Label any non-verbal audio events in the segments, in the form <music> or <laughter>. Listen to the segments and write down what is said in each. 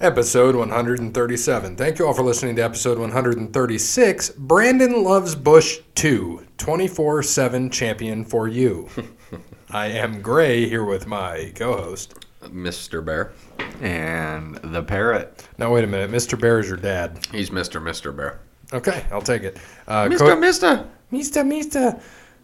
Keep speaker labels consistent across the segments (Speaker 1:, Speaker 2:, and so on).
Speaker 1: episode 137. Thank you all for listening to episode 136. Brandon Loves Bush 2, 24 7 champion for you. I am Gray here with my co host.
Speaker 2: Mr. Bear.
Speaker 3: And the parrot.
Speaker 1: Now, wait a minute. Mr. Bear is your dad.
Speaker 2: He's Mr. Mr. Bear.
Speaker 1: Okay, I'll take it. Uh,
Speaker 2: Mr.
Speaker 1: co-
Speaker 2: Mr.
Speaker 1: Mista, Mista.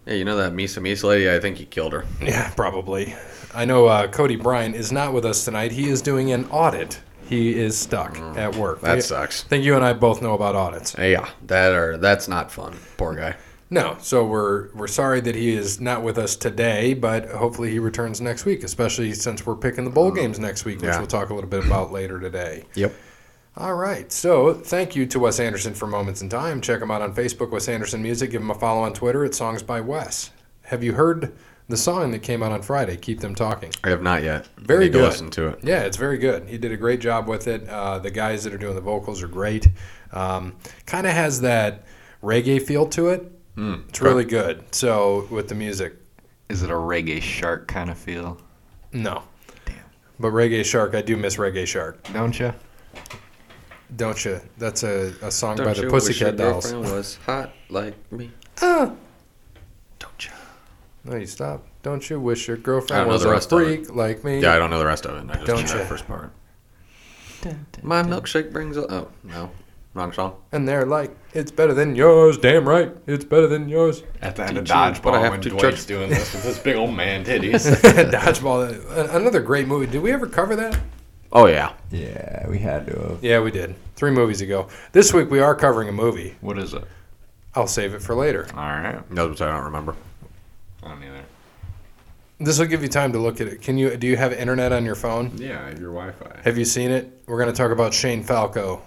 Speaker 2: Yeah, you know that Misa Misa lady? I think he killed her.
Speaker 1: Yeah, probably. I know uh, Cody Bryan is not with us tonight. He is doing an audit. He is stuck at work.
Speaker 2: That
Speaker 1: I
Speaker 2: sucks. Uh,
Speaker 1: think you and I both know about audits.
Speaker 2: Yeah, that are that's not fun. Poor guy.
Speaker 1: No, so we're we're sorry that he is not with us today, but hopefully he returns next week, especially since we're picking the bowl games next week, which
Speaker 2: Yeah.
Speaker 1: we'll talk a little bit about later today.
Speaker 2: Yep.
Speaker 1: All right. So thank you to Wes Anderson for Moments in Time. Check him out on Facebook, Wes Anderson Music. Give him a follow on Twitter at Songs by Wes. Have you heard the song that came out on Friday? Keep them talking.
Speaker 2: I have not yet.
Speaker 1: Very
Speaker 2: Need to
Speaker 1: good.
Speaker 2: listen to it.
Speaker 1: Yeah, it's very good. He did a great job with it. Uh, the guys that are doing the vocals are great. Um, kind of has that reggae feel to it. it's really good. So with the music,
Speaker 3: Is it a reggae shark kind of feel?
Speaker 1: no. But Reggae Shark, I do miss Reggae Shark.
Speaker 3: Don't you?
Speaker 1: Don't you? That's a, a song by the Pussycat Dolls.
Speaker 2: was hot like me. Don't you?
Speaker 1: No, you stop. Don't you wish your
Speaker 2: I don't
Speaker 1: girlfriend
Speaker 2: know
Speaker 1: was
Speaker 2: the
Speaker 1: a
Speaker 2: rest of
Speaker 1: freak like me?
Speaker 2: Yeah, I don't know the rest of it. I just
Speaker 1: Don't
Speaker 2: know
Speaker 1: ya?
Speaker 2: that first part. My milkshake brings up. Oh no, wrong song.
Speaker 1: And they're like, it's better than yours. Damn right, it's better than yours.
Speaker 3: At the end of
Speaker 2: Teach you what I
Speaker 3: Dodgeball
Speaker 2: have
Speaker 3: when
Speaker 2: to
Speaker 3: Dwayne's
Speaker 2: judge-
Speaker 3: doing this with his big old man titties.
Speaker 1: Dodgeball, a- another great movie. Did we ever cover that?
Speaker 2: Oh yeah,
Speaker 3: <laughs> yeah, we had to have.
Speaker 1: Yeah, we did. Three movies ago. This week we are covering a movie.
Speaker 3: What is it?
Speaker 1: I'll save it for later.
Speaker 3: All right.
Speaker 2: that's what I don't remember.
Speaker 3: I don't either.
Speaker 1: This will give you time to look at it. Can you do you have internet on your phone?
Speaker 2: Yeah, your Wi-Fi.
Speaker 1: Have you seen it? We're going to talk about Shane Falco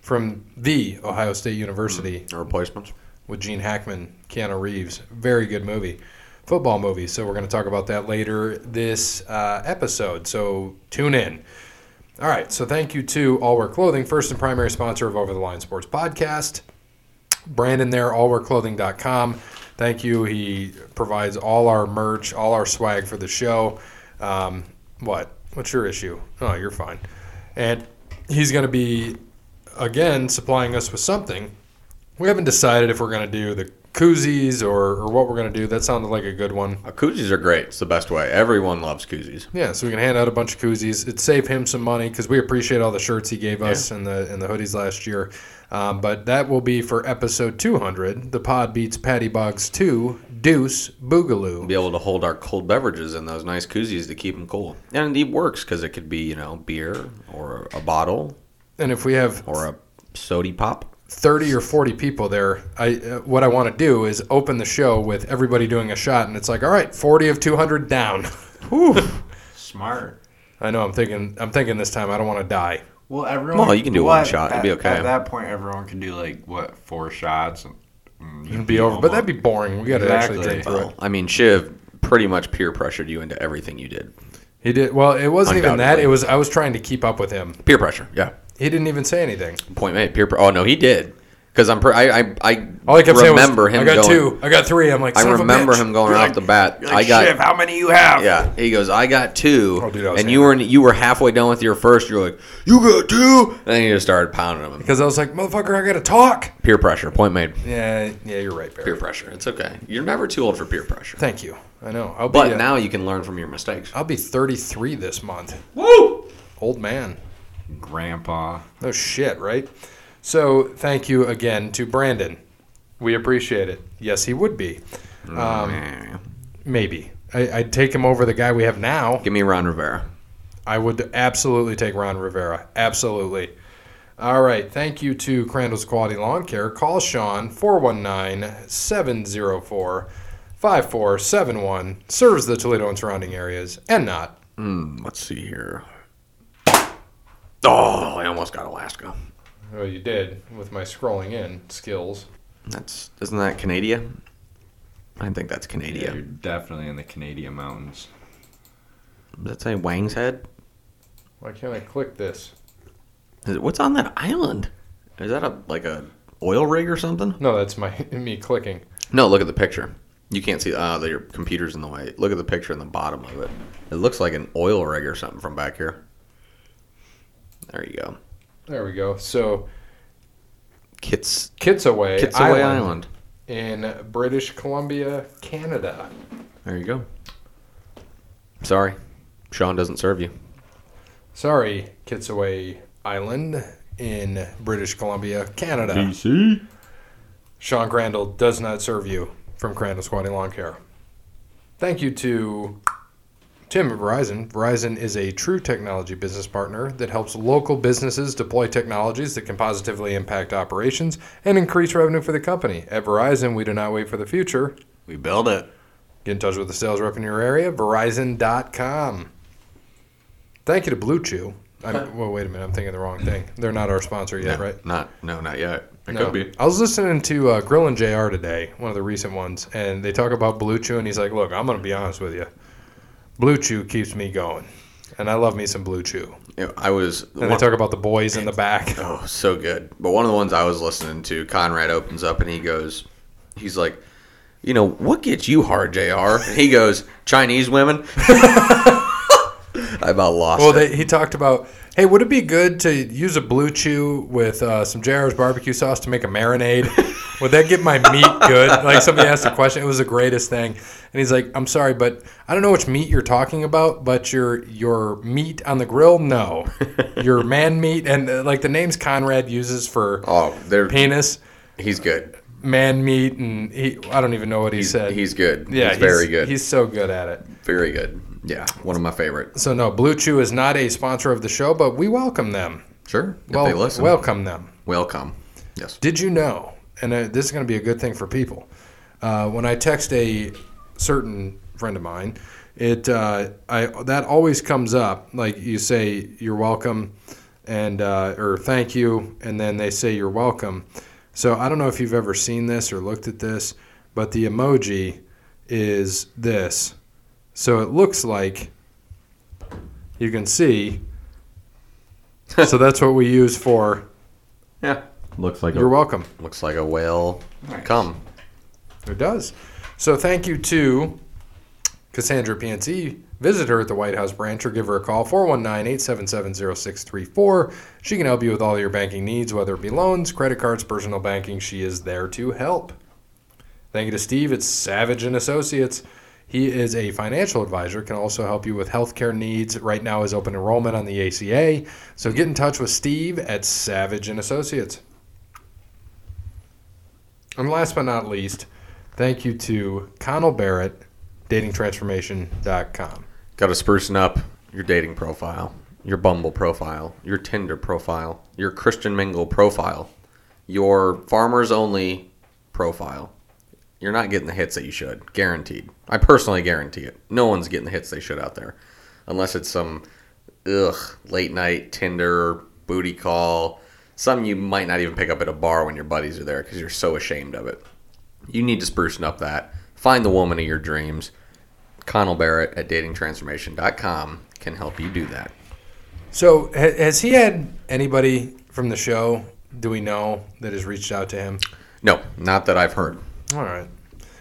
Speaker 1: from the Ohio State University
Speaker 2: Replacements.
Speaker 1: with Gene Hackman, Keanu Reeves. Very good movie. Football movie. So we're going to talk about that later this uh, episode. So tune in. All right. So thank you to All Wear Clothing, first and primary sponsor of Over the Line Sports Podcast. Brandon there, allwearclothing.com. Thank you. He provides all our merch, all our swag for the show. Um, what? What's your issue? Oh, you're fine. And he's going to be, again, supplying us with something. We haven't decided if we're going to do the koozies or, or what we're going to do. That sounded like a good one.
Speaker 2: Uh, koozies are great. It's the best way. Everyone loves koozies.
Speaker 1: Yeah, so we can hand out a bunch of koozies. It'd save him some money because we appreciate all the shirts he gave us and the and the hoodies last year. Um, but that will be for episode 200. The pod beats Patty Boggs 2, Deuce, Boogaloo.
Speaker 2: be able to hold our cold beverages in those nice koozies to keep them cool. And it works because it could be, you know, beer or a bottle
Speaker 1: And if we have
Speaker 2: or a sody pop.
Speaker 1: 30 or 40 people there, I uh, what I want to do is open the show with everybody doing a shot, and it's like, all right, 40 of 200 down. <laughs> Whew.
Speaker 3: Smart.
Speaker 1: I know. I'm thinking. I'm thinking this time. I don't want to die.
Speaker 3: Well, everyone.
Speaker 2: Well, you can do
Speaker 3: what-
Speaker 2: one shot, it'd be
Speaker 3: at-
Speaker 2: okay.
Speaker 3: At that point, everyone can do like what four shots and, mm, and you'd
Speaker 1: It'd be over, but that'd be boring. We got to actually
Speaker 3: Exactly.
Speaker 1: drink through it.
Speaker 2: I mean, Shiv pretty much peer pressured you into everything you did.
Speaker 1: He did well. It wasn't even that.
Speaker 2: Undoubtedly.
Speaker 1: It was I was trying to keep up with him.
Speaker 2: Peer pressure, yeah.
Speaker 1: He didn't even say anything.
Speaker 2: Point made. Peer. Pre- oh no, he did. Because I'm. Pre- I. I. I
Speaker 1: All I kept
Speaker 2: remember
Speaker 1: saying
Speaker 2: him
Speaker 1: was, "I got
Speaker 2: going.
Speaker 1: two. I got three. I'm like,
Speaker 2: I
Speaker 1: "Son of a
Speaker 2: remember
Speaker 1: bitch."
Speaker 2: him going
Speaker 3: You're
Speaker 2: off
Speaker 3: like-
Speaker 2: the bat.
Speaker 3: you're
Speaker 2: I
Speaker 3: like,
Speaker 2: got.
Speaker 3: "Shiv, how many you have?
Speaker 2: Yeah, he goes. I got two,
Speaker 1: Oh, dude, I was
Speaker 2: and you were you were halfway done with your first. You're like, you got two, and then you just started pounding them.
Speaker 1: because I was like, motherfucker, I gotta talk.
Speaker 2: Peer pressure. Point made.
Speaker 1: Yeah, yeah, you're right, Barry.
Speaker 2: peer pressure. It's okay. You're never too old for peer pressure.
Speaker 1: Thank you. I know. I'll be
Speaker 2: But
Speaker 1: uh,
Speaker 2: now you can learn from your mistakes.
Speaker 1: I'll be 33 this month.
Speaker 2: Woo!
Speaker 1: Old man.
Speaker 3: Grandpa.
Speaker 1: No shit, right? So thank you again to Brandon. We appreciate it. Yes, he would be.
Speaker 2: Mm-hmm.
Speaker 1: Um, Maybe. I, I'd take him over the guy we have now.
Speaker 2: Give me Ron Rivera.
Speaker 1: I would absolutely take Ron Rivera. Absolutely. All right. Thank you to Crandall's Quality Lawn Care. Call Sean 419 704 5471. Serves the Toledo and surrounding areas and not.
Speaker 2: Hmm, Let's see here. Oh, I almost got Alaska.
Speaker 1: Well, Oh, you did with my scrolling in skills.
Speaker 2: That's isn't that Canada? I think that's Canada.
Speaker 3: Yeah, you're definitely in the Canadian mountains.
Speaker 2: Does that say Wang's head?
Speaker 1: Why can't I click this?
Speaker 2: Is it, what's on that island? Is that a like a oil rig or something?
Speaker 1: No, that's my <laughs> me clicking.
Speaker 2: No, look at the picture. You can't see. Ah, your computer's in the way. Look at the picture in the bottom of it. It looks like an oil rig or something from back here. There you go.
Speaker 1: There we go. So
Speaker 2: Kits
Speaker 1: Kitsaway,
Speaker 2: Kitsaway
Speaker 1: Island,
Speaker 2: Island.
Speaker 1: in British Columbia, Canada.
Speaker 2: There you go. Sorry, Sean doesn't serve you.
Speaker 1: Sorry, Kitsaway Island in British Columbia, Canada.
Speaker 3: DC.
Speaker 1: Sean Crandall does not serve you from Crandall Squatting Lawn Care. Thank you to Tim at Verizon. Verizon is a true technology business partner that helps local businesses deploy technologies that can positively impact operations and increase revenue for the company. At Verizon, we do not wait for the future.
Speaker 3: We build it.
Speaker 1: Get in touch with the sales rep in your area, verizon.com. Thank you to Blue Chew. I'm, well, wait a minute. I'm thinking the wrong thing. They're not our sponsor yet,
Speaker 2: no,
Speaker 1: right?
Speaker 2: Not no, not yet. It
Speaker 1: No.
Speaker 2: could be.
Speaker 1: I was listening to uh, Grill and JR today, one of the recent ones, and they talk about Blue Chew, and he's like, "Look, I'm going to be honest with you. Blue Chew keeps me going, and I love me some Blue Chew."
Speaker 2: Yeah, I was.
Speaker 1: And
Speaker 2: one-
Speaker 1: they talk about the boys in the back.
Speaker 2: Oh, so good. But one of the ones I was listening to, Conrad opens up and he goes, he's like, you know, what gets you hard, Jr. And he goes, Chinese women. <laughs> I about lost
Speaker 1: Well,
Speaker 2: it.
Speaker 1: they, he talked about, "Hey, would it be good to use a Blue Chew with uh, some JR's barbecue sauce to make a
Speaker 2: <laughs>
Speaker 1: marinade? would that get my meat good?" Like somebody asked a question. It was the greatest thing, and he's like, "I'm sorry, but I don't know which meat you're talking about, but your your meat on the grill,
Speaker 2: <laughs>
Speaker 1: no, your man meat, and uh, like the names Conrad uses for
Speaker 2: oh, they're
Speaker 1: penis,
Speaker 2: he's good.
Speaker 1: man meat, and he, I don't even know what he said.
Speaker 2: He's good.
Speaker 1: yeah,
Speaker 2: he's, very good.
Speaker 1: He's so good at it.
Speaker 2: very good. Yeah, one of my favorites.
Speaker 1: So no, Blue Chew is not a sponsor of the show, but we welcome them.
Speaker 2: Sure. If
Speaker 1: Well,
Speaker 2: they listen,
Speaker 1: welcome them.
Speaker 2: welcome. Yes.
Speaker 1: Did you know? And uh, this is going to be a good thing for people. Uh, when I text a certain friend of mine, it uh, I that always comes up. Like you say, you're welcome, and uh, or thank you, and then they say you're welcome. So I don't know if you've ever seen this or looked at this, but the emoji is this. So it looks like you can see. so that's what we use for
Speaker 2: Yeah.
Speaker 4: Looks like
Speaker 1: you're
Speaker 4: a
Speaker 1: welcome.
Speaker 2: Looks like a whale.
Speaker 3: Nice.
Speaker 2: Come.
Speaker 1: It does. So thank you to Cassandra PNC. Visit her at the White House branch or give her a call, 419 877 0634. She can help you with all your banking needs, whether it be loans, credit cards, personal banking. She is there to help. Thank you to Steve. It's Savage and Associates. He is a financial advisor, can also help you with healthcare needs. Right now is open enrollment on the ACA. So get in touch with Steve at Savage and Associates. And last but not least, Thank you to Connell Barrett, datingtransformation.com.
Speaker 2: Got to sprucing up your dating profile, your Bumble profile, your Tinder profile, your Christian Mingle profile, your Farmers Only profile. You're not getting the hits that you should, guaranteed. I personally guarantee it. No one's getting the hits they should out there, unless it's some ugh late night Tinder booty call, something you might not even pick up at a bar when your buddies are there because you're so ashamed of it. You need to sprucing up that. Find the woman of your dreams. Connell Barrett at datingtransformation.com can help you do that.
Speaker 1: So, ha- has he had anybody from the show, do we know, that has reached out to him?
Speaker 2: No, not that I've heard.
Speaker 1: All right.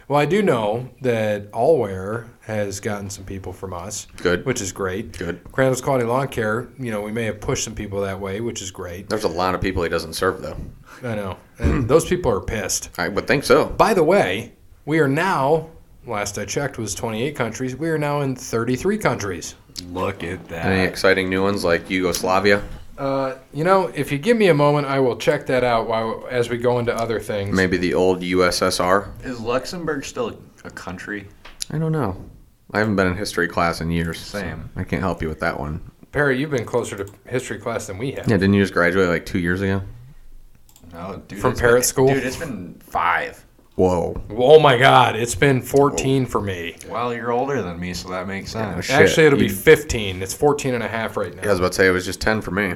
Speaker 1: Well, I do know that Allwear has gotten some people from us,
Speaker 2: Good.
Speaker 1: which is great.
Speaker 2: Good.
Speaker 1: Crandall's Quality Lawn Care, you know, we may have pushed some people that way, which is great.
Speaker 2: There's a lot of people he doesn't serve, though.
Speaker 1: I know.
Speaker 2: Hmm.
Speaker 1: And those people are pissed.
Speaker 2: I would think so.
Speaker 1: By the way, we are now, last I checked was 28 countries, we are now in 33 countries.
Speaker 3: Look at that.
Speaker 2: Any exciting new ones like Yugoslavia?
Speaker 1: Uh, you know, if you give me a moment, I will check that out while as we go into other things.
Speaker 2: Maybe the old USSR?
Speaker 3: Is Luxembourg still a country?
Speaker 2: I don't know. I haven't been in history class in years. so
Speaker 3: Same.
Speaker 2: I can't help you with that one.
Speaker 1: Perry, you've been closer to history class than we have.
Speaker 2: Yeah, didn't you just graduate like two years ago?
Speaker 3: No, Oh, dude.
Speaker 1: From
Speaker 3: it's
Speaker 1: parrot
Speaker 3: been-
Speaker 1: school?
Speaker 3: Dude, it's been five.
Speaker 2: Whoa.
Speaker 1: Oh my God, it's been 14
Speaker 2: Oh,
Speaker 1: for me.
Speaker 3: Well, you're older than me, so that makes sense.
Speaker 2: Shit,
Speaker 1: Actually, it'll be
Speaker 2: you-
Speaker 1: 15. It's 14 and a half right now.
Speaker 2: I was about to say it was just 10 for me.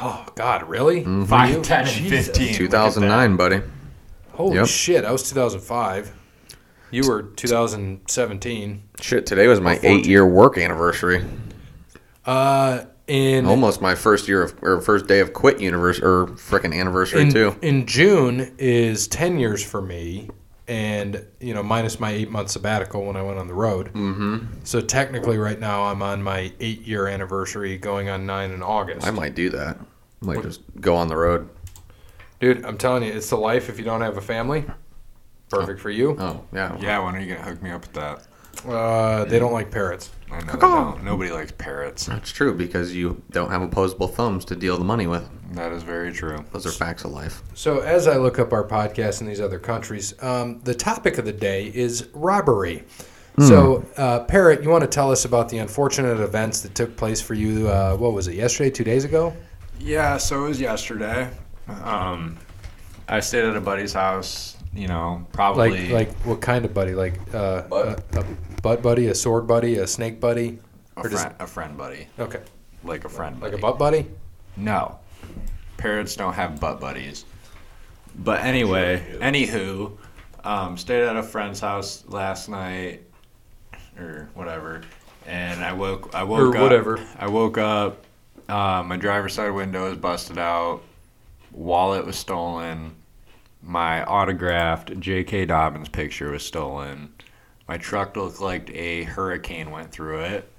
Speaker 1: Oh God, really?
Speaker 2: Mm-hmm.
Speaker 1: For you?
Speaker 3: Five, ten, and
Speaker 1: Jesus.
Speaker 3: fifteen. Look at
Speaker 2: 2009, buddy.
Speaker 1: Holy
Speaker 2: Yep.
Speaker 1: shit, I was 2005. You were 2017.
Speaker 2: Shit, today was my
Speaker 1: 14.
Speaker 2: eight year work anniversary.
Speaker 1: Uh, in
Speaker 2: Almost my first year of, or first day of quit universe, or frickin' anniversary,
Speaker 1: in,
Speaker 2: too.
Speaker 1: in June is 10 years for me, and you know, minus my eight month sabbatical when I went on the road.
Speaker 2: Mm-hmm.
Speaker 1: So technically, right now I'm on my eight year anniversary, going on nine in August.
Speaker 2: I might do that. I might just go on the road.
Speaker 1: Dude, I'm telling you, it's the life. If you don't have a family, perfect for you.
Speaker 2: Oh yeah.
Speaker 3: Yeah, when are you gonna hook me up with that?
Speaker 1: Uh, they don't like parrots.
Speaker 3: I know. they
Speaker 2: Caw-caw.
Speaker 3: don't. Nobody likes parrots.
Speaker 2: That's true because you don't have opposable thumbs to deal the money with.
Speaker 3: That is very true.
Speaker 2: Those are facts of life.
Speaker 1: So as I look up our podcast in these other countries, um, the topic of the day is robbery. So, uh, Parrot, you want to tell us about the unfortunate events that took place for you? Uh, what was it? Yesterday, two days ago?
Speaker 3: Yeah, so it was yesterday. Um, I stayed at a buddy's house. You know,
Speaker 1: Like,
Speaker 3: probably
Speaker 1: like what kind of buddy? Like uh,
Speaker 3: Bud.
Speaker 1: A, a butt buddy, a sword buddy, a snake buddy?
Speaker 3: a
Speaker 1: or
Speaker 3: friend,
Speaker 1: just-
Speaker 3: a friend buddy,
Speaker 1: Okay,
Speaker 3: like a friend,
Speaker 1: like
Speaker 3: buddy.
Speaker 1: a butt buddy.
Speaker 3: No. Parrots don't have butt buddies. But anyway, anywho, um, stayed at a friend's house last night or whatever. And I woke I woke up
Speaker 1: whatever.
Speaker 3: I woke up, uh, my driver's side window is busted out, wallet was stolen, my autographed J.K. Dobbins picture was stolen, my truck looked like a hurricane went through it.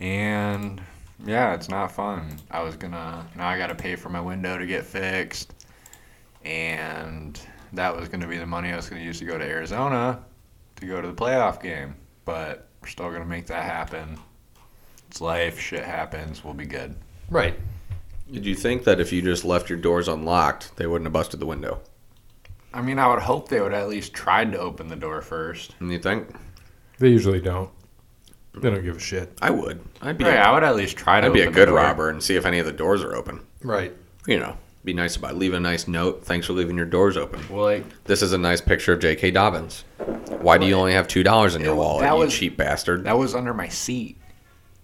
Speaker 3: And yeah, it's not fun. I was gonna now I gotta pay for my window to get fixed, and that was gonna be the money I was gonna use to go to Arizona to go to the playoff game. But we're still gonna make that happen. It's life. Shit happens. We'll be good.
Speaker 1: Right.
Speaker 2: Did you think that if you just left your doors unlocked, they wouldn't have busted the window?
Speaker 3: I mean, I would hope they would at least tried to open the door first.
Speaker 2: You think?
Speaker 1: They usually don't. They don't give a shit.
Speaker 2: I would. I'd be.
Speaker 3: Right, I would at least try to.
Speaker 2: I'd be a
Speaker 3: open
Speaker 2: good
Speaker 3: the door.
Speaker 2: robber and see if any of the doors are open.
Speaker 1: Right.
Speaker 2: You know, be nice about leave a nice note. Thanks for leaving your doors open.
Speaker 3: Well, like
Speaker 2: This is a nice picture of J.K. Dobbins. Why do you only have two dollars in your
Speaker 3: It-
Speaker 2: wallet,
Speaker 3: that
Speaker 2: you
Speaker 3: was-
Speaker 2: cheap bastard?
Speaker 3: that was under my seat.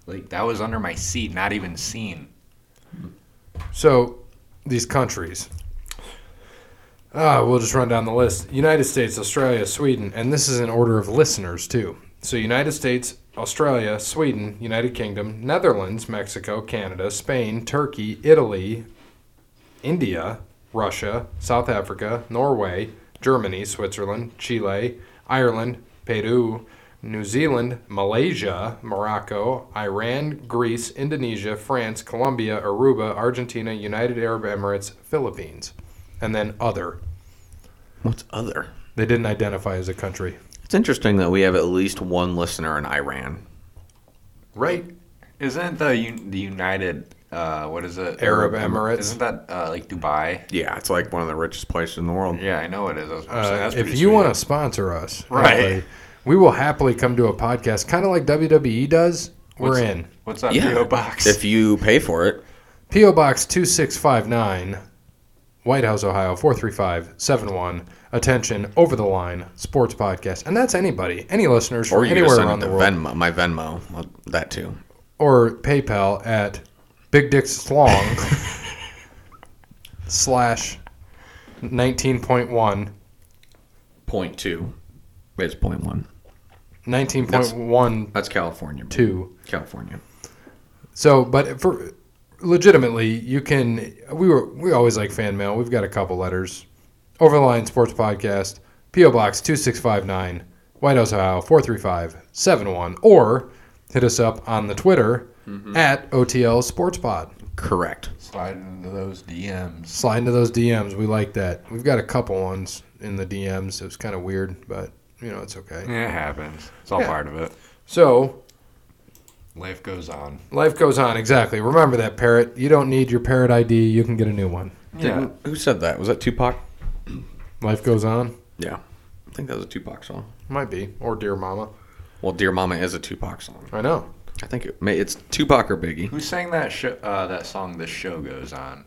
Speaker 3: Like that was under my seat, not even seen.
Speaker 1: So, these countries. Uh, we'll just run down the list United States, Australia, Sweden, and this is in order of listeners, too. So, United States, Australia, Sweden, United Kingdom, Netherlands, Mexico, Canada, Spain, Turkey, Italy, India, Russia, South Africa, Norway, Germany, Switzerland, Chile, Ireland, Peru, New Zealand, Malaysia, Morocco, Iran, Greece, Indonesia, France, Colombia, Aruba, Argentina, United Arab Emirates, Philippines, and then other.
Speaker 2: What's other?
Speaker 1: They didn't identify as a country.
Speaker 2: It's interesting that we have at least one listener in Iran.
Speaker 1: Right.
Speaker 3: Isn't the Un- the United uh, what is it
Speaker 1: Arab Emirates.
Speaker 3: Isn't that uh, like Dubai?
Speaker 2: Yeah, it's like one of the richest places in the world.
Speaker 3: Yeah, I know it is. I was gonna say,
Speaker 1: Uh,
Speaker 3: that's
Speaker 1: if
Speaker 3: pretty
Speaker 1: you
Speaker 3: sweet.
Speaker 1: want to sponsor us,
Speaker 3: Right.
Speaker 1: happily, we will happily come to a podcast, kind of like WWE does. We're
Speaker 3: What's-
Speaker 1: in.
Speaker 3: what's that
Speaker 2: Yeah.
Speaker 3: PO box?
Speaker 2: If you pay for it,
Speaker 1: P.O. Box 2659, White House, Ohio 43571. Attention, over the line, sports podcast. And that's anybody, any listeners from
Speaker 2: or you can
Speaker 1: anywhere
Speaker 2: just send
Speaker 1: around the
Speaker 2: it to
Speaker 1: world.
Speaker 2: Venmo, my Venmo, Well, that too.
Speaker 1: Or PayPal at Big Dick Slong
Speaker 2: <laughs>
Speaker 1: slash 19.1.
Speaker 2: Point two. It's point one.
Speaker 1: 19.12.
Speaker 2: That's California. California.
Speaker 1: So, but for legitimately, you can. We were we always like fan mail. We've got a couple letters. Over the line sports podcast, PO Box two six five nine, White House Ohio four three five seven one, or hit us up on the Twitter at OTL Sports Pod.
Speaker 2: Correct.
Speaker 3: slide into those DMs.
Speaker 1: Slide into those DMs. We like that. We've got a couple ones in the DMs. It was kind of weird, but you know it's okay.
Speaker 3: Yeah, it happens. It's all
Speaker 1: Yeah.
Speaker 3: part of it.
Speaker 1: So
Speaker 3: Life goes on.
Speaker 1: life goes on. Exactly. Remember that parrot. You don't need your parrot ID. You can get a new one.
Speaker 3: Yeah.
Speaker 2: Didn't- Who said that? Was that Tupac?
Speaker 1: Life goes on.
Speaker 2: Yeah. I think that was a Tupac song.
Speaker 1: Might be. Or Dear Mama.
Speaker 2: Well, Dear Mama is a Tupac song.
Speaker 1: I know.
Speaker 2: I think it, may- it's Tupac or Biggie.
Speaker 3: Who sang that sh- uh, that song? The show goes on.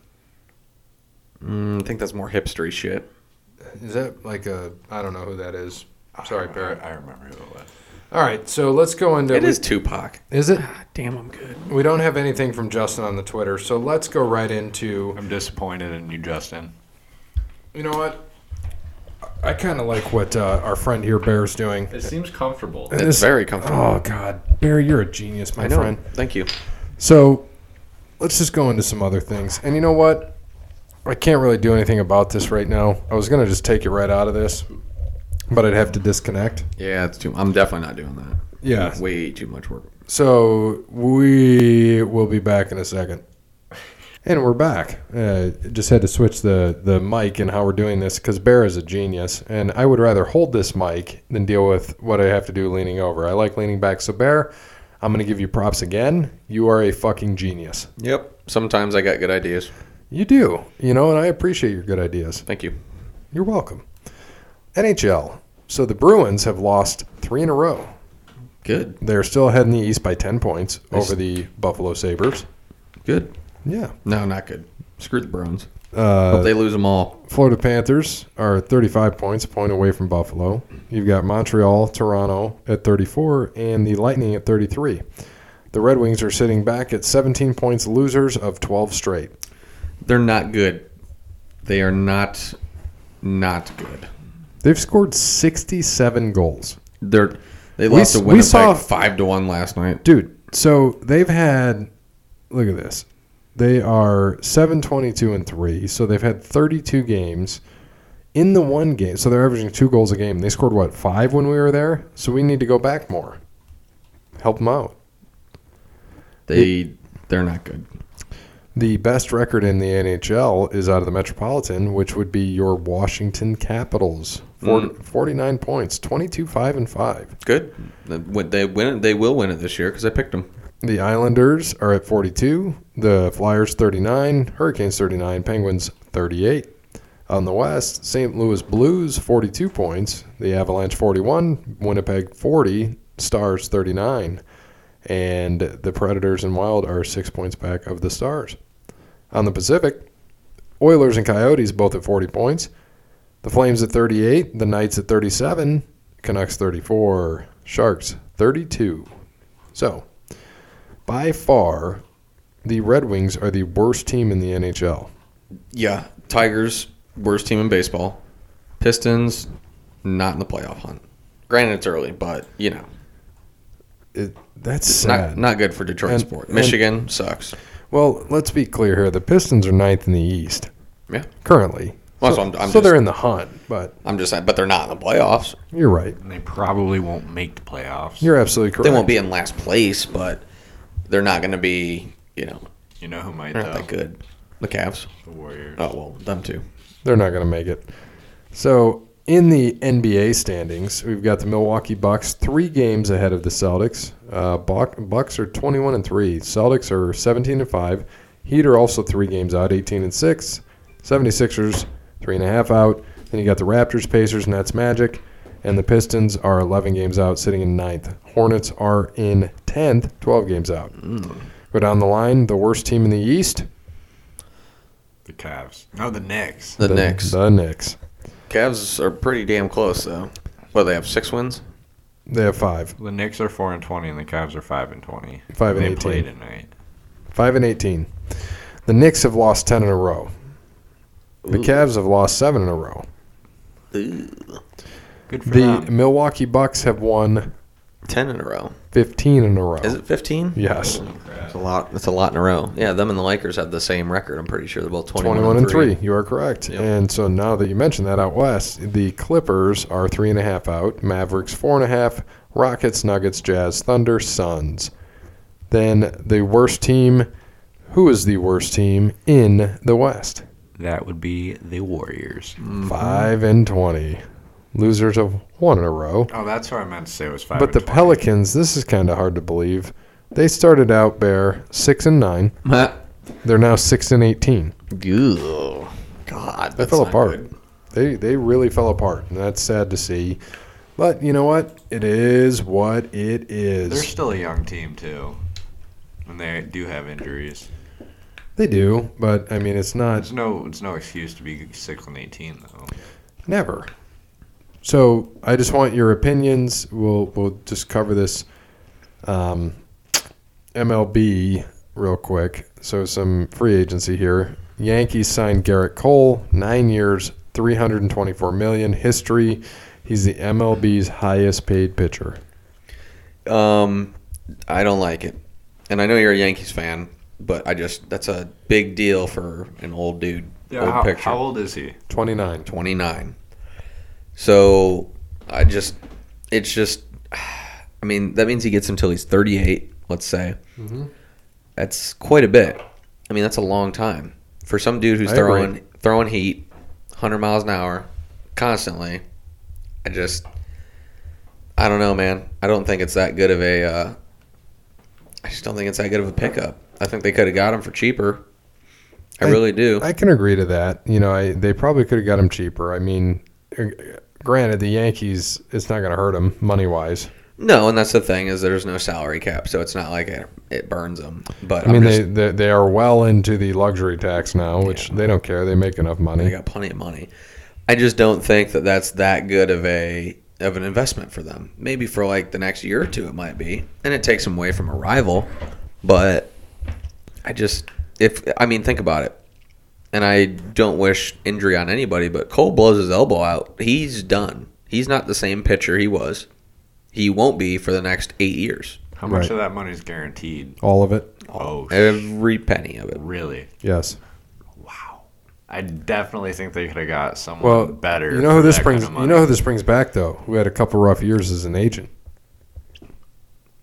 Speaker 2: Mm, I think that's more hipstery shit.
Speaker 1: Is that like a. I don't know who that is. Sorry,
Speaker 3: I-
Speaker 1: Parrot.
Speaker 3: I remember who it was.
Speaker 1: All right, so let's go into.
Speaker 2: It is Tupac.
Speaker 1: Is it?
Speaker 2: Damn, I'm good.
Speaker 1: We don't have anything from Justin on the Twitter, so let's go right into.
Speaker 3: I'm disappointed in you, Justin.
Speaker 1: You know what? I kind of like what uh, our friend here, Bear's doing.
Speaker 3: It seems comfortable.
Speaker 2: It's
Speaker 1: This-
Speaker 2: very comfortable.
Speaker 1: Oh, God. Bear, you're a genius, Uh, my
Speaker 2: I know.
Speaker 1: friend.
Speaker 2: Thank you.
Speaker 1: So let's just go into some other things. And you know what? I can't really do anything about this right now. I was going to just take it right out of this. but I'd have to disconnect.
Speaker 2: Yeah, it's too. I'm definitely not doing that.
Speaker 1: Yeah.
Speaker 2: way too much work.
Speaker 1: So we will be back in a second. And we're back. Uh, just had to switch the, the mic and how we're doing this because Bear is a genius. And I would rather hold this mic than deal with what I have to do leaning over. I like leaning back. So, Bear, I'm going to give you props again. You are a fucking genius.
Speaker 2: Yep. Sometimes I got good ideas.
Speaker 1: You do, you know, and I appreciate your good ideas.
Speaker 2: Thank you.
Speaker 1: You're welcome. NHL. So the Bruins have lost three in a row.
Speaker 2: Good.
Speaker 1: They're still ahead in the East by 10 points
Speaker 2: Nice.
Speaker 1: over the Buffalo Sabres.
Speaker 2: Good.
Speaker 1: Yeah.
Speaker 2: No, not good. Screw the Bruins. Hope
Speaker 1: Uh,
Speaker 2: they lose them all.
Speaker 1: Florida Panthers are 35 points, a point away from Buffalo. You've got Montreal, Toronto at 34, and the Lightning at 33. The Red Wings are sitting back at 17 points, losers of 12 straight.
Speaker 2: They're not good. They are not, not good.
Speaker 1: They've scored 67 goals.
Speaker 2: They're they
Speaker 1: We
Speaker 2: lost
Speaker 1: s-
Speaker 2: to
Speaker 1: we
Speaker 2: Winnipeg
Speaker 1: saw-
Speaker 2: five to one last night.
Speaker 1: dude so they've had look at this they are 722 and 3 so they've had 32 games in the one game so they're averaging two goals a game they scored what five when we were there so we need to go back more help them out
Speaker 2: They they're not good.
Speaker 1: the best record in the nhl is out of the metropolitan which would be your washington capitals Four- 49 points 22 5 and 5
Speaker 2: Good. They win- they win. They will win it this year because I picked them.
Speaker 1: The Islanders are at 42, the Flyers 39, Hurricanes 39, Penguins 38. On the West, St. Louis Blues 42 points, the Avalanche 41, Winnipeg 40, Stars 39, and the Predators and Wild are 6 points back of the Stars. On the Pacific, Oilers and Coyotes both at 40 points, the Flames at 38, the Knights at 37, Canucks 34, Sharks 32. So, by far, the Red Wings are the worst team in the NHL.
Speaker 2: Yeah. Tigers worst team in baseball. Pistons not in the playoff hunt. Granted, it's early, but you know,
Speaker 1: It, that's
Speaker 2: not
Speaker 1: sad.
Speaker 2: not good for Detroit
Speaker 1: And-
Speaker 2: sport.
Speaker 1: and-
Speaker 2: Michigan sucks.
Speaker 1: well, let's be clear here. The Pistons are ninth in the East.
Speaker 2: Yeah.
Speaker 1: Currently.
Speaker 2: Well,
Speaker 1: so
Speaker 2: so I'm- I'm
Speaker 1: so they're
Speaker 2: just-
Speaker 1: in the hunt, but
Speaker 2: I'm just saying, but they're not in the playoffs.
Speaker 1: you're right.
Speaker 3: And they probably won't make the playoffs.
Speaker 1: You're absolutely correct.
Speaker 2: They won't be in last place, but they're not going to be. You know,
Speaker 3: You know who might
Speaker 2: they're not
Speaker 3: though?
Speaker 2: that good. The Cavs.
Speaker 3: The Warriors.
Speaker 2: Oh well, them too.
Speaker 1: They're not going to make it. So in the NBA standings, we've got the Milwaukee Bucks three games ahead of the Celtics. Uh, Buck, Bucks are 21 and three. Celtics are 17 and five. Heat are also three games out, 18 and six. 76ers three and a half out. Then you got the Raptors, Pacers, Nets, Magic, and the Pistons are 11 games out, sitting in ninth. Hornets are in 10th, 12 games out.
Speaker 2: Mm.
Speaker 1: Go down the line, the worst team in the East,
Speaker 3: The Cavs. No, the Knicks.
Speaker 2: The, Knicks.
Speaker 1: The Knicks.
Speaker 2: Cavs are pretty damn close though. Well, they have six wins.
Speaker 1: They have five.
Speaker 3: The Knicks are four and twenty, and the Cavs are five and twenty.
Speaker 1: Five and
Speaker 3: they
Speaker 1: 18.
Speaker 3: play tonight.
Speaker 1: Five and eighteen. The Knicks have lost ten in a row. The
Speaker 2: Ooh.
Speaker 1: Cavs have lost seven in a row.
Speaker 3: Good for
Speaker 1: The
Speaker 3: them.
Speaker 1: Milwaukee Bucks have won
Speaker 2: Ten in a row.
Speaker 1: fifteen in a row.
Speaker 2: Is it fifteen?
Speaker 1: Yes,
Speaker 2: Oh. That's a lot. That's a lot in a row. Yeah, them and the Lakers have the same record. I'm pretty sure they're both 21,
Speaker 1: twenty-one and three. You are correct.
Speaker 2: Yep.
Speaker 1: And so now that you mentioned that out west, the Clippers are three and a half out. Mavericks four and a half. Rockets, Nuggets, Jazz, Thunder, Suns. Then the worst team. Who is the worst team in the West?
Speaker 3: That would be the Warriors.
Speaker 1: Mm.
Speaker 2: Mm-hmm.
Speaker 1: Five and twenty. Losers of one in a row.
Speaker 3: Oh, that's what I meant to say was five.
Speaker 1: But
Speaker 3: and
Speaker 1: the
Speaker 3: 20.
Speaker 1: Pelicans, this is kind of hard to believe. They started out bare six and nine. They're now six and eighteen.
Speaker 2: Ew. God,
Speaker 1: They
Speaker 2: that's
Speaker 1: fell
Speaker 2: not
Speaker 1: apart.
Speaker 2: good.
Speaker 1: They they really fell apart, and that's sad to see. But you know what? It is what it
Speaker 3: They're
Speaker 1: is.
Speaker 3: still a young team too, and they do have injuries.
Speaker 1: They do, but I mean, it's not
Speaker 3: It's no, it's no excuse to be six and eighteen though.
Speaker 1: Never. So I just want your opinions. We'll we'll just cover this um, MLB real quick. So some free agency here. Yankees signed Garrett Cole, nine years, three hundred and twenty-four million. History. He's the MLB's highest-paid pitcher.
Speaker 2: Um, I don't like it, and I know you're a Yankees fan, but I just that's a big deal for an old dude. old
Speaker 3: how,
Speaker 2: picture.
Speaker 3: how old is he?
Speaker 1: Twenty-nine.
Speaker 2: 29. So I just, it's just, <sighs> I mean, that means he gets him till he's 38, let's say.
Speaker 1: Mm-hmm.
Speaker 2: That's quite a bit. I mean, that's a long time for some dude who's
Speaker 1: I agree.
Speaker 2: throwing throwing heat, 100 miles an hour, constantly. I just, I don't know, man. I don't think it's that good of a. Uh, I just don't think it's that good of a pickup. I think they could have got him for cheaper. I,
Speaker 1: I-
Speaker 2: really do.
Speaker 1: I can agree to that. You know, I, they probably could have got him cheaper. I mean, uh, granted, the Yankees, it's not going to hurt them money wise.
Speaker 2: No, and that's the thing is there's no salary cap, so it's not like it, it burns them. But
Speaker 1: I mean,
Speaker 2: I'm just,
Speaker 1: they, they they are well into the luxury tax now, which they don't care. They make enough
Speaker 2: they
Speaker 1: money.
Speaker 2: got plenty of money. I just don't think that that's that good of a of an investment for them. Maybe for like the next year or two, it might be, and it takes them away from a rival. But I just if I mean think about it, and I don't wish injury on anybody, but Cole blows his elbow out. He's done. He's not the same pitcher he was. He won't be for the next eight years.
Speaker 3: How much
Speaker 1: Right.
Speaker 3: of that money is guaranteed?
Speaker 1: All of it.
Speaker 3: Oh, sh-
Speaker 2: Every penny of it.
Speaker 3: really?
Speaker 1: Yes.
Speaker 3: Wow. I definitely think they could have got someone
Speaker 1: Well,
Speaker 3: better.
Speaker 1: You know who
Speaker 3: for
Speaker 1: this
Speaker 3: that kind
Speaker 1: brings?
Speaker 3: of
Speaker 1: you
Speaker 3: money.
Speaker 1: know who this brings back though? Who had a couple rough years as an agent?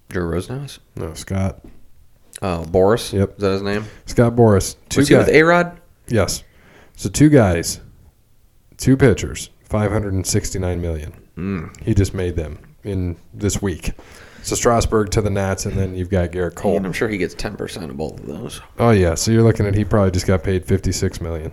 Speaker 2: Drew Rosenhaus?
Speaker 1: No, Scott.
Speaker 2: Oh, Boris.
Speaker 1: Yep.
Speaker 2: Is that his name?
Speaker 1: Scott Boris. Two
Speaker 2: Was he
Speaker 1: guys.
Speaker 2: with A Rod?
Speaker 1: yes. So two guys, two pitchers, five hundred and sixty-nine million.
Speaker 2: Mm.
Speaker 1: He just made them in this week. So Strasburg to the Nats, and then you've got Garrett Cole.
Speaker 2: And I'm sure he gets 10% of both of those
Speaker 1: Oh yeah, so you're looking at he probably just got paid fifty-six million.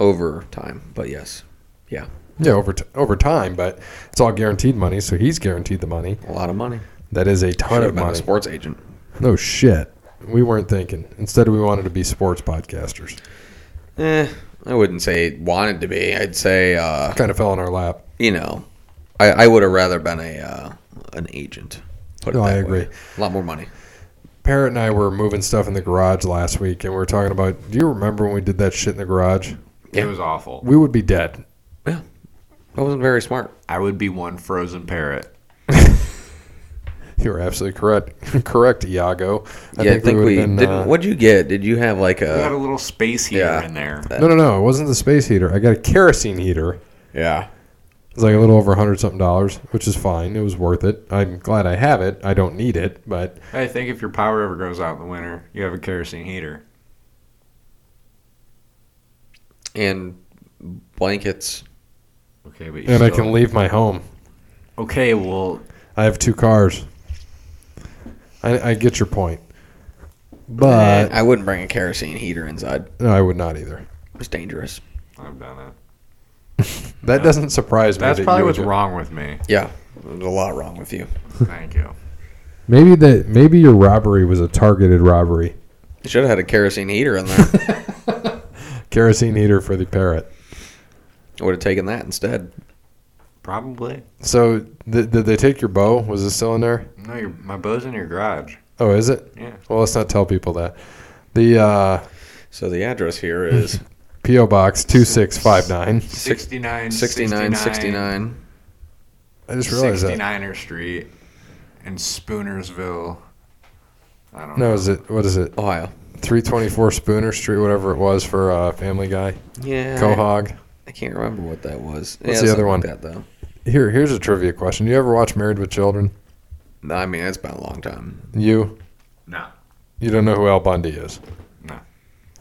Speaker 2: over time. But yes,
Speaker 1: Yeah, over t- over time, but it's all guaranteed money, so he's guaranteed the money.
Speaker 2: a lot of money.
Speaker 1: That is a ton
Speaker 2: Should have
Speaker 1: of
Speaker 2: been a
Speaker 1: money.
Speaker 2: sports agent.
Speaker 1: No shit. We weren't thinking. Instead, we wanted to be sports podcasters.
Speaker 2: Eh, I wouldn't say wanted to be. I'd say, uh,
Speaker 1: Kind of fell in our lap.
Speaker 2: you know, I, I would have rather been a uh, an agent. Put it
Speaker 1: No, I
Speaker 2: that
Speaker 1: agree.
Speaker 2: way. A lot more money.
Speaker 1: Parrot and I were moving stuff in the garage last week, and we were talking about. Do you remember when we did that shit in the garage?
Speaker 3: It was awful.
Speaker 1: We would be dead. <laughs>
Speaker 2: I wasn't very smart.
Speaker 3: I would be one frozen parrot.
Speaker 1: You were absolutely correct. <laughs> correct, Iago.
Speaker 2: yeah, I think
Speaker 1: would've
Speaker 2: we
Speaker 1: been,
Speaker 2: didn't.
Speaker 1: uh,
Speaker 2: what'd you get? Did you have like
Speaker 3: We had
Speaker 2: a.
Speaker 3: a little space heater
Speaker 2: yeah.
Speaker 3: in there.
Speaker 1: no, no, no. It wasn't the space heater. I got a kerosene heater.
Speaker 2: Yeah.
Speaker 1: It's like a little over a hundred something dollars, which is fine. It was worth it. I'm glad I have it. I don't need it, but
Speaker 3: I think if your power ever goes out in the winter, you have a kerosene heater.
Speaker 2: And blankets.
Speaker 3: Okay, but you
Speaker 1: and I
Speaker 3: still-
Speaker 1: can leave my home.
Speaker 3: Okay, well,
Speaker 1: I have two cars. I, I get your point,
Speaker 2: And
Speaker 3: Eh.
Speaker 1: but
Speaker 2: Eh, I wouldn't bring a kerosene heater inside.
Speaker 1: no, I would not either.
Speaker 2: It was dangerous.
Speaker 3: I've done it.
Speaker 1: That doesn't surprise me.
Speaker 3: That's
Speaker 1: that
Speaker 3: probably
Speaker 1: you would
Speaker 3: what's
Speaker 1: do-
Speaker 3: wrong
Speaker 1: <laughs>
Speaker 3: with me.
Speaker 2: Yeah. There's a lot wrong with you.
Speaker 3: Thank you.
Speaker 1: Maybe that maybe your robbery was a targeted robbery.
Speaker 2: You should have had a kerosene heater
Speaker 1: <laughs>
Speaker 2: in there.
Speaker 1: Kerosene heater for the parrot.
Speaker 2: I would have taken that instead.
Speaker 3: Probably.
Speaker 1: So th- did they take your bow? Was it still in there?
Speaker 3: No, your, my bow's in your garage.
Speaker 1: Oh, is it?
Speaker 3: Yeah.
Speaker 1: Well, let's not tell people that. The uh,
Speaker 2: So the address
Speaker 1: <laughs>
Speaker 2: here is
Speaker 1: PO box two six five nine.
Speaker 3: 69, 69,
Speaker 2: 6969.
Speaker 1: I just realized that.
Speaker 3: 69er Street in Spoonersville. I don't
Speaker 1: No,
Speaker 3: know.
Speaker 1: is it what is it?
Speaker 2: Ohio.
Speaker 1: Three twenty four Spooner Street, whatever it was for uh, Family Guy.
Speaker 2: Yeah.
Speaker 1: Cohog.
Speaker 2: I can't remember what that was.
Speaker 1: What's the other
Speaker 2: something
Speaker 1: one?
Speaker 2: Like that though.
Speaker 1: Here, here's a trivia question. You ever watch Married with Children?
Speaker 2: No, I mean, it's been a long time.
Speaker 1: You,
Speaker 3: No.
Speaker 1: you don't know who Al Bundy is.
Speaker 2: You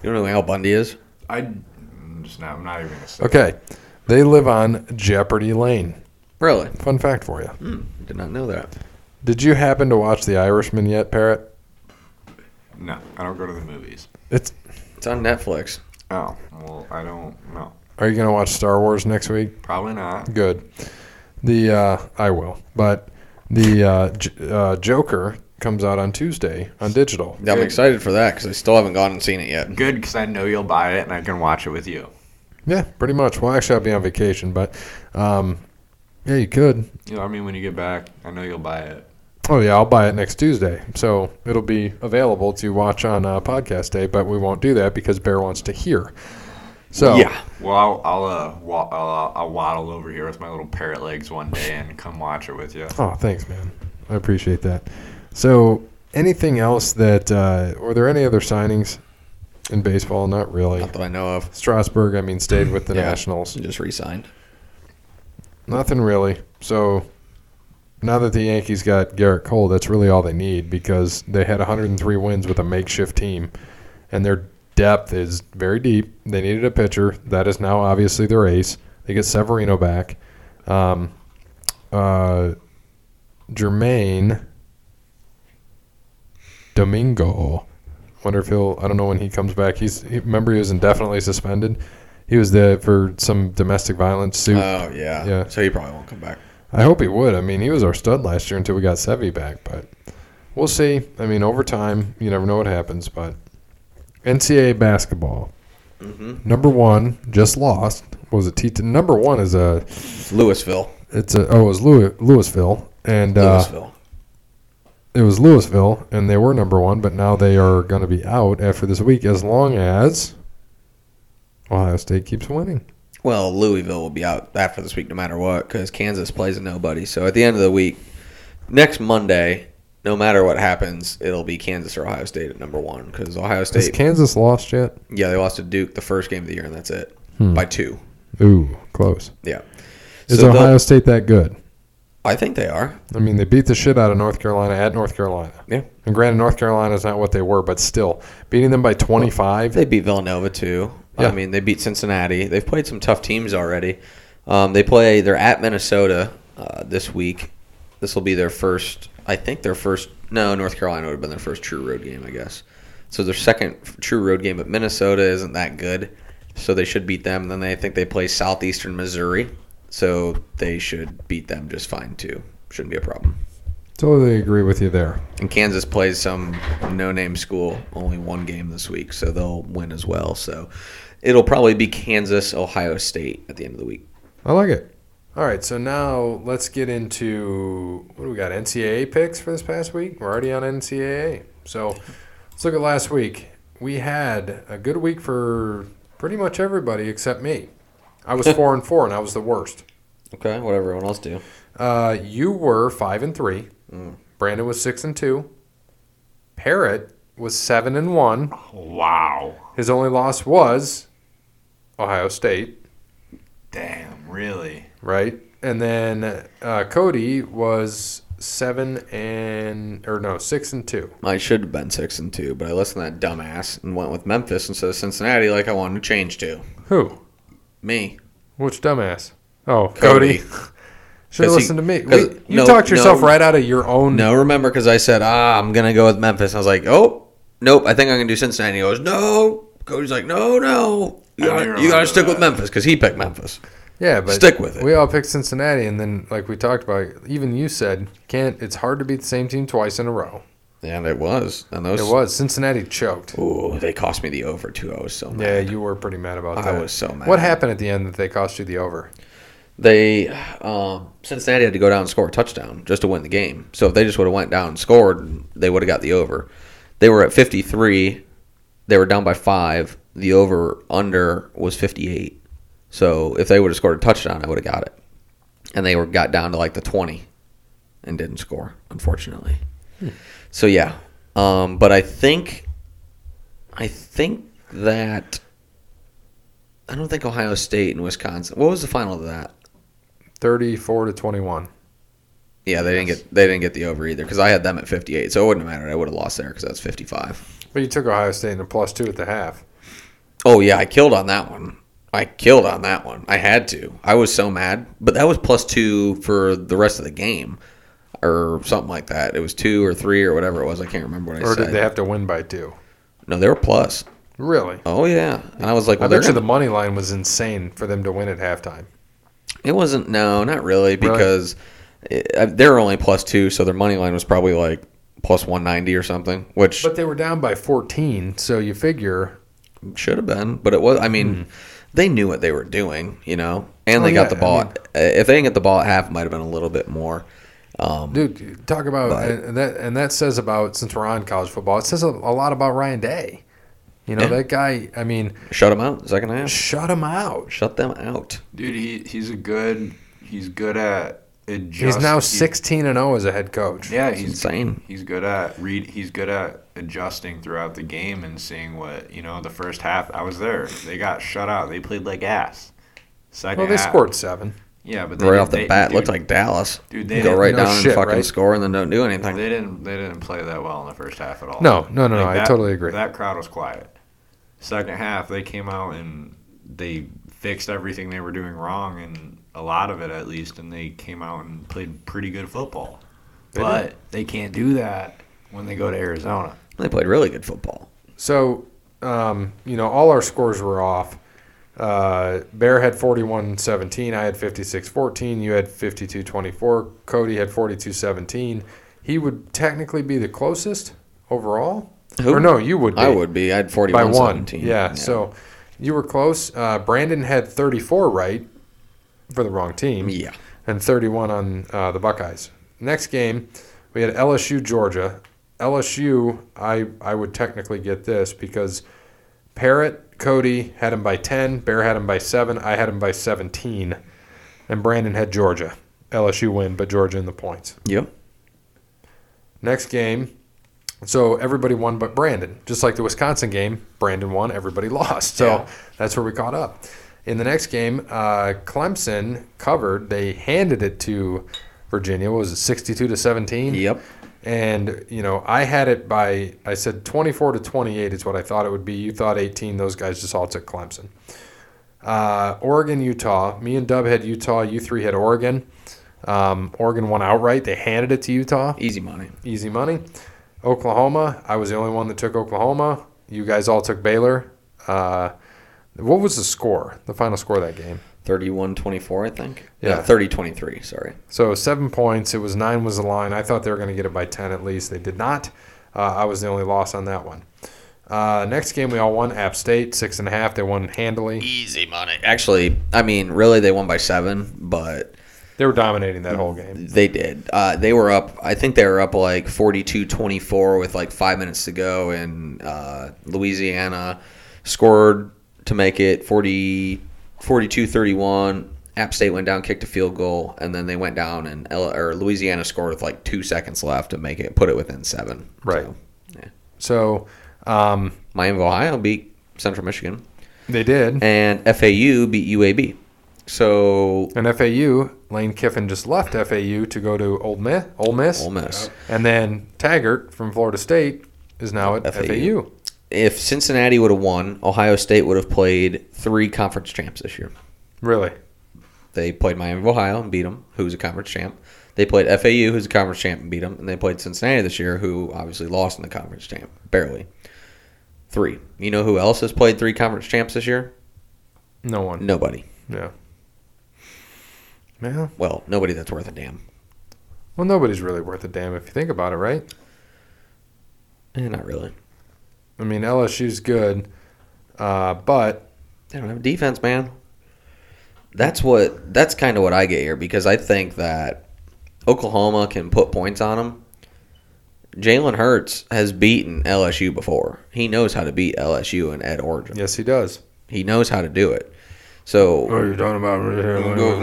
Speaker 2: don't know who Al Bundy is?
Speaker 3: I, I'm just not, I'm not even going to say
Speaker 1: Okay, they live on Jeopardy Lane.
Speaker 2: Really?
Speaker 1: Fun fact for you.
Speaker 2: Did not know that.
Speaker 1: Did you happen to watch The Irishman yet, Parrot?
Speaker 3: No, I don't go to the movies.
Speaker 1: It's.
Speaker 2: It's on Netflix.
Speaker 3: Oh, well, I don't know.
Speaker 1: Are you gonna watch Star Wars next week?
Speaker 3: Probably not.
Speaker 1: Good. The uh, I will, but the uh, J- uh, Joker comes out on Tuesday on digital.
Speaker 2: Yeah, I'm
Speaker 3: Good.
Speaker 2: excited for that because I still haven't gone and seen it yet.
Speaker 3: Good, because I know you'll buy it and I can watch it with you.
Speaker 1: Yeah, pretty much. Well, actually, I'll be on vacation, but um, yeah, you could.
Speaker 3: You know, I mean, when you get back, I know you'll buy it.
Speaker 1: Oh yeah, I'll buy it next Tuesday, so it'll be available to watch on uh, podcast day. But we won't do that because Bear wants to hear. So
Speaker 3: Well, I'll I'll, uh, wa- I'll, I'll waddle over here with my little parrot legs one day and come watch it with you.
Speaker 1: Oh, thanks, man. I appreciate that. So, anything else that uh, were there any other signings in baseball? Not
Speaker 2: Uh,
Speaker 1: really.
Speaker 2: Not that I know of.
Speaker 1: Strasburg, I mean, stayed with the
Speaker 2: Yeah.
Speaker 1: Nationals.
Speaker 2: Just re-signed.
Speaker 1: Nothing really. So now that the Yankees got Garrett Cole, that's really all they need because they had 103 wins with a makeshift team, and their depth is very deep. They needed a pitcher. That is now obviously their ace. They get Severino back. Um, uh, Jermaine Domingo. Wonder if he'll. I don't know when he comes back. He's he, remember he was indefinitely suspended. He was there for some domestic violence suit.
Speaker 2: Oh yeah.
Speaker 1: Yeah.
Speaker 2: So he probably won't come back.
Speaker 1: I hope he would. I mean, he was our stud last year until we got Sevy back, but we'll see. I mean, over time, you never know what happens. But NCAA basketball,
Speaker 2: Mm-hmm.
Speaker 1: number one, just lost. What was it T? Number one is a
Speaker 2: Louisville.
Speaker 1: it's a oh it was Louis, Louisville and uh,
Speaker 2: Louisville.
Speaker 1: it was Louisville and they were number one, but now they are going to be out after this week as long as Ohio State keeps winning.
Speaker 2: Well, Louisville will be out after this week, no matter what, because Kansas plays a nobody. So at the end of the week, next Monday, no matter what happens, it'll be Kansas or Ohio State at number one, because Ohio
Speaker 1: Has
Speaker 2: State.
Speaker 1: Kansas lost yet?
Speaker 2: yeah, they lost to Duke the first game of the year, and that's it
Speaker 1: Hmm.
Speaker 2: by two.
Speaker 1: Ooh, close.
Speaker 2: Yeah.
Speaker 1: Is
Speaker 2: So
Speaker 1: Ohio
Speaker 2: they'll-
Speaker 1: State that good?
Speaker 2: I think they are.
Speaker 1: I mean, they beat the shit out of North Carolina at North Carolina.
Speaker 2: Yeah.
Speaker 1: And granted, North Carolina is not what they were, but still, beating them by 25.
Speaker 2: They beat Villanova too.
Speaker 1: Yeah.
Speaker 2: I mean, they beat Cincinnati. They've played some tough teams already. Um, they play. They're at Minnesota uh, this week. This will be their first. I think their first. No, North Carolina would have been their first true road game, I guess. So their second f- true road game, but Minnesota isn't that good, so they should beat them. Then they I think they play Southeastern Missouri, so they should beat them just fine too. Shouldn't be a problem.
Speaker 1: totally agree with you there.
Speaker 2: And Kansas plays some no-name school, only one game this week, so they'll win as well. So it'll probably be Kansas, Ohio State at the end of the week.
Speaker 1: I like it. All right, so now let's get into what do we got? NCAA picks for this past week. We're already on NCAA. So let's look at last week. We had a good week for pretty much everybody except me. I
Speaker 2: <laughs>
Speaker 1: was four and four, and I was the worst.
Speaker 2: Okay, what everyone else do?
Speaker 1: Uh, you were five and three.
Speaker 2: Mm.
Speaker 1: Brandon was six and two. Parrot was seven and one.
Speaker 3: Wow.
Speaker 1: His only loss was Ohio State,
Speaker 3: Damn, really?
Speaker 1: right? And then uh, Cody was seven and or no six and two.
Speaker 2: I should have been six and two, but I listened to that dumbass and went with Memphis instead of Cincinnati, like I wanted to change to
Speaker 1: Who?
Speaker 2: me.
Speaker 1: Which dumbass? Oh, Cody. Should have
Speaker 2: he-
Speaker 1: listened to me.
Speaker 2: 'cause-
Speaker 1: Wait, you
Speaker 2: no,
Speaker 1: talked yourself
Speaker 2: no.
Speaker 1: right out of your own.
Speaker 2: No, remember because I said ah, I'm gonna go with Memphis. I was like, oh, nope, I think I'm gonna do Cincinnati. He goes, no. Cody's like, no, no, you
Speaker 3: I don't
Speaker 2: gotta,
Speaker 3: even
Speaker 2: you gotta
Speaker 3: remember
Speaker 2: stick with
Speaker 3: that.
Speaker 2: Memphis because he picked Memphis.
Speaker 1: Yeah, but
Speaker 2: Stick with it.
Speaker 1: We all picked Cincinnati, and then like we talked about, even you said can't. It's hard to beat the same team twice in a row.
Speaker 2: And it was. And those
Speaker 1: It was Cincinnati choked.
Speaker 2: Ooh, they cost me the over too. I was so mad.
Speaker 1: Yeah, you were pretty mad about that.
Speaker 2: I was so mad.
Speaker 1: What happened at the end that they cost you the over?
Speaker 2: They um, Cincinnati had to go down and score a touchdown just to win the game. So if they just would have went down and scored, they would have got the over. They were at 53. They were down by five. The over under was 58. So if they would have scored a touchdown, I would have got it. And they were got down to like the 20 and didn't score, unfortunately. So yeah, um, but I think I think that I don't think Ohio State and Wisconsin. What was the final of that?
Speaker 1: 34 to 21.
Speaker 2: Yeah, they didn't get they didn't get the over either because I had them at 58, so it wouldn't have mattered. I would have lost there because that's 55.
Speaker 1: But you took Ohio State in a plus two at the half.
Speaker 2: Oh yeah, I killed on that one. I killed on that one. I had to. I was so mad, but that was plus two for the rest of the game, or something like that. It was two or three or whatever it was. I can't remember what I
Speaker 1: Or
Speaker 2: said.
Speaker 1: did they have to win by two?
Speaker 2: no, they were plus.
Speaker 1: Really?
Speaker 2: Oh yeah, and I was like,
Speaker 1: I bet
Speaker 2: well, they're
Speaker 1: you the
Speaker 2: gonna-
Speaker 1: money line was insane for them to win at halftime.
Speaker 2: it wasn't. No, not
Speaker 1: Really?
Speaker 2: really, because uh they're only plus two, so their money line was probably like plus 190 or something, which
Speaker 1: But they were down by 14, so you figure.
Speaker 2: Should have been, but it was. I mean, they knew what they were doing, you know, and
Speaker 1: Hmm. Oh,
Speaker 2: they
Speaker 1: yeah,
Speaker 2: got the
Speaker 1: I
Speaker 2: ball. at- if they didn't get the ball at half, it might have been a little bit more. Um,
Speaker 1: Dude, you talk about and that, and that says about since we're on college football, it says a, a lot about Ryan Day. You know
Speaker 2: Yeah.
Speaker 1: that guy. I mean,
Speaker 2: shut them out second half.
Speaker 1: shut him out.
Speaker 2: Shut them out.
Speaker 3: Dude, he, he's a good. He's good at. Adjust,
Speaker 1: He's now
Speaker 3: he-
Speaker 1: 16 and 0 as a head coach.
Speaker 3: Yeah,
Speaker 2: It's
Speaker 3: he's
Speaker 2: insane.
Speaker 3: He's good at read. He's good at adjusting throughout the game and seeing what you know. The first half, I was there. They got shut out. They played like ass. Second
Speaker 1: Well, they
Speaker 3: half,
Speaker 1: scored seven.
Speaker 3: Yeah, but they
Speaker 2: Right
Speaker 3: did-
Speaker 2: off the
Speaker 3: they-
Speaker 2: bat,
Speaker 3: dude,
Speaker 2: looked like Dallas.
Speaker 3: dude. They
Speaker 2: You go
Speaker 3: didn't-
Speaker 2: right
Speaker 1: No
Speaker 2: down
Speaker 1: shit,
Speaker 2: and fucking
Speaker 1: right?
Speaker 2: score, and then don't do anything.
Speaker 3: They didn't. They didn't play that well in the first half at all.
Speaker 1: No, no, no, no.
Speaker 3: Oh, Like
Speaker 1: I
Speaker 3: that-
Speaker 1: totally agree.
Speaker 3: That crowd was quiet. Second half, they came out and they fixed everything they were doing wrong, and a lot of it at least, and they came out and played pretty good football.
Speaker 1: They
Speaker 3: but they can't do that when they go to Arizona.
Speaker 2: They played really good football.
Speaker 1: So, um, you know, all our scores were off. Uh, Bear had 41 17. I had 56 14. You had 52 24. Cody had 42 17. He would technically be the closest overall.
Speaker 2: Who?
Speaker 1: Or no, you would be.
Speaker 2: I would be. I had
Speaker 1: By
Speaker 2: 41
Speaker 1: one.
Speaker 2: 17.
Speaker 1: Yeah, So you were close. Uh, Brandon had 34 right for the wrong team
Speaker 2: Yeah.
Speaker 1: and 31 on uh, the Buckeyes. Next game, we had LSU Georgia. LSU, I I would technically get this because Parrot Cody had him by 10, Bear had him by seven, I had him by 17, and Brandon had Georgia. LSU win, but Georgia in the points.
Speaker 2: Yep.
Speaker 1: Next game, so everybody won but Brandon. Just like the Wisconsin game, Brandon won, everybody lost. So
Speaker 3: Yeah.
Speaker 1: that's where we caught up. In the next game, uh, Clemson covered. They handed it to Virginia. What was it, 62 to 17?
Speaker 2: Yep.
Speaker 1: And, you know, I had it by, I said 24 to 28 is what I thought it would be. You thought 18. Those guys just all took Clemson. Uh, Oregon, Utah. Me and Dub had Utah. You three had Oregon. Um, Oregon won outright. They handed it to Utah
Speaker 2: Easy money.
Speaker 1: easy money. Oklahoma, I was the only one that took Oklahoma. You guys all took Baylor. Uh, what was the score? The final score of that game?
Speaker 2: 31 24, I think.
Speaker 1: Yeah.
Speaker 2: 30 23, sorry.
Speaker 1: So seven points. It was nine was the line. I thought they were going to get it by ten at least. They did not. Uh, I was the only loss on that one. Uh, next game we all won. App State six and a half. They won handily.
Speaker 2: Easy money. Actually, I mean, really, they won by seven, but
Speaker 1: They were dominating that whole game.
Speaker 2: they did. Uh, they were up, I think they were up like 42 24 with like five minutes to go, and uh, Louisiana scored to make it 40, 42 31. App State went down, kicked a field goal, and then they went down, and L- or Louisiana scored with like two seconds left to make it, put it within seven.
Speaker 1: Right.
Speaker 2: So, yeah.
Speaker 1: So um,
Speaker 2: Miami of Ohio beat Central Michigan,
Speaker 1: they did.
Speaker 2: and FAU beat UAB. So
Speaker 1: And FAU, Lane Kiffin just left FAU to go to Old Miss. Ole Miss.
Speaker 2: Ole Miss.
Speaker 1: And then Taggart from Florida State is now at FAU.
Speaker 2: FAU. If Cincinnati would have won, Ohio State would have played three conference champs this year.
Speaker 1: Really?
Speaker 2: They played Miami of Ohio and beat them, who's a conference champ. They played FAU, who's a conference champ, and beat them. And they played Cincinnati this year, who obviously lost in the conference champ, barely. Three. You know who else has played three conference champs this year?
Speaker 1: No one.
Speaker 2: Nobody.
Speaker 1: Yeah. Yeah.
Speaker 2: Well, nobody that's worth a damn.
Speaker 1: Well, nobody's really worth a damn if you think about it, right?
Speaker 2: Eh, not really.
Speaker 1: I mean, LSU's good, uh, but
Speaker 2: They don't have a defense, man. That's what. That's kind of what I get here because I think that Oklahoma can put points on them. Jalen Hurts has beaten LSU before. He knows how to beat LSU and Ed Orgeron.
Speaker 1: yes, he does.
Speaker 2: He knows how to do it. So
Speaker 1: are you talking about?
Speaker 2: Go.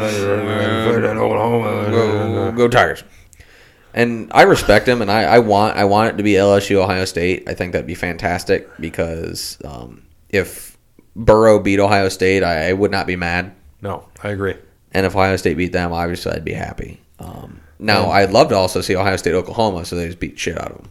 Speaker 1: Oh,
Speaker 2: go, go Tigers. And I respect him, and I, I want I want it to be LSU Ohio State. I think that'd be fantastic because um, if Burrow beat Ohio State, I, I would not be mad.
Speaker 1: No, I agree.
Speaker 2: And if Ohio State beat them, obviously I'd be happy. Um, now I'd love to also see Ohio State Oklahoma, so they just beat shit out of them.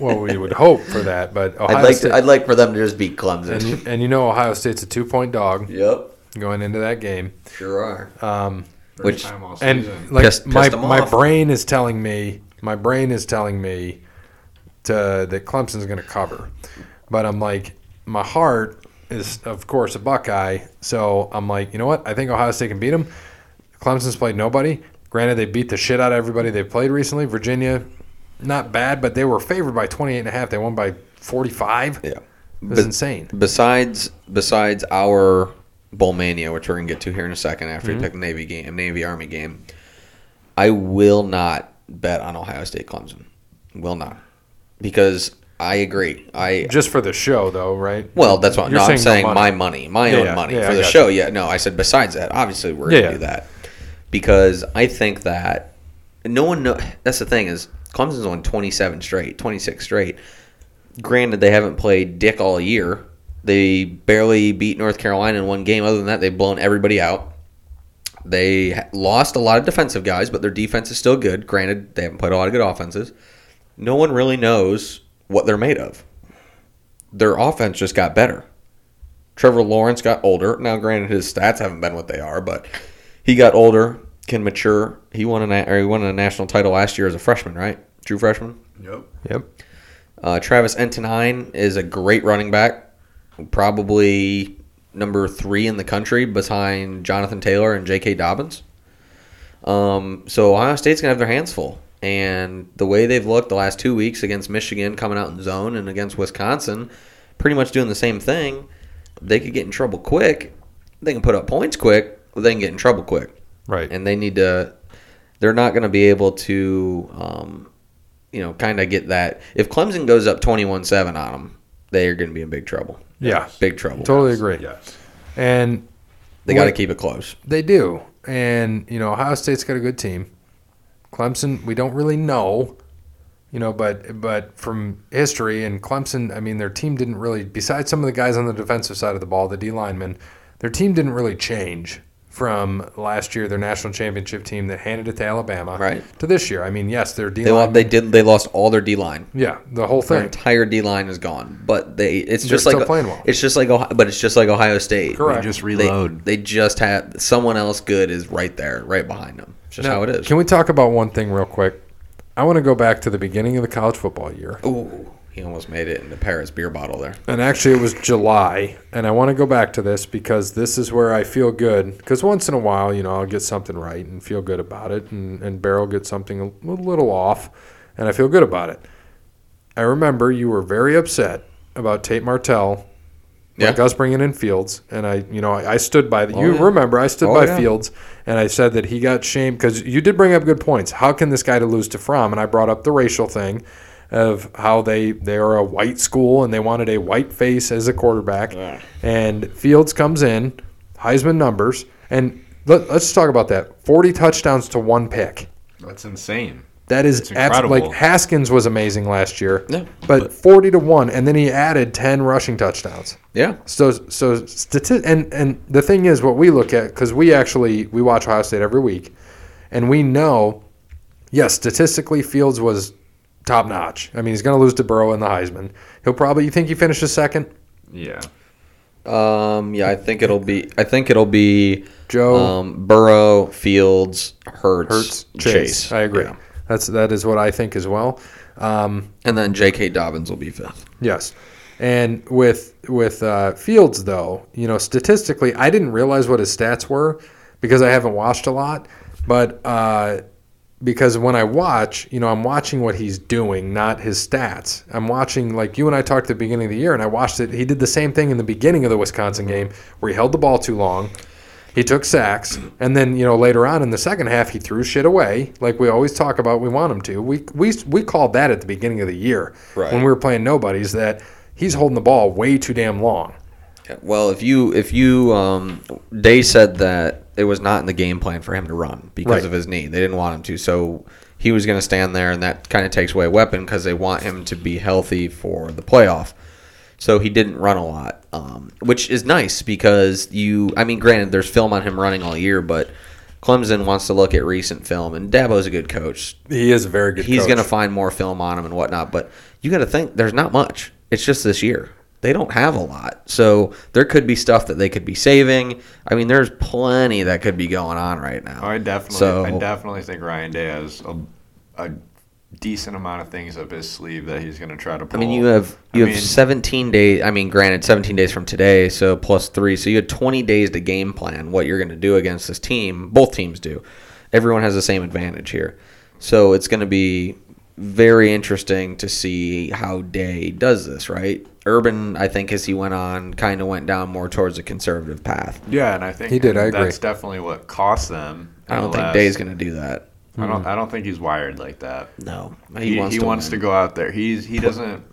Speaker 1: Well, we would hope for that, but Ohio
Speaker 2: <laughs> I'd like
Speaker 1: State,
Speaker 2: to, I'd like for them to just beat
Speaker 1: and,
Speaker 2: Clemson.
Speaker 1: you, and you know Ohio State's a two-point dog
Speaker 2: yep,
Speaker 1: going into that game.
Speaker 2: sure are.
Speaker 1: Um,
Speaker 3: First
Speaker 2: Which-
Speaker 3: time all
Speaker 1: and
Speaker 3: season.
Speaker 1: like
Speaker 2: Pissed-
Speaker 1: my
Speaker 2: pissed 'em
Speaker 1: my
Speaker 2: off.
Speaker 1: brain is telling me my brain is telling me to that Clemson's going to cover, but I'm like my heart is of course a Buckeye, so I'm like you know what I think Ohio State can beat them. Clemson's played nobody. Granted, they beat the shit out of everybody they played recently. Virginia, not bad, but they were favored by 28 and a half. They won by 45.
Speaker 2: Yeah.
Speaker 1: it was
Speaker 2: But-
Speaker 1: insane.
Speaker 2: Besides besides our bowl mania, which we're gonna get to here in a second after
Speaker 1: Mm-hmm.
Speaker 2: we pick the Navy game, Navy Army game, I will not bet on Ohio State Clemson. Will not because I agree. I
Speaker 1: Just for the show, though, right?
Speaker 2: Well, that's what
Speaker 1: You're
Speaker 2: no, I'm
Speaker 1: saying no
Speaker 2: saying
Speaker 1: money.
Speaker 2: my money, my
Speaker 1: Yeah,
Speaker 2: own
Speaker 1: yeah,
Speaker 2: money
Speaker 1: yeah, I
Speaker 2: for the
Speaker 1: got
Speaker 2: show. Yeah, no, I said besides that, obviously we're
Speaker 1: Yeah,
Speaker 2: gonna do that because I think that no one. Know, that's the thing is Clemson's on 27 straight, 26 straight. Granted, they haven't played dick all year. They barely beat North Carolina in one game. Other than that, they've blown everybody out. They ha- lost a lot of defensive guys, but their defense is still good. Granted, they haven't played a lot of good offenses. No one really knows what they're made of. Their offense just got better. Trevor Lawrence got older. Now, granted, his stats haven't been what they are, but he got older, can mature. He won a na- or he won a national title last year as a freshman, right? True freshman.
Speaker 3: Yep.
Speaker 2: Uh, Travis Entenine is a great running back, probably number three in the country behind Jonathan Taylor and J.K. Dobbins. Um, so Ohio State's gonna have their hands full, and the way they've looked the last two weeks against Michigan, coming out in zone, and against Wisconsin, pretty much doing the same thing. They could get in trouble quick. They can put up points quick. But they can get in trouble quick
Speaker 1: Right.
Speaker 2: and they need to they're not going to be able to um, you know kind of get that if clemson goes up 21-7 on them they are going to be in big trouble
Speaker 1: yeah.
Speaker 2: big trouble
Speaker 1: Totally agree.
Speaker 3: Yes.
Speaker 1: And
Speaker 2: they got to keep it close
Speaker 1: They do. And, you know, Ohio State's got a good team. Clemson, we don't really know, you know, but but from history and Clemson, I mean, their team didn't really besides some of the guys on the defensive side of the ball, the D linemen, their team didn't really change from last year, their national championship team that handed it to Alabama
Speaker 2: Right.
Speaker 1: to this year. I mean, yes, their D
Speaker 2: they, lo-
Speaker 1: line
Speaker 2: they did they lost all their d-line
Speaker 1: Yeah, the whole
Speaker 2: their
Speaker 1: thing.
Speaker 2: entire d-line is gone but they it's
Speaker 1: They're
Speaker 2: just
Speaker 1: still
Speaker 2: like
Speaker 1: playing well.
Speaker 2: it's just like ohio, but it's just like ohio state
Speaker 1: Correct.
Speaker 3: They just
Speaker 2: They-
Speaker 3: reload.
Speaker 2: they, just have someone else good is right there right behind them it's just
Speaker 1: Now,
Speaker 2: how it is
Speaker 1: Can we talk about one thing real quick? I want to go back to the beginning of the college football year.
Speaker 2: Ooh, he almost made it in the paris beer bottle there
Speaker 1: and actually it was July. And I want to go back to this because this is where I feel good. Because once in a while, you know, I'll get something right and feel good about it, and and Barrel gets something a little off, and I feel good about it. I remember you were very upset about Tate Martell. Like
Speaker 2: Yeah.
Speaker 1: us bringing in Fields, and I, you know, I, I stood by the.
Speaker 2: Oh,
Speaker 1: you
Speaker 2: yeah.
Speaker 1: remember, I stood
Speaker 2: Oh,
Speaker 1: by
Speaker 2: yeah.
Speaker 1: Fields, and I said that he got shamed because you did bring up good points. How can this guy to lose to Fromm? And I brought up the racial thing, of how they they are a white school and they wanted a white face as a quarterback. And Fields comes in, Heisman numbers, and let, let's talk about that. Forty touchdowns to one pick.
Speaker 3: That's insane.
Speaker 1: That is
Speaker 3: It's
Speaker 1: abs-
Speaker 3: incredible.
Speaker 1: like Haskins was amazing last year,
Speaker 2: Yeah,
Speaker 1: but, forty to one, and then he added ten rushing touchdowns.
Speaker 2: yeah
Speaker 1: So so stati- and and the thing is what we look at because we actually we watch Ohio State every week, and we know, yes, statistically Fields was top notch. I mean, he's going to lose to Burrow in the Heisman. He'll probably you think he finishes second.
Speaker 3: Yeah.
Speaker 2: Um, yeah, I think it'll be. I think it'll be
Speaker 1: Joe
Speaker 2: um, Burrow, Fields, Hurts,
Speaker 1: hurts Chase. I agree.
Speaker 2: Yeah.
Speaker 1: That's that is what I think as well. Um,
Speaker 2: and then J.K. Dobbins will be fifth.
Speaker 1: Yes, and with with uh, Fields though, you know, statistically, I didn't realize what his stats were because I haven't watched a lot, but uh, because when I watch, you know, I'm watching what he's doing, not his stats. I'm watching like you and I talked at the beginning of the year, and I watched it. He did the same thing in the beginning of the Wisconsin game where he held the ball too long. He took sacks, and then you know later on in the second half he threw shit away, like we always talk about. We want him to. We we we called that at the beginning of the year
Speaker 2: Right.
Speaker 1: when we were playing nobodies that he's holding the ball way too damn long.
Speaker 2: Yeah, Well, if you if you um, Day said that it was not in the game plan for him to run because
Speaker 1: Right.
Speaker 2: of his knee. They didn't want him to, so he was going to stand there, and that kind of takes away a weapon because they want him to be healthy for the playoff. So he didn't run a lot, um, which is nice because you. I mean, granted, there's film on him running all year, but Clemson wants to look at recent film, and Dabo's a good coach.
Speaker 1: He is a very good.
Speaker 2: He's
Speaker 1: coach.
Speaker 2: going to find more film on him and whatnot. But you got to think there's not much. It's just this year. They don't have a lot. So there could be stuff that they could be saving. I mean, there's plenty that could be going on right now.
Speaker 3: Oh, I definitely,
Speaker 2: So-
Speaker 3: I definitely think Ryan Day has a, a decent amount of things up his sleeve that he's going to try to
Speaker 2: I
Speaker 3: pull.
Speaker 2: mean, you have
Speaker 3: I
Speaker 2: you have
Speaker 3: mean-
Speaker 2: 17 days. I mean, granted, 17 days from today, so plus three, so you had 20 days to game plan what you're going to do against this team. Both teams do. Everyone has the same advantage here, so it's going to be very interesting to see how Day does this. Right, Urban, I think, as he went on, kind of went down more towards a conservative path.
Speaker 3: yeah, and I think
Speaker 1: He did, I agree.
Speaker 3: That's definitely what cost them.
Speaker 2: I don't
Speaker 3: in
Speaker 2: think
Speaker 3: the
Speaker 2: Mm-hmm.
Speaker 3: last-
Speaker 2: Day's going to do that.
Speaker 3: I don't. I don't think he's wired like that.
Speaker 2: No,
Speaker 3: He, he wants, to,
Speaker 2: win.
Speaker 3: go out there. He's he doesn't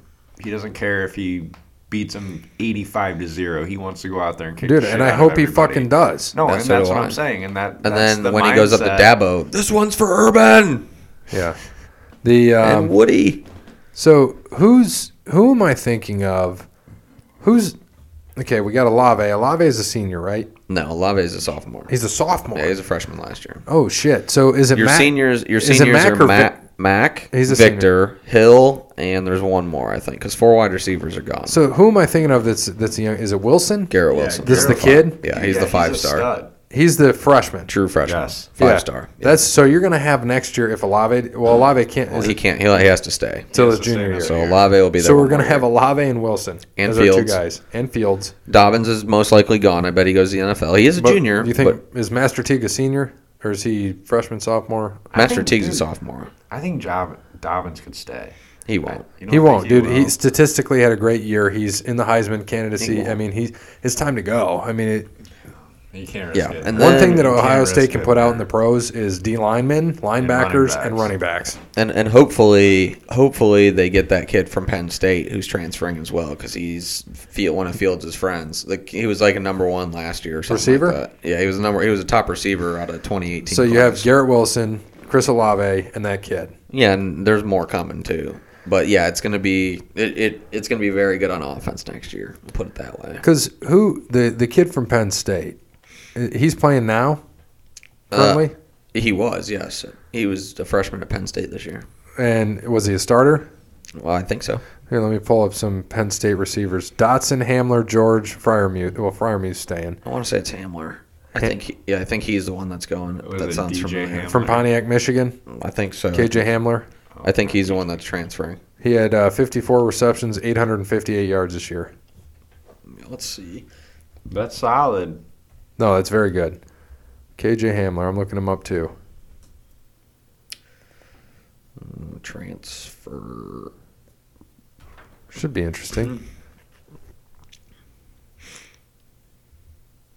Speaker 3: he doesn't care if he beats him eighty five to zero. He wants to go out there and kick.
Speaker 1: dude,
Speaker 3: the shit
Speaker 1: and I
Speaker 3: out of
Speaker 1: hope he
Speaker 3: everybody.
Speaker 1: fucking does.
Speaker 3: No,
Speaker 2: That's
Speaker 3: and
Speaker 2: so
Speaker 3: that's
Speaker 2: do
Speaker 3: what
Speaker 2: I.
Speaker 3: I'm saying. And that
Speaker 2: And
Speaker 3: that's
Speaker 2: then
Speaker 3: the
Speaker 2: when he goes up to
Speaker 3: mindset.
Speaker 2: Dabo, this one's for Urban
Speaker 1: Yeah, the um,
Speaker 2: and Woody.
Speaker 1: So who's who am I thinking of? Who's Okay, we got Alave. Alave is a senior, right?
Speaker 2: No, Olave is a sophomore.
Speaker 1: He's a sophomore.
Speaker 2: yeah, he's a freshman last year.
Speaker 1: oh shit! So is it
Speaker 2: Your
Speaker 1: Mac-
Speaker 2: seniors, your
Speaker 1: is it
Speaker 2: seniors
Speaker 1: Mac
Speaker 2: are
Speaker 1: or Vic-
Speaker 2: Mac, Mac
Speaker 1: He's a
Speaker 2: Victor, Hill, and there's one more I think because four wide receivers are gone.
Speaker 1: So who am I thinking of? That's that's young. Is it Wilson?
Speaker 2: Garrett
Speaker 3: Yeah,
Speaker 2: Wilson,
Speaker 1: This is the
Speaker 3: Garrett.
Speaker 1: kid.
Speaker 2: yeah, he's the
Speaker 3: a
Speaker 2: five star,
Speaker 3: stud.
Speaker 1: He's the freshman.
Speaker 2: true freshman,
Speaker 3: Yes.
Speaker 2: five
Speaker 1: Yeah.
Speaker 2: star. Yeah.
Speaker 1: That's so you're gonna have next year if Alave. Well, Alave can't
Speaker 2: Well,
Speaker 1: is
Speaker 2: he
Speaker 1: it
Speaker 2: can't. He, he has to stay.
Speaker 1: till
Speaker 3: has
Speaker 1: his
Speaker 3: to stay
Speaker 1: junior year.
Speaker 3: next
Speaker 2: So
Speaker 1: So,
Speaker 3: year.
Speaker 2: Olave will be there.
Speaker 1: we're
Speaker 2: one
Speaker 1: gonna
Speaker 2: more
Speaker 1: have
Speaker 2: year.
Speaker 1: Alave and Wilson
Speaker 2: And
Speaker 1: as our two
Speaker 2: Fields.
Speaker 1: guys and Fields.
Speaker 2: Dobbins is most likely gone. I bet he goes to the NFL. He is a
Speaker 1: But
Speaker 2: junior.
Speaker 1: You think is Master Teague a senior or is he freshman sophomore?
Speaker 2: but Master
Speaker 3: think,
Speaker 2: Teague's a
Speaker 3: dude,
Speaker 2: sophomore?
Speaker 3: I think Job, Dobbins could stay.
Speaker 2: He won't.
Speaker 3: You uh, don't
Speaker 1: He
Speaker 3: think
Speaker 1: won't, dude.
Speaker 3: will?
Speaker 1: He statistically had a great year. He's in the Heisman
Speaker 2: He
Speaker 1: candidacy.
Speaker 2: won't.
Speaker 1: I mean, he's it's time to go. I mean, it,
Speaker 3: You can't risk
Speaker 2: Yeah,
Speaker 3: it.
Speaker 2: and
Speaker 1: one
Speaker 2: then-
Speaker 1: thing that
Speaker 3: You can't
Speaker 1: Ohio
Speaker 3: risk
Speaker 1: State can
Speaker 3: it
Speaker 1: put out
Speaker 3: there.
Speaker 1: in the pros is D linemen, linebackers, and running backs.
Speaker 2: And and hopefully, hopefully they get that kid from Penn State who's transferring as well because he's field, one of Fields' friends. Like he was like a number one last year or something. like
Speaker 1: Receiver?
Speaker 2: that. Yeah, he was a number. He was a top receiver out of 2018.
Speaker 1: So you have
Speaker 2: class.
Speaker 1: Garrett Wilson, Chris Olave, and that kid.
Speaker 2: yeah, and there's more coming too. But yeah, it's gonna be it, it it's gonna be very good on offense next year. We'll put it that way.
Speaker 1: Because who the the kid from Penn State? uh, He's playing now,
Speaker 3: Uh,
Speaker 1: currently,
Speaker 2: Uh, He was yes, he was a freshman at Penn State this year.
Speaker 1: and was he a starter?
Speaker 2: Well, I think so.
Speaker 1: Here, let me pull up some Penn State receivers: Dotson, Hamler, George, Fryermuth. Well, Fryermuth's staying
Speaker 2: I want to say it's Hamler. I
Speaker 1: Ha-
Speaker 2: think he, yeah, I think he's the one that's going.
Speaker 3: Was
Speaker 2: that
Speaker 3: it
Speaker 2: sounds
Speaker 3: DJ
Speaker 2: familiar.
Speaker 3: Hamler?
Speaker 1: from Pontiac, Michigan.
Speaker 2: I think so.
Speaker 1: KJ Hamler.
Speaker 2: I think he's the one that's transferring.
Speaker 1: He had uh, 54 receptions, 858 yards this year.
Speaker 2: Let's see.
Speaker 3: That's solid.
Speaker 1: No, that's very good. KJ Hamler, I'm looking him up too.
Speaker 2: Transfer.
Speaker 1: Should be interesting.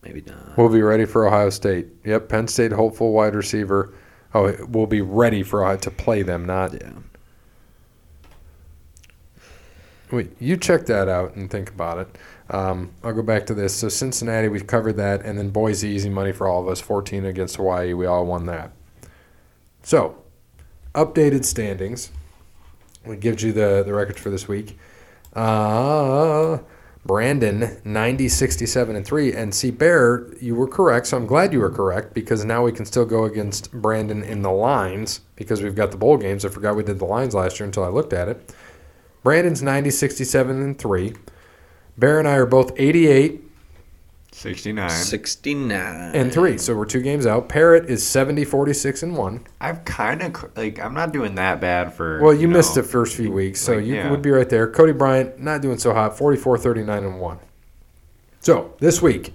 Speaker 2: Maybe not.
Speaker 1: We'll be ready for Ohio State. Yep, Penn State hopeful wide receiver. Oh, we'll be ready for Ohio to play them. Not
Speaker 2: Yeah.
Speaker 1: wait. You check that out and think about it. Um, I'll go back to this. So Cincinnati, we've covered that, and then Boise, easy money for all of us. 14 against Hawaii, we all won that. So, updated standings. We gives you the the records for this week. Uh, Brandon 90, 67, and three. And see, Bear, you were correct. So I'm glad you were correct because now we can still go against Brandon in the lines because we've got the bowl games. I forgot we did the lines last year until I looked at it. Brandon's 90, 67, and three. Bear and I are both 88
Speaker 3: 69.
Speaker 2: 69.
Speaker 1: and three. So we're two games out. Parrot is 70, 46, and one.
Speaker 3: I've kind of like I'm not doing that bad for.
Speaker 1: Well, you, missed
Speaker 3: know,
Speaker 1: the first few weeks, so
Speaker 3: like,
Speaker 1: you
Speaker 3: yeah.
Speaker 1: would be right there. Cody Bryant not doing so hot, 44 39 and 1. So, this week,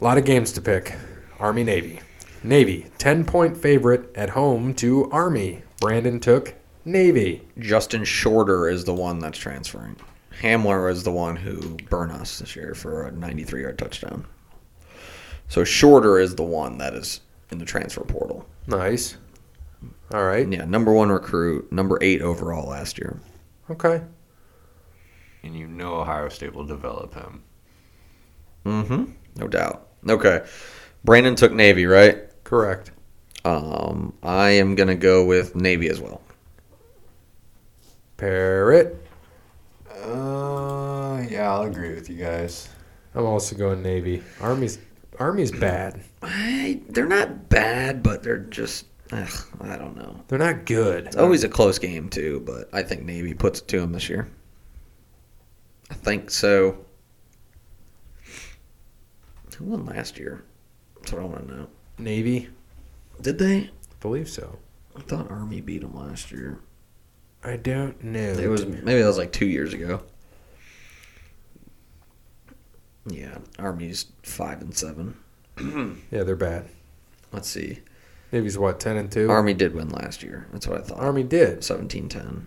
Speaker 1: a lot of games to pick. Army Navy. Navy, 10 point favorite at home to Army. Brandon took Navy.
Speaker 2: Justin Shorter is the one that's transferring. Hamler is the one who burned us this year for a 93 yard touchdown. So Shorter is the one that is in the transfer portal.
Speaker 1: Nice. All right.
Speaker 2: Yeah, number one recruit, number eight overall last year.
Speaker 1: Okay.
Speaker 3: And you know Ohio State will develop him.
Speaker 2: Mm-hmm. No doubt. Okay. Brandon took Navy, right?
Speaker 1: Correct.
Speaker 2: Um, I am gonna go with Navy as well.
Speaker 1: Parrot.
Speaker 3: Uh, yeah, I'll agree with you guys.
Speaker 1: I'm also going Navy. Army's Army's bad.
Speaker 2: I, they're not bad, but they're just ugh, I don't know.
Speaker 1: They're not good.
Speaker 2: It's always a close game too, but I think Navy puts it to them this year. I think so. Who won last year? That's what I want to know.
Speaker 1: Navy?
Speaker 2: Did they?
Speaker 1: I believe so.
Speaker 2: I thought Army beat them last year.
Speaker 1: I don't know.
Speaker 2: It was maybe that was like two years ago. Yeah, Army's five and <clears throat> seven.
Speaker 1: Yeah, they're bad.
Speaker 2: Let's see.
Speaker 1: Navy's what, 10 and 2?
Speaker 2: Army did win last year. That's what I thought.
Speaker 1: Army did.
Speaker 2: 1710.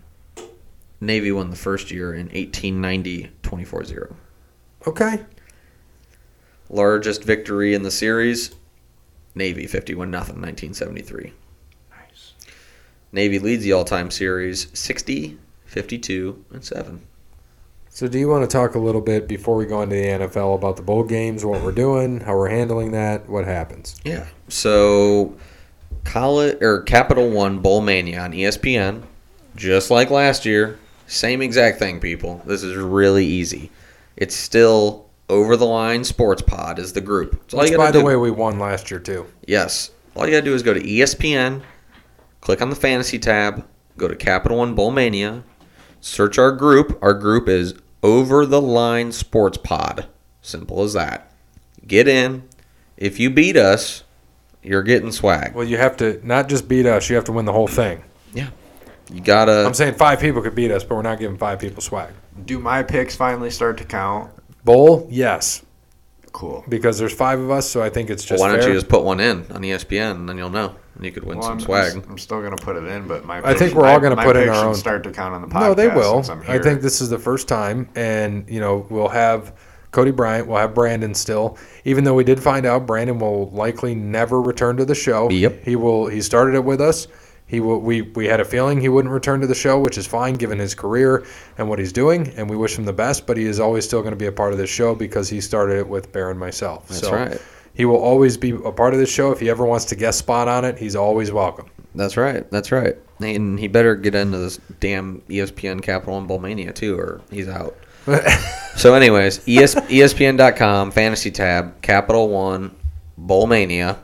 Speaker 2: Navy won the first year in 1890 24-0.
Speaker 1: Okay.
Speaker 2: Largest victory in the series, Navy 51 0 1973.
Speaker 3: Nice.
Speaker 2: Navy leads the all-time series 60 52 and 7.
Speaker 1: So, do you want to talk a little bit before we go into the NFL about the bowl games, what we're doing, how we're handling that, what happens?
Speaker 2: Yeah. So, college or Capital One Bowl Mania on E ESPN, just like last year, same exact thing, people. This is really easy. It's still Over the Line Sports Pod is the group. It's all
Speaker 1: Which,
Speaker 2: you
Speaker 1: by
Speaker 2: gotta
Speaker 1: the
Speaker 2: do.
Speaker 1: way, we won last year too.
Speaker 2: Yes. All you got to do is go to E ESPN, click on the fantasy tab, go to Capital One Bowl Mania, search our group. Our group is Over the Line Sports Pod. Simple as that. Get in. If you beat us, you're getting swag.
Speaker 1: Well, you have to not just beat us; you have to win the whole thing.
Speaker 2: You got
Speaker 1: I'm
Speaker 2: to.
Speaker 1: saying five people could beat us, but we're not giving five people swag.
Speaker 3: Do my picks finally start to count?
Speaker 1: Bowl, yes,
Speaker 3: Cool.
Speaker 1: because there's five of us, so I think it's just
Speaker 2: why don't
Speaker 1: fair.
Speaker 2: you just put one in on E ESPN and then you'll know. And you could win
Speaker 3: Well,
Speaker 2: some
Speaker 3: I'm,
Speaker 2: swag.
Speaker 3: I'm still gonna put it in, but my
Speaker 1: I
Speaker 3: picks-
Speaker 1: think we're all
Speaker 3: my-
Speaker 1: gonna
Speaker 3: my
Speaker 1: put in
Speaker 3: picks
Speaker 1: our
Speaker 3: should
Speaker 1: own-
Speaker 3: start to count on the podcast.
Speaker 1: no, they will.
Speaker 3: since I'm
Speaker 1: I
Speaker 3: here.
Speaker 1: think this is the first time, and you know we'll have Cody Bryant, we'll have Brandon still. Even though we did find out Brandon will likely never return to the show.
Speaker 2: Yep.
Speaker 1: he will. He started it with us. He will, we we had a feeling he wouldn't return to the show, which is fine given his career and what he's doing, and we wish him the best. But he is always still going to be a part of this show because he started it with Bear and myself.
Speaker 2: That's
Speaker 1: so
Speaker 2: right.
Speaker 1: He will always be a part of this show. If he ever wants to guest spot on it, he's always welcome. <laughs>
Speaker 2: That's right. That's right. And he better get into this damn E ESPN Capital and Bullmania too, or he's out. so, anyways, E ES, ESPN.com, fantasy tab, Capital One, Bullmania,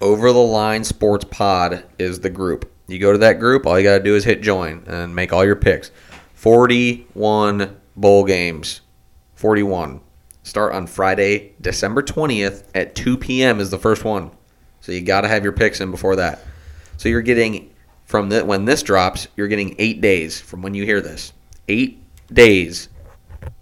Speaker 2: Over the Line Sports Pod is the group. You go to that group, all you got to do is hit join and make all your picks. 41 bowl games. 41. Start on Friday, December 20th at 2 p.m. is the first one. So you got to have your picks in before that. So you're getting from the, when this drops, you're getting eight days from when you hear this. Eight days.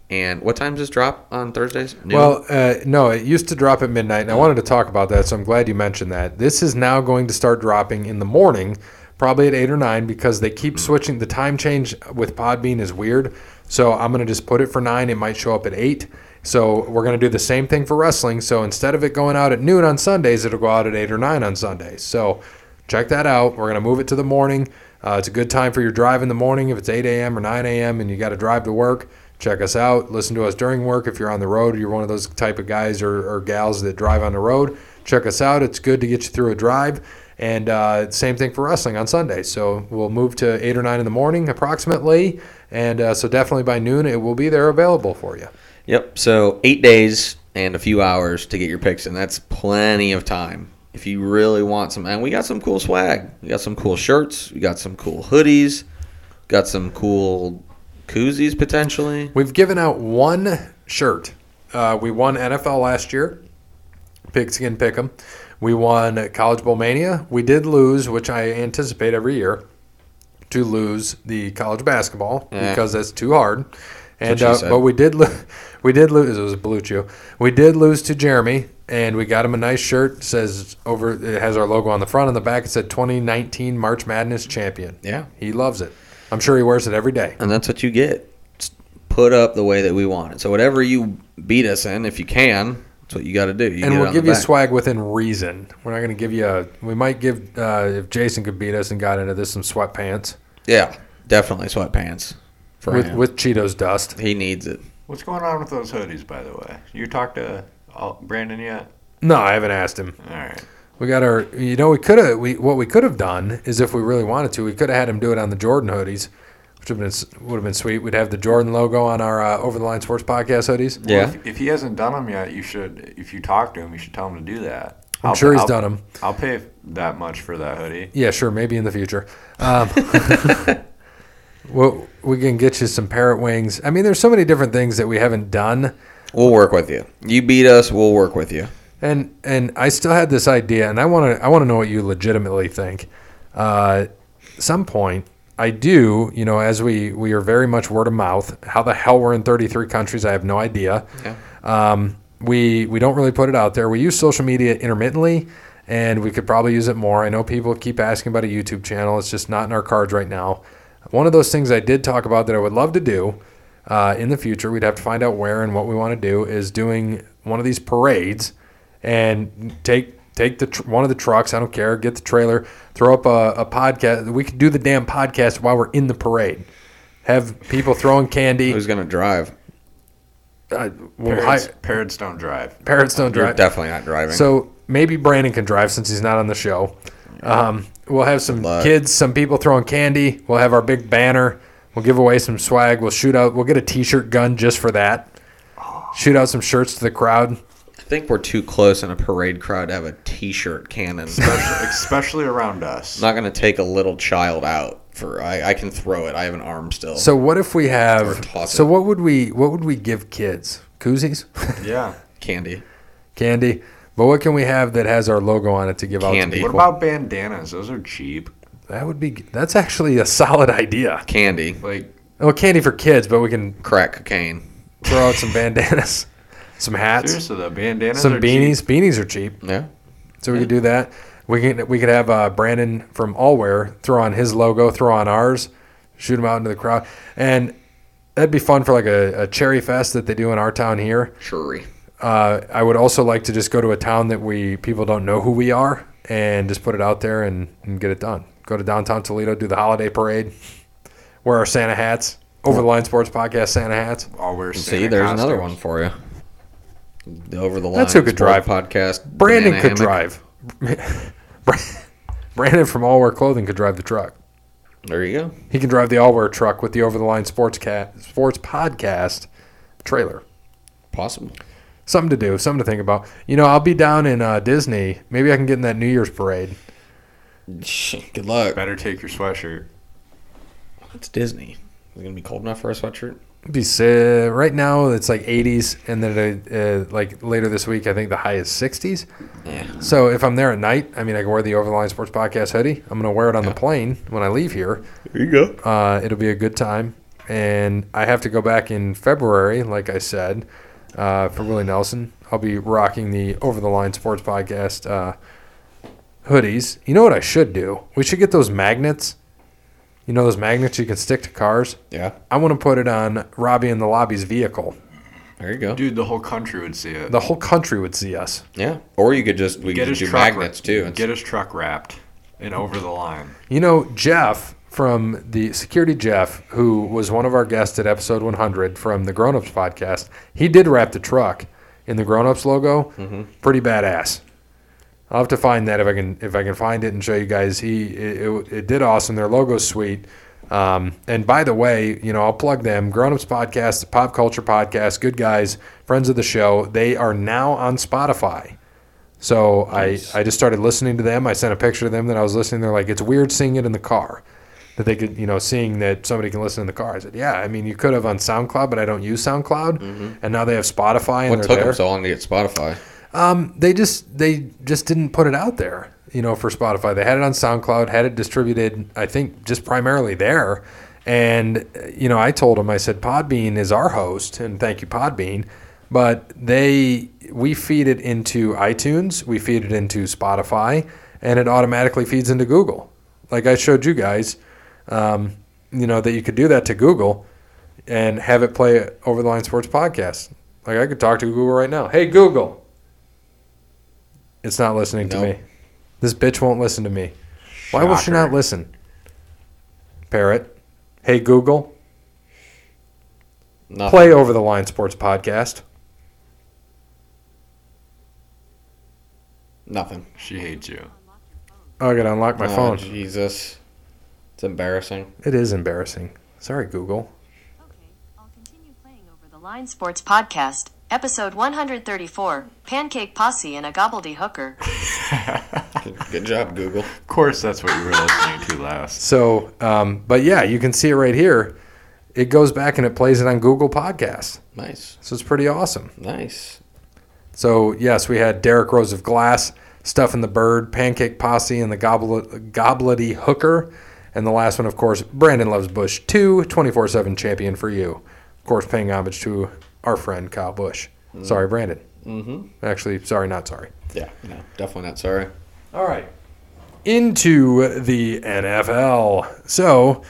Speaker 2: And what time does this drop on Thursdays? Noon?
Speaker 1: Well, uh, no, it used to drop at midnight, and I wanted to talk about that, so I'm glad you mentioned that. This is now going to start dropping in the morning, probably at 8 or 9, because they keep switching. The time change with Podbean is weird, so I'm going to just put it for 9. It might show up at 8. So we're going to do the same thing for wrestling. So instead of it going out at noon on Sundays, it'll go out at 8 or 9 on Sundays. So check that out. We're going to move it to the morning. Uh, it's a good time for your drive in the morning if it's 8 a.m. or 9 a.m. and you got to drive to work. Check us out. Listen to us during work if you're on the road. You're one of those type of guys or, or gals that drive on the road. Check us out. It's good to get you through a drive. And uh, same thing for wrestling on Sunday. So we'll move to 8 or 9 in the morning approximately. And uh, so definitely by noon, it will be there available for you.
Speaker 2: Yep. So eight days and a few hours to get your picks in. That's plenty of time. If you really want some, and we got some cool swag. We got some cool shirts. We got some cool hoodies. Got some cool koozies potentially.
Speaker 1: We've given out one shirt. Uh, we won NFL last year, Pigskin Pick'em. We won College Bowl Mania. We did lose, which I anticipate every year, to lose the college basketball
Speaker 2: Yeah.
Speaker 1: because that's too hard. And
Speaker 2: she
Speaker 1: uh,
Speaker 2: said.
Speaker 1: but we did lo- <laughs> we did lose. It was a blue chew. We did lose to Jeremy, and we got him a nice shirt. It says over it has our logo on the front and the back. It said 2019 March Madness champion.
Speaker 2: Yeah.
Speaker 1: He loves it. I'm sure he wears it every day.
Speaker 2: And that's what you get. Just put up the way that we want it. So whatever you beat us in, if you can, that's what you got to do. You get
Speaker 1: and
Speaker 2: it
Speaker 1: we'll
Speaker 2: on
Speaker 1: give
Speaker 2: the
Speaker 1: you
Speaker 2: back.
Speaker 1: swag within reason. We're not going to give you a. We might give uh, if Jason could beat us and got into this some sweatpants
Speaker 2: Yeah, definitely sweatpants for
Speaker 1: with,
Speaker 2: him.
Speaker 1: with Cheetos dust.
Speaker 2: he needs it.
Speaker 3: What's going on with those hoodies, by the way? You talked to all, Brandon yet?
Speaker 1: No, I haven't asked him.
Speaker 3: All right.
Speaker 1: We got our. You know, we could have. We what we could have done is if we really wanted to, we could have had him do it on the Jordan hoodies, which would have been would have been sweet. We'd have the Jordan logo on our uh, Over the Line Sports Podcast hoodies.
Speaker 2: Yeah.
Speaker 3: Well, if, if he hasn't done them yet, you should. If you talk to him, you should tell him to do that.
Speaker 1: I'm sure he's
Speaker 3: I'll,
Speaker 1: done 'em.
Speaker 3: I'll pay that much for that hoodie.
Speaker 1: Yeah, sure. Maybe in the future. Um, <laughs> well, we can get you some parrot wings. I mean, there's so many different things that we haven't done.
Speaker 2: We'll work with you. You beat us, we'll work with you.
Speaker 1: And and I still had this idea, and I want to I want to know what you legitimately think. Uh, some point, I do. You know, as we we are very much word of mouth. How the hell we're in 33 countries, I have no idea.
Speaker 2: Yeah.
Speaker 1: Um, we we don't really put it out there. We use social media intermittently, and we could probably use it more. I know people keep asking about a YouTube channel. It's just not in our cards right now. One of those things I did talk about that I would love to do uh, in the future. We'd have to find out where and what we want to do is doing one of these parades and take take the tr- one of the trucks. I don't care. Get the trailer. Throw up a, a podcast. We could do the damn podcast while we're in the parade. Have people throwing candy.
Speaker 2: Who's gonna drive?
Speaker 1: Uh, we'll hi-
Speaker 3: Parrots, parrots don't drive.
Speaker 1: parrots don't
Speaker 2: You're
Speaker 1: drive.
Speaker 2: definitely not driving.
Speaker 1: So maybe Brandon can drive since he's not on the show. Um, we'll have some
Speaker 2: luck.
Speaker 1: kids, some people throwing candy. We'll have our big banner. We'll give away some swag. We'll shoot out. We'll get a T-shirt gun just for that. Shoot out some shirts to the crowd.
Speaker 2: I think we're too close in a parade crowd to have a T-shirt cannon. <laughs>
Speaker 3: especially, especially around us.
Speaker 2: not going to take a little child out for. I, I can throw it. I have an arm still.
Speaker 1: So what if we
Speaker 2: Or
Speaker 1: have?
Speaker 2: toss
Speaker 1: So
Speaker 2: it.
Speaker 1: what would we? What would we give kids? Koozies, <laughs>
Speaker 3: Yeah.
Speaker 2: Candy.
Speaker 1: candy. But what can we have that has our logo on it to give out to
Speaker 2: Candy.
Speaker 1: people?
Speaker 3: What about bandanas? Those are cheap.
Speaker 1: that would be. That's actually a <laughs> solid idea.
Speaker 2: Candy.
Speaker 3: Like
Speaker 1: Well, candy for kids, but we can
Speaker 2: Crack cocaine.
Speaker 1: throw out some bandanas, <laughs> some hats,
Speaker 3: seriously, the bandanas
Speaker 1: some
Speaker 3: are
Speaker 1: beanies.
Speaker 3: cheap.
Speaker 1: Beanies are cheap.
Speaker 2: Yeah.
Speaker 1: So we could do that. We can we could have uh, Brandon from Allwear throw on his logo, throw on ours, shoot him out into the crowd, and that'd be fun for like a, a cherry fest that they do in our town here.
Speaker 2: Shuri.
Speaker 1: Uh, I would also like to just go to a town that we people don't know who we are and just put it out there and, and get it done. Go to downtown Toledo, do the holiday parade, wear our Santa hats, over the line sports podcast Santa hats.
Speaker 3: All wear
Speaker 2: See,
Speaker 3: Santa
Speaker 2: there's another
Speaker 3: costumes.
Speaker 2: one for you. The Over the line.
Speaker 1: That's who could drive.
Speaker 2: Sport podcast.
Speaker 1: Brandon
Speaker 2: Banana
Speaker 1: could
Speaker 2: hammock.
Speaker 1: drive. <laughs> Brandon from Allwear Clothing could drive the truck.
Speaker 2: There you go.
Speaker 1: He can drive the Allwear truck with the Over the Line Sports Cat Sports Podcast trailer.
Speaker 2: Possible.
Speaker 1: Something to do, something to think about. You know, I'll be down in uh, Disney. Maybe I can get in that New Year's parade.
Speaker 2: Good luck.
Speaker 3: Better take your sweatshirt.
Speaker 2: It's Disney. Is it gonna be cold enough for a sweatshirt?
Speaker 1: It'd be si- right now it's like 80s, and then uh, uh, like later this week I think the high is 60s.
Speaker 2: Yeah.
Speaker 1: So if I'm there at night, I mean I can wear the Over the Line Sports Podcast hoodie. I'm gonna wear it on the plane when I leave here.
Speaker 2: There you go.
Speaker 1: Uh, it'll be a good time. And I have to go back in February, like I said, uh, for Willie Nelson. I'll be rocking the Over the Line Sports Podcast uh, hoodies. You know what I should do? We should get those magnets. You know those magnets you can stick to cars?
Speaker 2: Yeah.
Speaker 1: I want to put it on Robbie and the Lobby's vehicle.
Speaker 2: There you go.
Speaker 3: Dude, the whole country would see it.
Speaker 1: The whole country would see us.
Speaker 2: Yeah. Or you could just we
Speaker 3: get
Speaker 2: could
Speaker 3: his
Speaker 2: do
Speaker 3: truck
Speaker 2: magnets
Speaker 3: wra-
Speaker 2: too.
Speaker 3: Get his truck wrapped and over the line.
Speaker 1: You know, Jeff from the security Jeff, who was one of our guests at episode 100 from the Grown Ups podcast, he did wrap the truck in the Grown Ups logo. Pretty badass. I'll have to find that if I can if I can find it and show you guys. He it, it, it did awesome. Their logo's sweet. Um, and by the way, you know I'll plug them. Grown Ups Podcast, the Pop Culture Podcast, good guys, friends of the show. They are now on Spotify. So I, I just started listening to them. I sent a picture to them that I was listening. They're like, it's weird seeing it in the car, that they could, you know, seeing that somebody can listen in the car. I said, yeah, I mean, you could have on SoundCloud, but I don't use SoundCloud. And now they have Spotify and
Speaker 2: Mm-hmm. what
Speaker 1: they're
Speaker 2: took
Speaker 1: there
Speaker 2: them so long to get Spotify?
Speaker 1: Um, they just they just didn't put it out there you know for spotify they had it on soundcloud had it distributed i think just primarily there and uh, you know i told them i said podbean is our host and thank you podbean but they we feed it into itunes we feed it into spotify and it automatically feeds into google like i showed you guys um, you know that you could do that to google and have it play over the line sports podcast like i could talk to google right now hey google it's not listening to
Speaker 2: Nope.
Speaker 1: me. This bitch won't listen to me. Why will she
Speaker 3: Shocker.
Speaker 1: not listen? Parrot. Hey Google,
Speaker 2: Nothing.
Speaker 1: play over the line sports podcast.
Speaker 2: Nothing.
Speaker 3: She hates you.
Speaker 1: Oh, I gotta unlock my
Speaker 2: Oh,
Speaker 1: phone.
Speaker 2: Jesus. It's embarrassing.
Speaker 1: It is embarrassing. Sorry, Google.
Speaker 4: Okay, I'll continue playing over the Line Sports Podcast, episode 134 Pancake Posse and a Gobbledy Hooker.
Speaker 2: Good, good job, Google.
Speaker 3: Of course, that's what you were listening to last.
Speaker 1: So, um, but yeah, you can see it right here. It goes back and it plays it on Google Podcast.
Speaker 2: Nice.
Speaker 1: So it's pretty awesome.
Speaker 2: Nice.
Speaker 1: So yes, we had Derek Rose of Glass, Stuff in the Bird, Pancake Posse, and the Goblet Goblety Hooker. And the last one, of course, Brandon Loves Bush 2, 24-7 champion for you. Of course, paying homage to our friend Kyle Bush. Sorry, Brandon.
Speaker 2: Mm-hmm.
Speaker 1: Actually, sorry, not sorry.
Speaker 2: Yeah. No, definitely not sorry.
Speaker 1: All right. Into the NFL. So,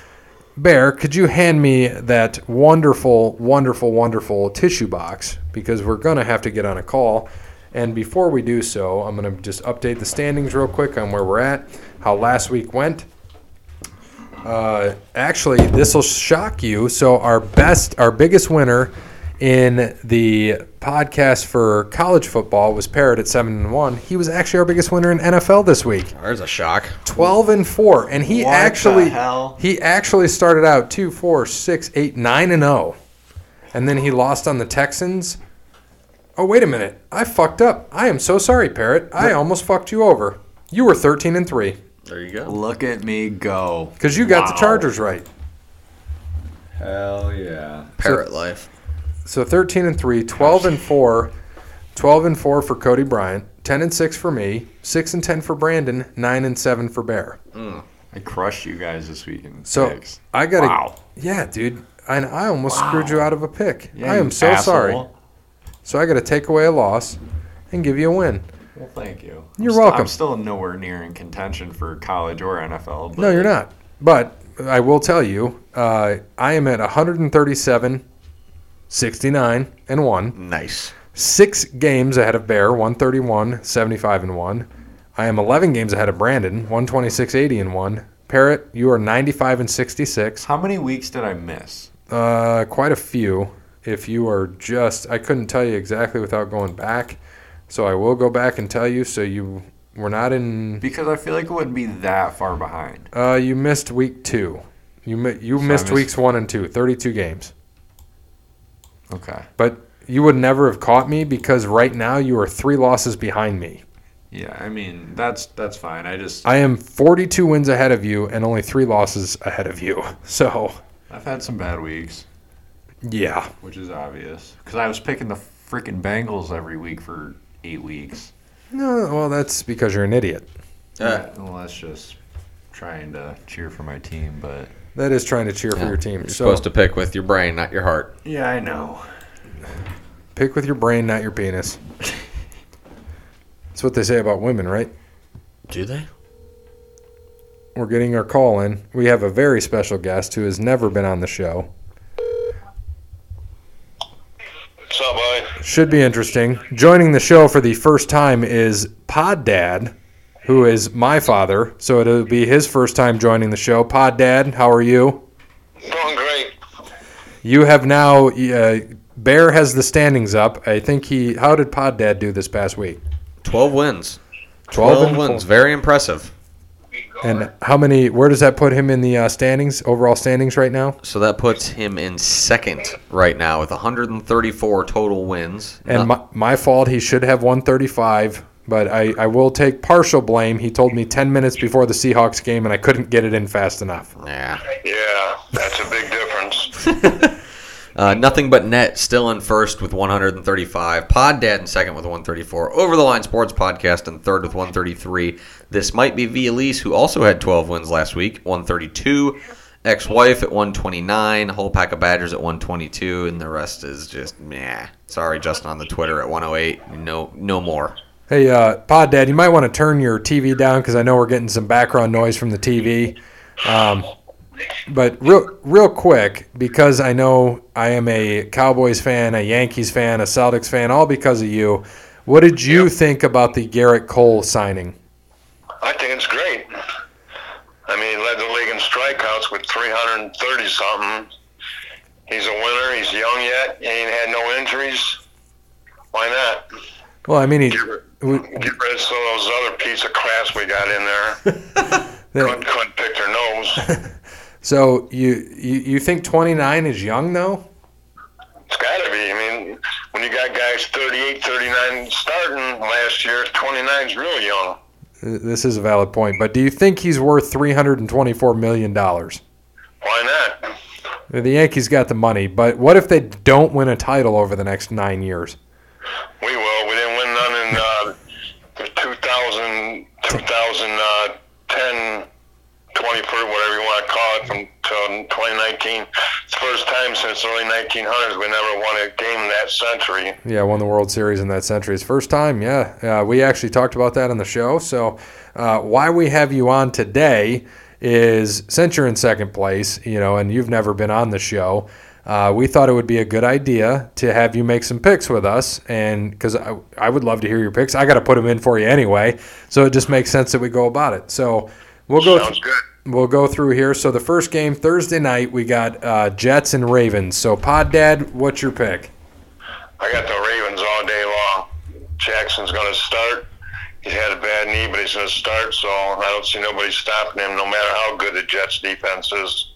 Speaker 1: Bear, could you hand me that wonderful, wonderful, wonderful tissue box? Because we're going to have to get on a call. And before we do so, I'm going to just update the standings real quick on where we're at, how last week went. Uh, actually, this will shock you. So, our best, our biggest winner in the podcast for college football was Parrot at seven and one. He was actually our biggest winner in NFL this week.
Speaker 2: There's a shock.
Speaker 1: 12 and 4 and he
Speaker 3: What the
Speaker 1: actually
Speaker 3: hell?
Speaker 1: he actually started oh. out 2 4 6 8 9 and 0 and then he lost on the texans Oh, wait a minute. I fucked up. I am so sorry, Parrot. I almost fucked you over. You were 13 and 3
Speaker 2: There you go.
Speaker 3: Look at me go.
Speaker 1: because you got the
Speaker 3: Wow.
Speaker 1: Chargers right.
Speaker 3: Hell yeah.
Speaker 2: Parrot life.
Speaker 1: So 13 and 3, 12 and 4, 12 and 4 for Cody Bryant, 10 and 6 for me, 6 and 10 for Brandon, 9 and 7 for Bear.
Speaker 3: I crushed you guys this week in
Speaker 1: So
Speaker 3: picks.
Speaker 1: I got to
Speaker 3: Wow.
Speaker 1: Yeah, dude. And I almost screwed you out of a pick.
Speaker 3: Yeah,
Speaker 1: I
Speaker 3: you
Speaker 1: am so
Speaker 3: asshole.
Speaker 1: sorry. So I got to take away a loss and give you a win.
Speaker 3: Well, thank you.
Speaker 1: You're
Speaker 3: I'm st-
Speaker 1: welcome.
Speaker 3: I'm still nowhere near in contention for college or NFL. But
Speaker 1: No, you're not. But I will tell you, uh, I am at 137, 69, and 1.
Speaker 2: Nice.
Speaker 1: Six games ahead of Bear, 131, 75, and 1. I am 11 games ahead of Brandon, 126, 80, and 1. Parrot, you are 95 and 66.
Speaker 3: How many weeks did I miss?
Speaker 1: Uh, quite a few. If you are just, I couldn't tell you exactly without going back. So I will go back and tell you. So you were not in,
Speaker 3: Because I feel like it wouldn't be that far behind.
Speaker 1: uh, you missed week two. You, mi- you
Speaker 3: So I
Speaker 1: missed
Speaker 3: missed-
Speaker 1: weeks one and two, 32 games.
Speaker 3: Okay.
Speaker 1: But you would never have caught me because right now you are three losses behind me.
Speaker 3: Yeah, I mean that's that's fine. I just
Speaker 1: I am 42 wins ahead of you and only three losses ahead of you. <laughs> So,
Speaker 3: I've had some bad weeks,
Speaker 1: yeah.
Speaker 3: which is obvious. Because I was picking the freaking Bengals every week for eight weeks.
Speaker 1: No, well, that's because you're an idiot.
Speaker 2: Uh,
Speaker 3: Well, that's just trying to cheer for my team, but
Speaker 1: That is trying to cheer for
Speaker 2: Yeah,
Speaker 1: your team.
Speaker 2: You're
Speaker 1: so,
Speaker 2: supposed to pick with your brain, not your heart.
Speaker 3: yeah, I know.
Speaker 1: pick with your brain, not your penis. that's what they say about women, right?
Speaker 2: Do they?
Speaker 1: We're getting our call in. We have a very special guest who has never been on the show.
Speaker 5: What's up, boy?
Speaker 1: Should be interesting. Joining the show for the first time is Pod Dad, who is my father. So it'll be his first time joining the show. Pod Dad, how are you?
Speaker 5: Going great.
Speaker 1: You have now, uh, Bear has the standings up. I think he, how did Pod Dad do this past week?
Speaker 2: 12 wins.
Speaker 1: 12
Speaker 2: 12,
Speaker 1: and
Speaker 2: wins. Very impressive.
Speaker 1: And how many, where does that put him in the uh, standings, overall standings right now?
Speaker 2: So that puts him in second right now with 134 total wins.
Speaker 1: And
Speaker 2: Not-
Speaker 1: my, my fault, he should have 135. But I, I will take partial blame. He told me 10 minutes before the Seahawks game, and I couldn't get it in fast enough.
Speaker 2: Nah.
Speaker 5: Yeah, that's a big difference.
Speaker 2: Uh, nothing but net still in first with 135. Pod Dad in second with 134. Over the Line Sports Podcast in third with 133. This might be Vialise, who also had 12 wins last week, 132. Ex wife at 129. Whole pack of Badgers at 122. And the rest is just meh. Sorry, Justin on the Twitter at 108. No, no more.
Speaker 1: Hey, uh, Pod Dad, you might want to turn your TV down because I know we're getting some background noise from the TV. Um, but real, real quick, because I know I am a Cowboys fan, a Yankees fan, a Celtics fan, all because of you. What did you think about the Garrett Cole signing?
Speaker 5: I think it's great. I mean, he led the league in strikeouts with 330 something. He's a winner. He's young yet. He ain't had no injuries. Why not?
Speaker 1: Well, I mean, he, we-
Speaker 5: Get rid of some of those other piece of crass we got in there. couldn't, couldn't pick their nose.
Speaker 1: so you, you you think 29 is young though?
Speaker 5: It's got to be. I mean, when you got guys 38, 39 starting last year, 29's real young.
Speaker 1: Uh, This is a valid point, but do you think he's worth 324 million dollars?
Speaker 5: Why not?
Speaker 1: The Yankees got the money, but what if they don't win a title over the next nine years?
Speaker 5: We will. We didn't win none in uh, the 2000, 2010, 21st, uh, whatever you want to call it, from till 2019. It's the first time since the early 1900s we never won a game that century.
Speaker 1: Yeah, won the World Series in that century. It's first time. Yeah, uh, we actually talked about that on the show. So, uh, why we have you on today is since you're in second place, you know, and you've never been on the show. Uh, we thought it would be a good idea to have you make some picks with us, and because I, I would love to hear your picks, I got to put them in for you anyway. So it just makes sense that we go about it. So we'll go.
Speaker 5: Sounds good.
Speaker 1: We'll go through here. So the first game Thursday night, we got uh, Jets and Ravens. So Pod Dad, what's your pick?
Speaker 5: I got the Ravens all day long. Jackson's going to start. He's had a bad knee, but he's going to start, so I don't see nobody stopping him, no matter how good the Jets' defense is.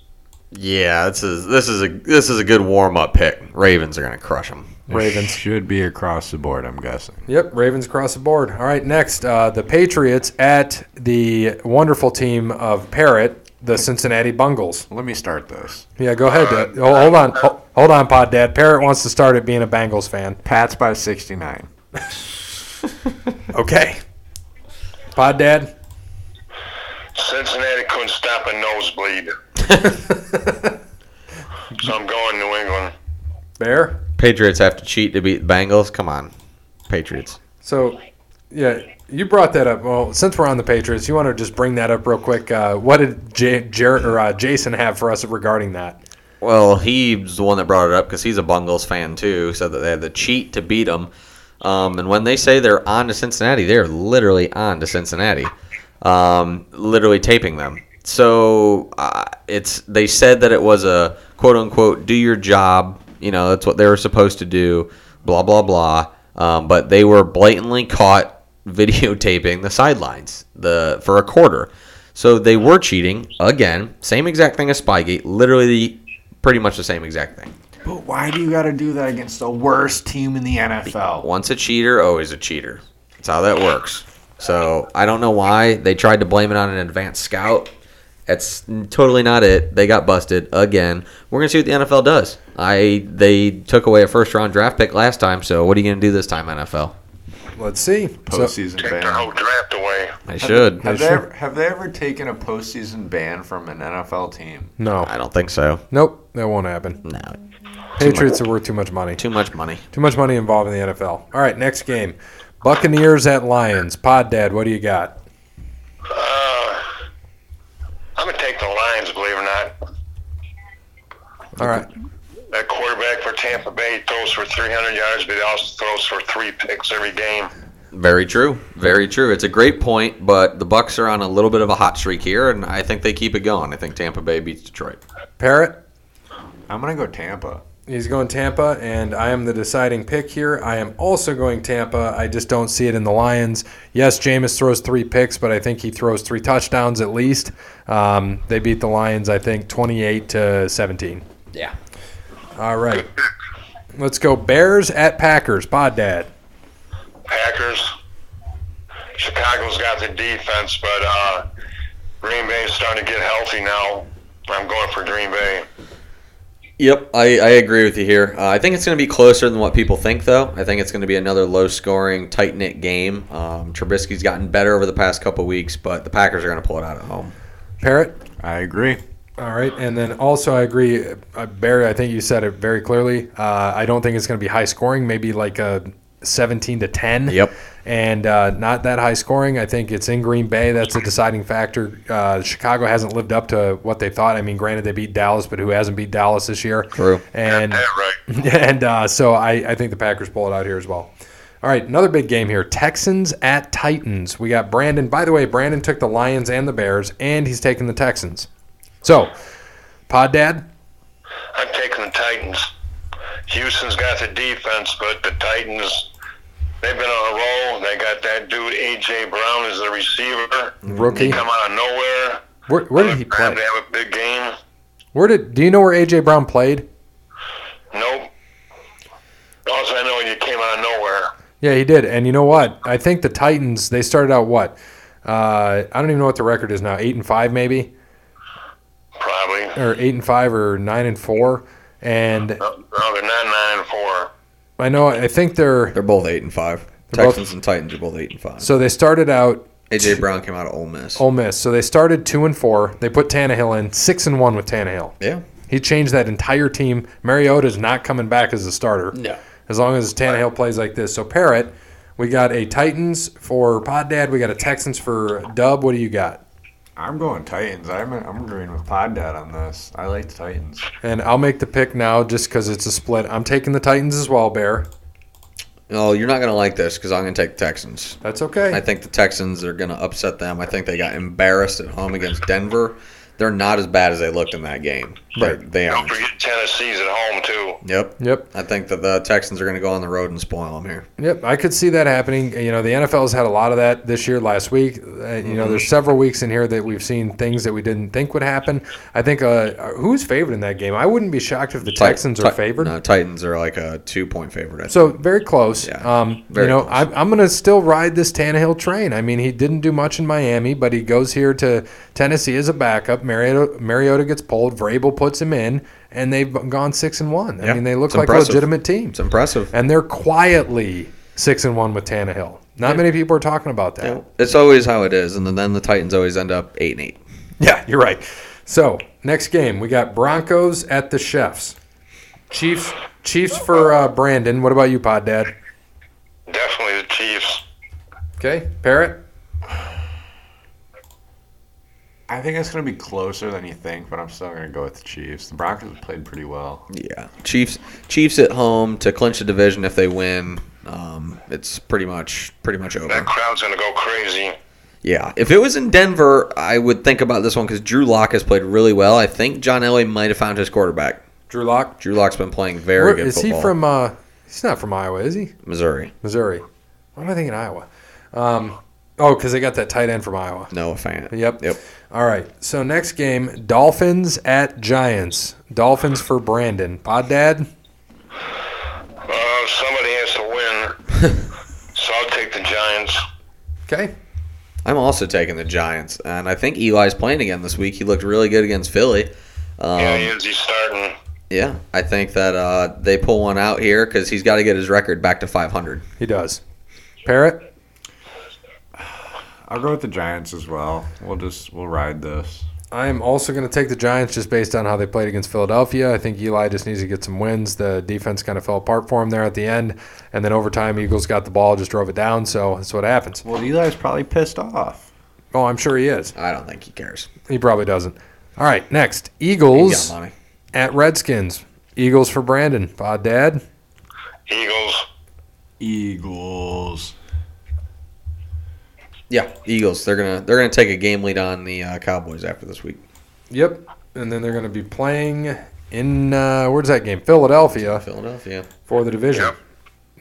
Speaker 2: Yeah, this is this is a this is a good warm up pick. Ravens are gonna crush them.
Speaker 1: Ravens.
Speaker 3: should be across the board. I'm guessing.
Speaker 1: Yep, Ravens across the board. All right, next, uh, the Patriots at the wonderful team of Parrot, the Cincinnati Bungles.
Speaker 3: Let me start this.
Speaker 1: Yeah, go ahead. Dad. Oh, hold on, Ho- hold on, Pod Dad. Parrot wants to start at being a Bengals fan.
Speaker 3: Pats by 69.
Speaker 1: Okay, Pod Dad.
Speaker 5: Cincinnati couldn't stop a <laughs> nosebleed. so I'm going New England.
Speaker 1: Bear.
Speaker 2: Patriots have to cheat to beat the Bengals. Come on, Patriots.
Speaker 1: So, yeah, you brought that up. Well, since we're on the Patriots, you want to just bring that up real quick. Uh, what did J- Jared or uh, Jason have for us regarding that?
Speaker 2: Well, he's the one that brought it up because he's a Bungles fan too. Said that they had to cheat to beat them. Um, and when they say they're on to Cincinnati, they're literally on to Cincinnati, um, literally taping them. So uh, it's they said that it was a quote unquote do your job. You know that's what they were supposed to do. Blah blah blah. Um, but they were blatantly caught videotaping the sidelines the for a quarter. So they were cheating again. Same exact thing as Spygate. Literally, pretty much the same exact thing.
Speaker 3: But why do you got to do that against the worst team in the NFL?
Speaker 2: Once a cheater, always a cheater. That's how that works. So I don't know why they tried to blame it on an advanced scout. That's totally not it. They got busted again. We're gonna see what the NFL does. I they took away a first round draft pick last time. So what are you gonna do this time, NFL?
Speaker 1: Let's see. So,
Speaker 3: Postseason
Speaker 5: Take their
Speaker 3: ban.
Speaker 5: whole draft away.
Speaker 2: They should.
Speaker 3: Have they, ever, have they ever taken a postseason ban from an NFL team?
Speaker 1: no,
Speaker 2: I don't think so.
Speaker 1: nope, that won't happen.
Speaker 2: No,
Speaker 1: Patriots are worth too much money.
Speaker 2: too much money.
Speaker 1: Too much money involved in the NFL. All right, next game. Buccaneers at Lions. Pod Dad, what do you got?
Speaker 5: Uh, I'm going to take the Lions, believe it or not.
Speaker 1: All right.
Speaker 5: That quarterback for Tampa Bay throws for 300 yards, but he also throws for three picks every game.
Speaker 2: Very true. Very true. It's a great point, but the Bucks are on a little bit of a hot streak here, and I think they keep it going. I think Tampa Bay beats Detroit.
Speaker 1: Parrot,
Speaker 3: I'm going to go Tampa.
Speaker 1: he's going Tampa, and I am the deciding pick here. I am also going Tampa. I just don't see it in the Lions. Yes, Jameis throws three picks, but I think he throws three touchdowns at least. Um, they beat the Lions, I think, 28 to 17.
Speaker 2: Yeah.
Speaker 1: All right. Let's go Bears at Packers. Pod Dad.
Speaker 5: Packers. Chicago's got the defense, but uh, Green Bay's starting to get healthy now. I'm going for Green Bay.
Speaker 2: Yep, I, I agree with you here. Uh, I think it's going to be closer than what people think, though. I think it's going to be another low-scoring, tight-knit game. Um, Trubisky's gotten better over the past couple weeks, but the Packers are going to pull it out at home.
Speaker 1: Parrot.
Speaker 3: I agree.
Speaker 1: All right, and then also I agree, uh, Barry. I think you said it very clearly. Uh, I don't think it's going to be high scoring. Maybe like a seventeen to ten.
Speaker 2: Yep.
Speaker 1: And uh, not that high scoring. I think it's in Green Bay. That's a deciding factor. Uh, Chicago hasn't lived up to what they thought. I mean, granted they beat Dallas, but who hasn't beat Dallas this year?
Speaker 2: True.
Speaker 1: And
Speaker 5: Yeah, right.
Speaker 1: <laughs> and uh, so I, I think the Packers pull it out here as well. All right, another big game here. Texans at Titans. We got Brandon. By the way, Brandon took the Lions and the Bears, and he's taking the Texans. So, Pod Dad,
Speaker 5: I'm taking the Titans. Houston's got the defense, but the Titans, they've been on a roll. They got that dude, A.J. Brown, as the receiver.
Speaker 1: rookie.
Speaker 5: Come out of nowhere.
Speaker 1: Where, where did he
Speaker 5: Time
Speaker 1: play?
Speaker 5: to have a big game.
Speaker 1: Where did? Do you know where AJ Brown played?
Speaker 5: Nope. Also, I know you came out of nowhere.
Speaker 1: Yeah, he did. And you know what? I think the Titans. They started out what? Uh, I don't even know what the record is now. Eight and five, maybe,
Speaker 5: Probably.
Speaker 1: or eight and five, or nine and four. And
Speaker 5: No, no, they're not nine and four.
Speaker 1: I know. I think they're.
Speaker 2: They're both eight and five.
Speaker 1: They're both-
Speaker 2: Texans and Titans are both eight
Speaker 1: <laughs>
Speaker 2: and five.
Speaker 1: So they started out
Speaker 2: AJ Brown came out of Ole Miss.
Speaker 1: Ole Miss. So they started two and four. They put Tannehill in six and one with Tannehill.
Speaker 2: Yeah.
Speaker 1: He changed that entire team. Mariota's not coming back as a starter.
Speaker 2: No.
Speaker 1: As long as Tannehill plays like this. So Parrot, we got a Titans for Pod Dad. We got a Texans for Dub. What do you got?
Speaker 3: I'm going Titans. I'm, I'm agreeing with Pod Dad on this. I like the Titans.
Speaker 1: And I'll make the pick now just because it's a split. I'm taking the Titans as well, Bear.
Speaker 2: Oh, you're not going to like this because I'm going to take the Texans.
Speaker 1: That's okay.
Speaker 2: I think the Texans are going to upset them. I think they got embarrassed at home against Denver. They're not as bad as they looked in that game.
Speaker 1: Right.
Speaker 2: They're- They
Speaker 5: Don't
Speaker 2: aren't.
Speaker 5: forget Tennessee's at home too.
Speaker 2: Yep.
Speaker 1: Yep.
Speaker 2: I think that the Texans are going to go on the road and spoil them here.
Speaker 1: Yep, I could see that happening. You know, the NFL's had a lot of that this year, last week. Uh, you know,
Speaker 2: Mm-hmm.
Speaker 1: there's several weeks in here that we've seen things that we didn't think would happen. I think uh, who's favored in that game? I wouldn't be shocked if the Texans
Speaker 2: Ti-
Speaker 1: are favored.
Speaker 2: No, Titans are like a two point favorite. I think.
Speaker 1: So very close.
Speaker 2: Yeah,
Speaker 1: um,
Speaker 2: very
Speaker 1: you know,
Speaker 2: close.
Speaker 1: I, I'm going to still ride this Tannehill train. I mean, he didn't do much in Miami, but he goes here to Tennessee as a backup. Mariota, Mariota gets pulled. Vrabel puts him in, and they've gone six and one. I
Speaker 2: Yeah,
Speaker 1: mean, they look
Speaker 2: it's
Speaker 1: like
Speaker 2: impressive.
Speaker 1: a legitimate team,
Speaker 2: it's impressive.
Speaker 1: and they're quietly six and one with Tannehill. Not many people are talking about that.
Speaker 2: Yeah. It's always how it is, and then, then the Titans always end up eight and eight.
Speaker 1: Yeah, you're right. So next game, we got Broncos at the Chefs. Chiefs, Chiefs for uh, Brandon. What about you, Pod Dad?
Speaker 5: Definitely the Chiefs.
Speaker 1: Okay, Parrot.
Speaker 3: I think it's going to be closer than you think, but I'm still going to go with the Chiefs. The Broncos have played pretty well.
Speaker 2: Yeah, Chiefs. Chiefs at home to clinch the division. If they win, um, it's pretty much pretty much
Speaker 5: That
Speaker 2: over.
Speaker 5: crowd's gonna go crazy.
Speaker 2: Yeah, if it was in Denver, I would think about this one because Drew Lock has played really well. I think John Elway might have found his quarterback.
Speaker 1: Drew Lock.
Speaker 2: Drew Lock's been playing very
Speaker 1: Where-
Speaker 2: good
Speaker 1: is
Speaker 2: football.
Speaker 1: he from? Uh, he's not from Iowa, is he?
Speaker 2: Missouri?
Speaker 1: Missouri. Why am I thinking Iowa? Um, oh, because they got that tight end from Iowa.
Speaker 2: No fan.
Speaker 1: Yep.
Speaker 2: Yep.
Speaker 1: All right. So next game, Dolphins at Giants. Dolphins for Brandon. Pod Dad.
Speaker 5: Uh, somebody has to win.
Speaker 1: <laughs>
Speaker 5: so I'll take the Giants.
Speaker 1: Okay.
Speaker 2: I'm also taking the Giants, and I think Eli's playing again this week. He looked really good against Philly. Um,
Speaker 5: yeah, he is. He's starting.
Speaker 2: Yeah, I think that uh, they pull one out here because he's got to get his record back to 500.
Speaker 1: He does. Parrot.
Speaker 3: I'll go with the Giants as well. We'll just we'll ride this.
Speaker 1: I am also going to take the Giants just based on how they played against Philadelphia. I think Eli just needs to get some wins. The defense kind of fell apart for him there at the end, and then overtime, Eagles got the ball, just drove it down. So that's what happens.
Speaker 3: Well, Eli's probably pissed off.
Speaker 1: Oh, I'm sure he is.
Speaker 2: I don't think he cares.
Speaker 1: He probably doesn't. All right, next
Speaker 2: He
Speaker 1: Eagles
Speaker 2: got money.
Speaker 1: at Redskins. Eagles for Brandon. Pod Dad.
Speaker 5: Eagles.
Speaker 3: Eagles.
Speaker 2: Yeah, Eagles. They're gonna they're gonna take a game lead on the uh, Cowboys after this week.
Speaker 1: Yep. And then they're going to be playing in uh, where's that game? Philadelphia
Speaker 2: Philadelphia.
Speaker 1: for the division.
Speaker 5: Yep.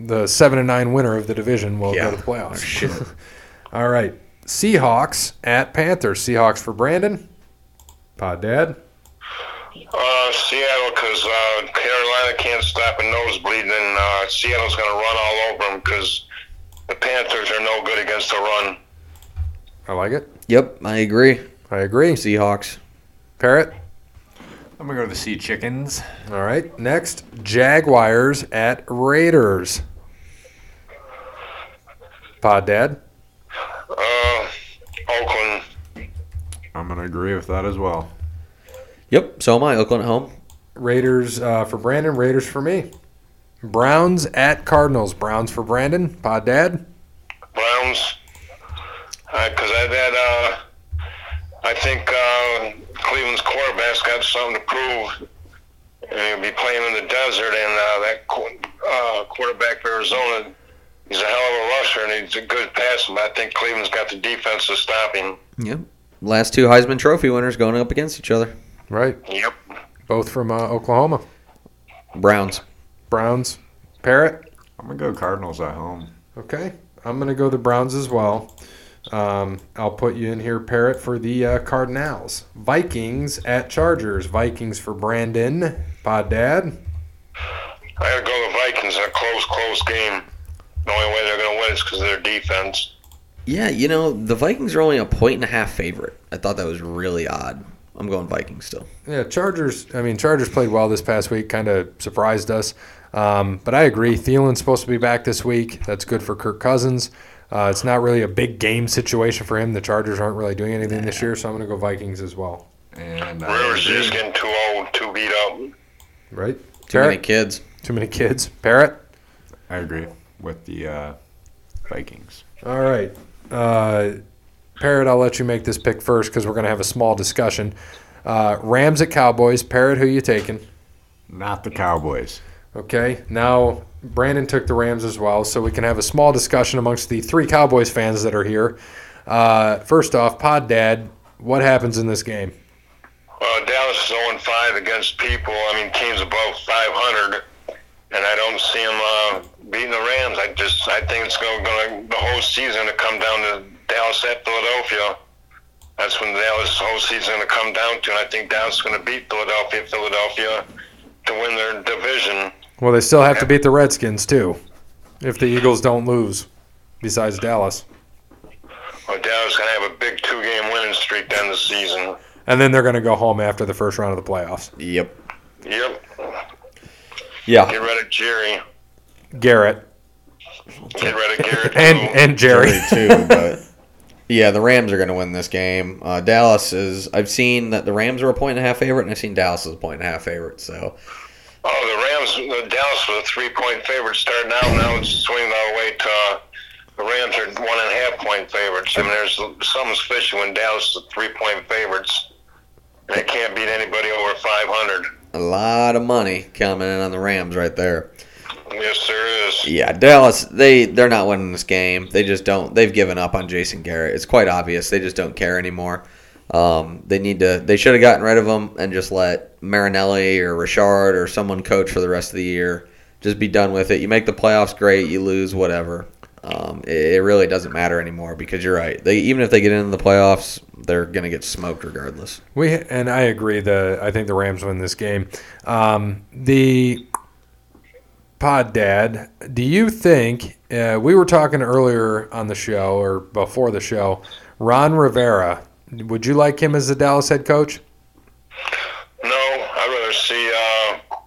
Speaker 1: The seven and nine winner of the division will
Speaker 2: Yeah. Oh,
Speaker 1: go to the playoffs.
Speaker 2: Shit.
Speaker 1: <laughs> All right, Seahawks at Panthers. Seahawks for Brandon. Pod Dad.
Speaker 5: Uh, Seattle, because uh, Carolina can't stop a nosebleed, and uh, Seattle's going to run all over them because the Panthers are no good against the run.
Speaker 1: I like it.
Speaker 2: Yep, I agree.
Speaker 1: I agree.
Speaker 2: Seahawks.
Speaker 1: Parrot.
Speaker 3: I'm going to go to the Sea Chickens.
Speaker 1: All right. Next, Jaguars at Raiders. Pod Dad.
Speaker 5: Uh, Oakland.
Speaker 3: I'm going to agree with that as well.
Speaker 2: Yep. So am I. Oakland at home.
Speaker 1: Raiders uh, for Brandon, Raiders for me. Browns at Cardinals. Browns for Brandon. Pod Dad.
Speaker 5: Browns. Because I that uh, I think uh, Cleveland's quarterback's got something to prove. And he'll be playing in the desert, and uh, that qu- uh, quarterback for Arizona, he's a hell of a rusher, and he's a good passer. But I think Cleveland's got the defense to stop him.
Speaker 2: Yep. Last two Heisman Trophy winners going up against each other.
Speaker 1: Right.
Speaker 5: Yep.
Speaker 1: Both from uh, Oklahoma.
Speaker 2: Browns.
Speaker 1: Browns. Parrot.
Speaker 3: I'm going to go Cardinals at home.
Speaker 1: Okay. I'm going to go the Browns as well. Um, I'll put you in here, Parrot, for the uh, Cardinals. Vikings at Chargers. Vikings for Brandon. Pod Dad.
Speaker 5: I gotta go the Vikings in a close, close game. The only way they're gonna win is because of their defense.
Speaker 2: Yeah, you know the Vikings are only a point and a half favorite. I thought that was really odd. I'm going Vikings still.
Speaker 1: Yeah, Chargers. I mean, Chargers played well this past week. Kind of surprised us, um, but I agree. Thielen's supposed to be back this week. That's good for Kirk Cousins. Uh, it's not really a big game situation for him. The Chargers aren't really doing anything this year, so I'm going to go Vikings as well.
Speaker 3: And uh, I
Speaker 5: Rivers
Speaker 3: agree.
Speaker 5: is getting too old, too beat up.
Speaker 1: Right?
Speaker 2: Too many
Speaker 1: Parrot?
Speaker 2: kids.
Speaker 1: Too many kids. Parrot.
Speaker 3: I agree with the uh, Vikings.
Speaker 1: All right, uh, Parrot. I'll let you make this pick first because we're going to have a small discussion. Uh, Rams at Cowboys. Parrot, who you taking?
Speaker 3: Not the Cowboys.
Speaker 1: Okay, now Brandon took the Rams as well, so we can have a small discussion amongst the three Cowboys fans that are here. Uh, first off, Pod Dad, what happens in this game?
Speaker 5: oh five against people. I mean, teams above 500, and I don't see them uh, beating the Rams. I just I think it's going to the whole season to come down to Dallas at Philadelphia. That's when Dallas whole season to come down to, and I think Dallas is going to beat Philadelphia, Philadelphia, to win their division.
Speaker 1: Well, they still have to beat the Redskins too, if the Eagles don't lose. Besides Dallas,
Speaker 5: Well, Dallas is going to have a big two-game winning streak down the season.
Speaker 1: and then they're going to go home after the first round of the playoffs.
Speaker 2: Yep.
Speaker 5: Yep,
Speaker 2: Yeah.
Speaker 5: get rid of Jerry.
Speaker 1: Garrett
Speaker 5: Get rid of
Speaker 1: <laughs>
Speaker 5: Garrett.
Speaker 1: and
Speaker 5: Cole.
Speaker 1: and Jerry.
Speaker 2: too, but yeah, the Rams are going to win this game. Uh, Dallas is. I've seen that the Rams are a point and a half favorite, and I've seen Dallas is a point and a half favorite. So
Speaker 5: Oh, the Rams, the Dallas was a three-point favorite starting out. Now it's swinging all the way to uh, the Rams are one and a half point favorites. I mean, there's something's fishy when Dallas is a three-point favorites. They can't beat anybody over 500.
Speaker 2: a lot of money coming in on the Rams right there.
Speaker 5: Yes, there is.
Speaker 2: Yeah, Dallas. They they're not winning this game. They just don't. They've given up on Jason Garrett. It's quite obvious. They just don't care anymore. Um, they need to. They should have gotten rid of him and just let Marinelli or Richard or someone coach for the rest of the year. Just be done with it. You make the playoffs, great. You lose, whatever. Um, it, it really doesn't matter anymore because you're right. They even if they get into the playoffs, they're gonna get smoked regardless.
Speaker 1: We and I agree. The I think the Rams win this game. Um, the Pod Dad, do you think uh, we were talking earlier on the show or before the show? Ron Rivera, would you like him as the Dallas head coach?
Speaker 5: No, I'd rather see uh,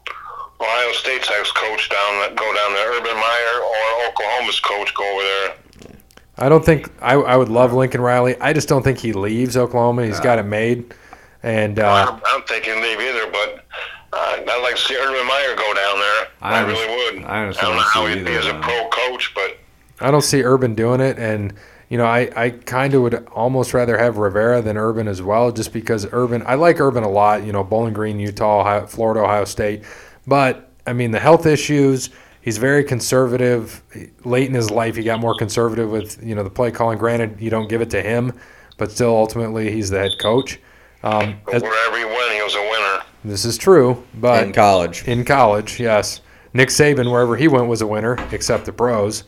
Speaker 5: Ohio State's ex-coach down go down there, Urban Meyer, or Oklahoma's coach go over there.
Speaker 1: I don't think I, I would love Lincoln Riley. I just don't think he leaves Oklahoma. He's got it made, and
Speaker 5: I
Speaker 1: uh,
Speaker 5: don't, I don't think he'd leave either, but uh, I'd like to see Urban Meyer go down there.
Speaker 3: I
Speaker 5: I,
Speaker 3: honest-
Speaker 5: really would.
Speaker 3: I honestly
Speaker 5: don't know
Speaker 3: don't see
Speaker 5: how he'd be
Speaker 3: either
Speaker 5: as a
Speaker 3: of them.
Speaker 5: pro coach, but
Speaker 1: I don't see Urban doing it. And you know, I, I kind of would almost rather have Rivera than Urban as well, just because Urban. I like Urban a lot. You know, Bowling Green, Utah, Ohio, Florida, Ohio State, but I mean the health issues. He's very conservative. Late in his life, he got more conservative with you know the play calling. Granted, you don't give it to him, but still, ultimately, he's the head coach. Um, as-
Speaker 5: wherever he went, he was a winner.
Speaker 1: this is true, but
Speaker 2: In college,
Speaker 1: in college, yes. Nick Saban, wherever he went, was a winner, except the pros.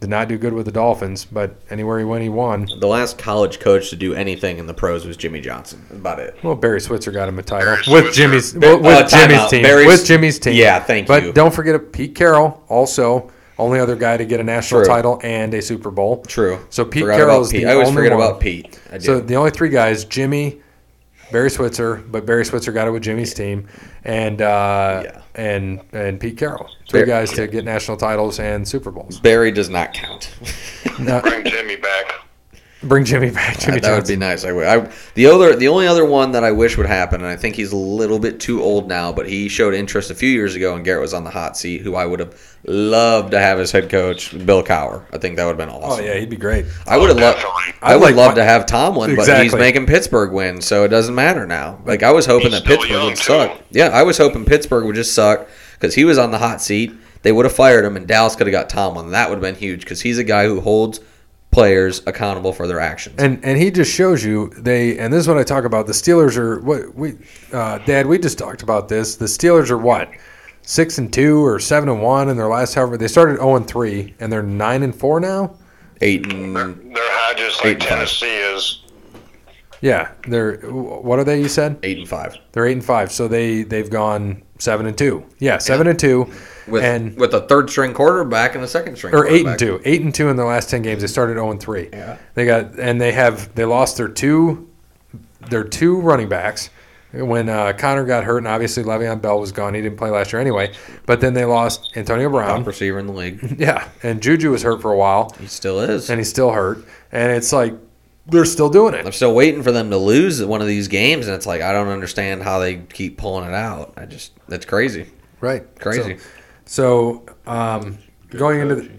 Speaker 1: Did not do good with the Dolphins, but anywhere he went, he won.
Speaker 2: the last college coach to do anything in the pros was Jimmy Johnson. That's about it.
Speaker 1: Well, Barry Switzer got him a title
Speaker 5: Barry
Speaker 1: with
Speaker 5: Switzer.
Speaker 1: Jimmy's well, with
Speaker 2: Uh,
Speaker 1: Jimmy's
Speaker 2: timeout.
Speaker 1: team.
Speaker 2: Barry
Speaker 1: with
Speaker 2: S-
Speaker 1: Jimmy's team.
Speaker 2: Yeah, thank
Speaker 1: but
Speaker 2: you.
Speaker 1: But don't forget Pete Carroll, also only other guy to get a national
Speaker 2: True.
Speaker 1: title and a Super Bowl.
Speaker 2: True.
Speaker 1: So Pete
Speaker 2: Forgot
Speaker 1: Carroll's
Speaker 2: about Pete.
Speaker 1: the
Speaker 2: I always
Speaker 1: only
Speaker 2: forget
Speaker 1: one.
Speaker 2: about Pete. I do.
Speaker 1: So the only three guys, Jimmy, Barry Switzer, but Barry Switzer got it with Jimmy's team, and uh,
Speaker 2: Yeah.
Speaker 1: and and Pete Carroll, three
Speaker 2: Barry-
Speaker 1: guys to get national titles and Super Bowls.
Speaker 2: Barry does not count. <laughs>
Speaker 1: No,
Speaker 5: Bring Jimmy back.
Speaker 1: Bring Jimmy back. Jimmy
Speaker 2: that would be nice. I, w- I- the other, the only other one that I wish would happen, and I think he's a little bit too old now, but he showed interest a few years ago, and Garrett was on the hot seat. Who I would have loved to have as head coach, Bill Cower. I think that would have been
Speaker 1: Oh
Speaker 2: awesome.
Speaker 1: yeah, he'd be great.
Speaker 2: I would have loved.
Speaker 5: Oh, Definitely.
Speaker 2: I
Speaker 1: I
Speaker 2: would
Speaker 1: like
Speaker 2: love
Speaker 1: my-
Speaker 2: to have Tomlin, but he's
Speaker 1: Exactly.
Speaker 2: making Pittsburgh win, so it doesn't matter now. Like I was hoping
Speaker 5: He's
Speaker 2: that
Speaker 5: still
Speaker 2: Pittsburgh
Speaker 5: young,
Speaker 2: would
Speaker 5: too.
Speaker 2: suck. Yeah, I was hoping Pittsburgh would just suck because he was on the hot seat. They would have fired him, and Dallas could have got Tomlin. That would have been huge because he's a guy who holds players accountable for their actions.
Speaker 1: And and he just shows you they. And this is what I talk about. The Steelers are what we, uh, Dad. We just talked about this. The Steelers are what six and two or seven and one in their last however they started zero and three and they're nine and four now.
Speaker 2: Eight and
Speaker 5: They're high just
Speaker 2: Eight
Speaker 5: like
Speaker 2: and five.
Speaker 5: Tennessee is.
Speaker 1: Yeah, they're what are they? You said
Speaker 2: eight and five
Speaker 1: they're eight and five. So they they've gone seven and two. Yeah, seven and two.
Speaker 2: with
Speaker 1: and
Speaker 2: with a third string quarterback and a second string
Speaker 1: or eight and
Speaker 2: quarterback.
Speaker 1: two, eight and two in the last ten games. They started zero and three. Yeah, they got and they have they lost their two, their two running backs. When uh, Connor got hurt, and obviously Le'Veon Bell was gone, he didn't play last year anyway. But then they lost Antonio Brown.
Speaker 2: Top receiver in the league.
Speaker 1: <laughs> Yeah, and Juju was hurt for a while,
Speaker 2: He still is.
Speaker 1: and he's still hurt. And it's like they're still doing it.
Speaker 2: I'm still waiting for them to lose one of these games, and it's like I don't understand how they keep pulling it out. I just that's crazy.
Speaker 1: Right.
Speaker 2: Crazy.
Speaker 1: So, so, um, going into the,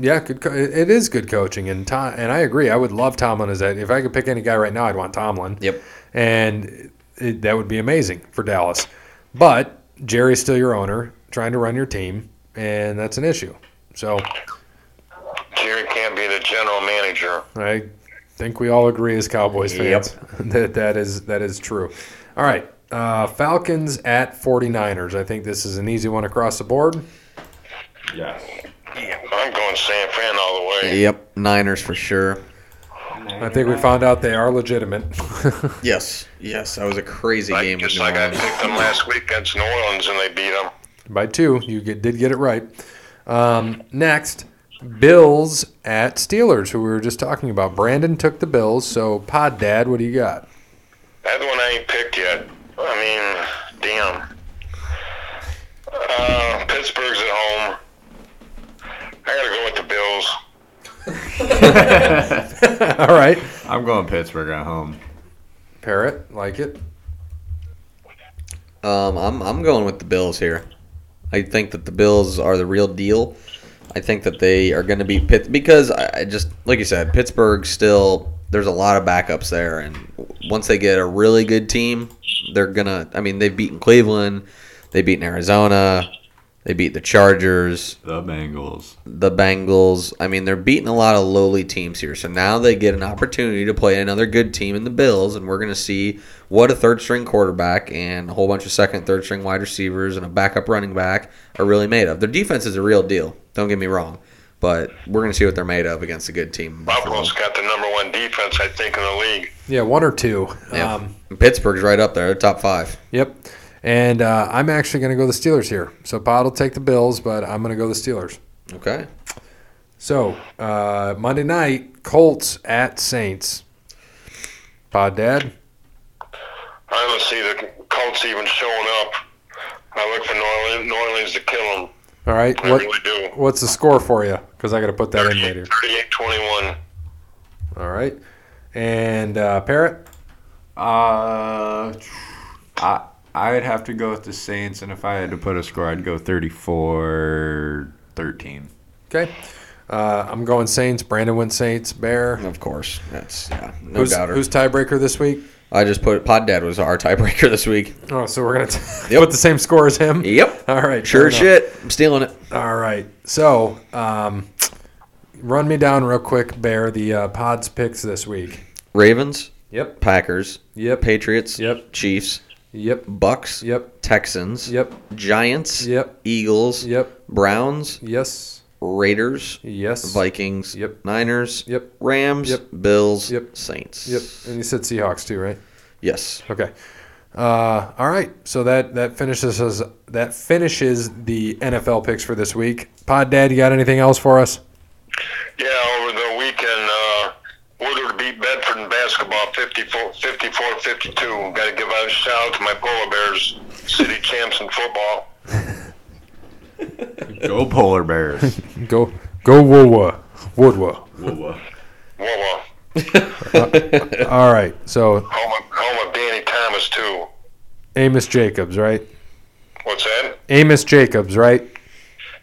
Speaker 1: yeah, good. Co- it it is good coaching, and Tom, and I agree. I would love Tomlin as that. If I could pick any guy right now, I'd want Tomlin.
Speaker 2: Yep.
Speaker 1: And it, that would be amazing for Dallas. But Jerry's still your owner, trying to run your team, and that's an issue. So
Speaker 5: Jerry can't be the general manager.
Speaker 1: <laughs> I think we all agree as Cowboys fans that that is that is true. All right, Uh, Falcons at 49ers. I think this is an easy one across the board.
Speaker 3: Yes.
Speaker 5: I'm going San Fran all the way.
Speaker 2: Yep, Niners for sure.
Speaker 1: I think we found out they are legitimate. <laughs>
Speaker 2: Yes, yes, that was a crazy
Speaker 5: Like-
Speaker 2: game with
Speaker 5: just
Speaker 2: New
Speaker 5: like I
Speaker 2: Orleans.
Speaker 5: picked them last week against New Orleans and they beat them.
Speaker 1: By two, you get, did get it right. Um, next, Bills at Steelers, who we were just talking about. Brandon took the Bills, so Pod Dad, what do you got? <laughs>
Speaker 5: That one I ain't picked yet. I mean, damn. Uh, Pittsburgh's at home. I gotta go with the Bills.
Speaker 1: All right,
Speaker 3: I'm going Pittsburgh at home.
Speaker 1: Parrot, like it.
Speaker 2: Um, I'm I'm going with the Bills here. I think that the Bills are the real deal. I think that they are going to be Pitt because I I just like you said, Pittsburgh still there's a lot of backups there, and once they get a really good team, they're gonna. I mean, they've beaten Cleveland, they beaten Arizona, they beat the Chargers,
Speaker 3: The Bengals.
Speaker 2: the Bengals. I mean, they're beating a lot of lowly teams here. So now they get an opportunity to play another good team in the Bills, and we're going to see what a third string quarterback and a whole bunch of second, third string wide receivers and a backup running back are really made of. Their defense is a real deal. Don't get me wrong. But we're going to see what they're made of against a good team. in Buffalo.
Speaker 5: Buffalo's got the number one defense, I think, in the league.
Speaker 1: Yeah, one or two.
Speaker 2: Yeah.
Speaker 1: Um,
Speaker 2: And Pittsburgh's right up there, they're top five.
Speaker 1: yep. And uh, I'm actually going to go the Steelers here. So Pod will take the Bills, but I'm going to go the Steelers.
Speaker 2: Okay.
Speaker 1: So uh, Monday night, Colts at Saints. Pod Dad,
Speaker 5: I don't see the Colts even showing up. I look for New Orleans, New Orleans to kill them.
Speaker 1: all right.
Speaker 5: I
Speaker 1: What
Speaker 5: really do.
Speaker 1: what's the score for you? Because I got to put that in later.
Speaker 5: 38-21.
Speaker 1: All right. And uh, Parrot.
Speaker 3: Uh, I I'd have to go with the Saints, and if I had to put a score, I'd go 34 13.
Speaker 1: Okay. Uh, I'm going Saints. Brandon went Saints. Bear.
Speaker 2: Of course. That's, yeah, no
Speaker 1: who's,
Speaker 2: doubter.
Speaker 1: who's tiebreaker this week?
Speaker 2: I just put Pod Dad was our tiebreaker this week.
Speaker 1: Oh, so we're gonna <laughs> t-
Speaker 2: Yep.
Speaker 1: put the same score as him.
Speaker 2: Yep.
Speaker 1: All right.
Speaker 2: Sure
Speaker 1: fair enough.
Speaker 2: shit. I'm stealing it.
Speaker 1: All right. So, um, run me down real quick, Bear. The uh, Pods picks this week.
Speaker 2: Ravens,
Speaker 1: Yep.
Speaker 2: Packers,
Speaker 1: Yep.
Speaker 2: Patriots,
Speaker 1: Yep.
Speaker 2: Chiefs,
Speaker 1: Yep.
Speaker 2: Bucks,
Speaker 1: Yep.
Speaker 2: Texans,
Speaker 1: Yep.
Speaker 2: Giants,
Speaker 1: Yep.
Speaker 2: Eagles,
Speaker 1: Yep.
Speaker 2: Browns,
Speaker 1: Yes.
Speaker 2: Raiders,
Speaker 1: Yes.
Speaker 2: Vikings,
Speaker 1: Yep.
Speaker 2: Niners,
Speaker 1: Yep.
Speaker 2: Rams,
Speaker 1: Yep.
Speaker 2: Bills,
Speaker 1: Yep.
Speaker 2: Saints.
Speaker 1: Yep. And you said Seahawks too, right?
Speaker 2: Yes.
Speaker 1: Okay. Uh, all right. So that that finishes us. That finishes the NFL picks for this week. Pod Dad, you got anything else for us?
Speaker 5: Yeah, over the weekend, uh, Woodward beat Bedford in basketball 54 54-52. Got to give out a shout out to my Polar Bears, city champs in football.
Speaker 3: Go Polar Bears.
Speaker 1: Go go Woodwa Woodwa.
Speaker 5: Whoa, whoa.
Speaker 1: All right. So
Speaker 5: uh, Home of, home of Danny Thomas, too.
Speaker 1: Amos Jacobs, right?
Speaker 5: What's that?
Speaker 1: Amos Jacobs, right?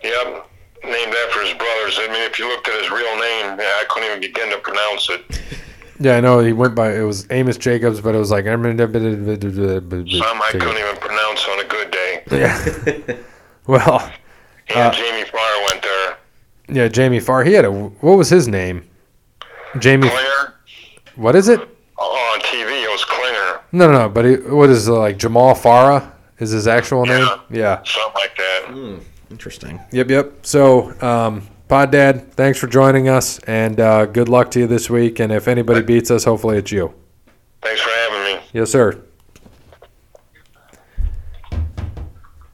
Speaker 5: Yep. Named after his brothers. I mean, if you looked at his real name, yeah, I couldn't even begin to pronounce it.
Speaker 1: Yeah, I know he went by. It was Amos Jacobs, but it was like I'm.
Speaker 5: Some I couldn't even pronounce on a good day.
Speaker 1: Yeah. Well,
Speaker 5: And Jamie Farr went there.
Speaker 1: yeah, Jamie Farr. He had a. What was his name? Jamie.
Speaker 5: Klinger?
Speaker 1: What is it?
Speaker 5: Oh, on TV, it was Klinger.
Speaker 1: No, no, no. But he, what is it, like Jamal Farah? Is his actual name? Yeah.
Speaker 5: Something like that.
Speaker 2: Interesting.
Speaker 1: Yep. Yep. So, um, Pod Dad, thanks for joining us, and uh, good luck to you this week. And if anybody beats us, hopefully it's you.
Speaker 5: Thanks for having me.
Speaker 1: Yes, sir.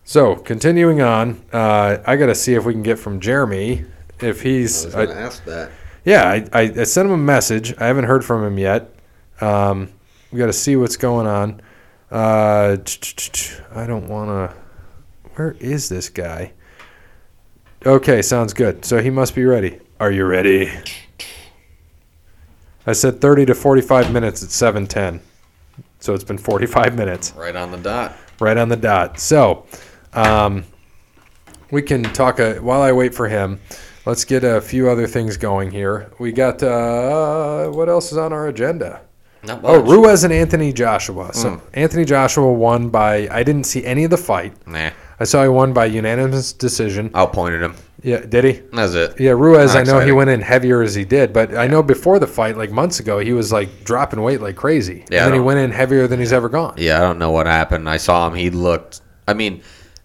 Speaker 1: So, continuing on, uh, I got to see if we can get from Jeremy if he's. I-
Speaker 2: ask that.
Speaker 1: yeah, I, I, I sent him a message. I haven't heard from him yet. Um, we got to see what's going on. Uh, I don't want to. Where is this guy? Okay, sounds good. So he must be ready. Are you ready? I said 30 to 45 minutes at 7:10. So it's been 45 minutes
Speaker 2: Right on the dot.
Speaker 1: right on the dot. So, um, we can talk a, while I wait for him. Let's get a few other things going here. We got uh, what else is on our agenda?
Speaker 2: Not
Speaker 1: Oh,
Speaker 2: much.
Speaker 1: Ruiz and Anthony Joshua. So
Speaker 2: Hmm.
Speaker 1: Anthony Joshua won by I didn't see any of the fight.
Speaker 2: Nah.
Speaker 1: I saw he won by unanimous decision.
Speaker 2: Outpointed him.
Speaker 1: Yeah, did he?
Speaker 2: That's it.
Speaker 1: Yeah, Ruiz,
Speaker 2: Not
Speaker 1: I know he
Speaker 2: exciting.
Speaker 1: went in heavier as he did, but I know before the fight, like months ago, he was like dropping weight like crazy.
Speaker 2: Yeah, I
Speaker 1: and then he
Speaker 2: don't-
Speaker 1: went in heavier than he's ever gone.
Speaker 2: Yeah, I don't know what happened. I saw him. He looked. I mean,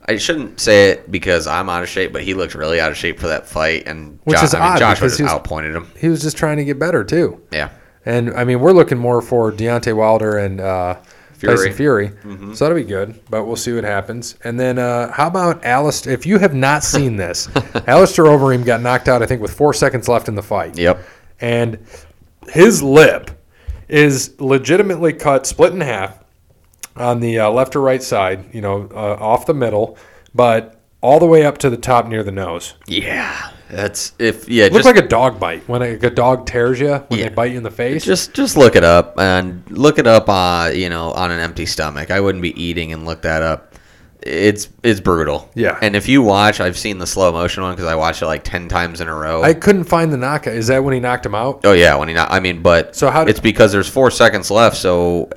Speaker 2: I shouldn't say it because I'm out of shape, but he looked really out of shape for that fight. And
Speaker 1: Which is
Speaker 2: I mean,
Speaker 1: odd
Speaker 2: Joshua
Speaker 1: because
Speaker 2: just
Speaker 1: he was-
Speaker 2: outpointed him.
Speaker 1: He was just trying to get better, too.
Speaker 2: Yeah,
Speaker 1: And I mean, we're looking more for Deontay Wilder and uh,
Speaker 2: Fury. Mm-hmm.
Speaker 1: Tyson Fury, so that'll be good. But we'll see what happens. And then, uh, how about Alistair? If you have
Speaker 2: <laughs>
Speaker 1: not seen this, Alistair Overeem got knocked out, I think, with four seconds left in the fight.
Speaker 2: Yep.
Speaker 1: And his lip is legitimately cut, split in half, on the uh, left or right side. You know, uh, off the middle, but all the way up to the top near the nose.
Speaker 2: yeah. That's if yeah.
Speaker 1: It looks
Speaker 2: Just,
Speaker 1: like a dog bite when a, a dog tears you when
Speaker 2: Yeah.
Speaker 1: they bite you in the face.
Speaker 2: just just look it up and look it up. Uh, you know, on an empty stomach. I wouldn't be eating and look that up. It's it's brutal.
Speaker 1: Yeah.
Speaker 2: And if you watch, I've seen the slow motion one because I watched it like ten times in a row.
Speaker 1: I couldn't find the knockout. Is that when he knocked him out?
Speaker 2: Oh yeah, when he not. I mean, but
Speaker 1: So how did-
Speaker 2: it's because there's four seconds left. So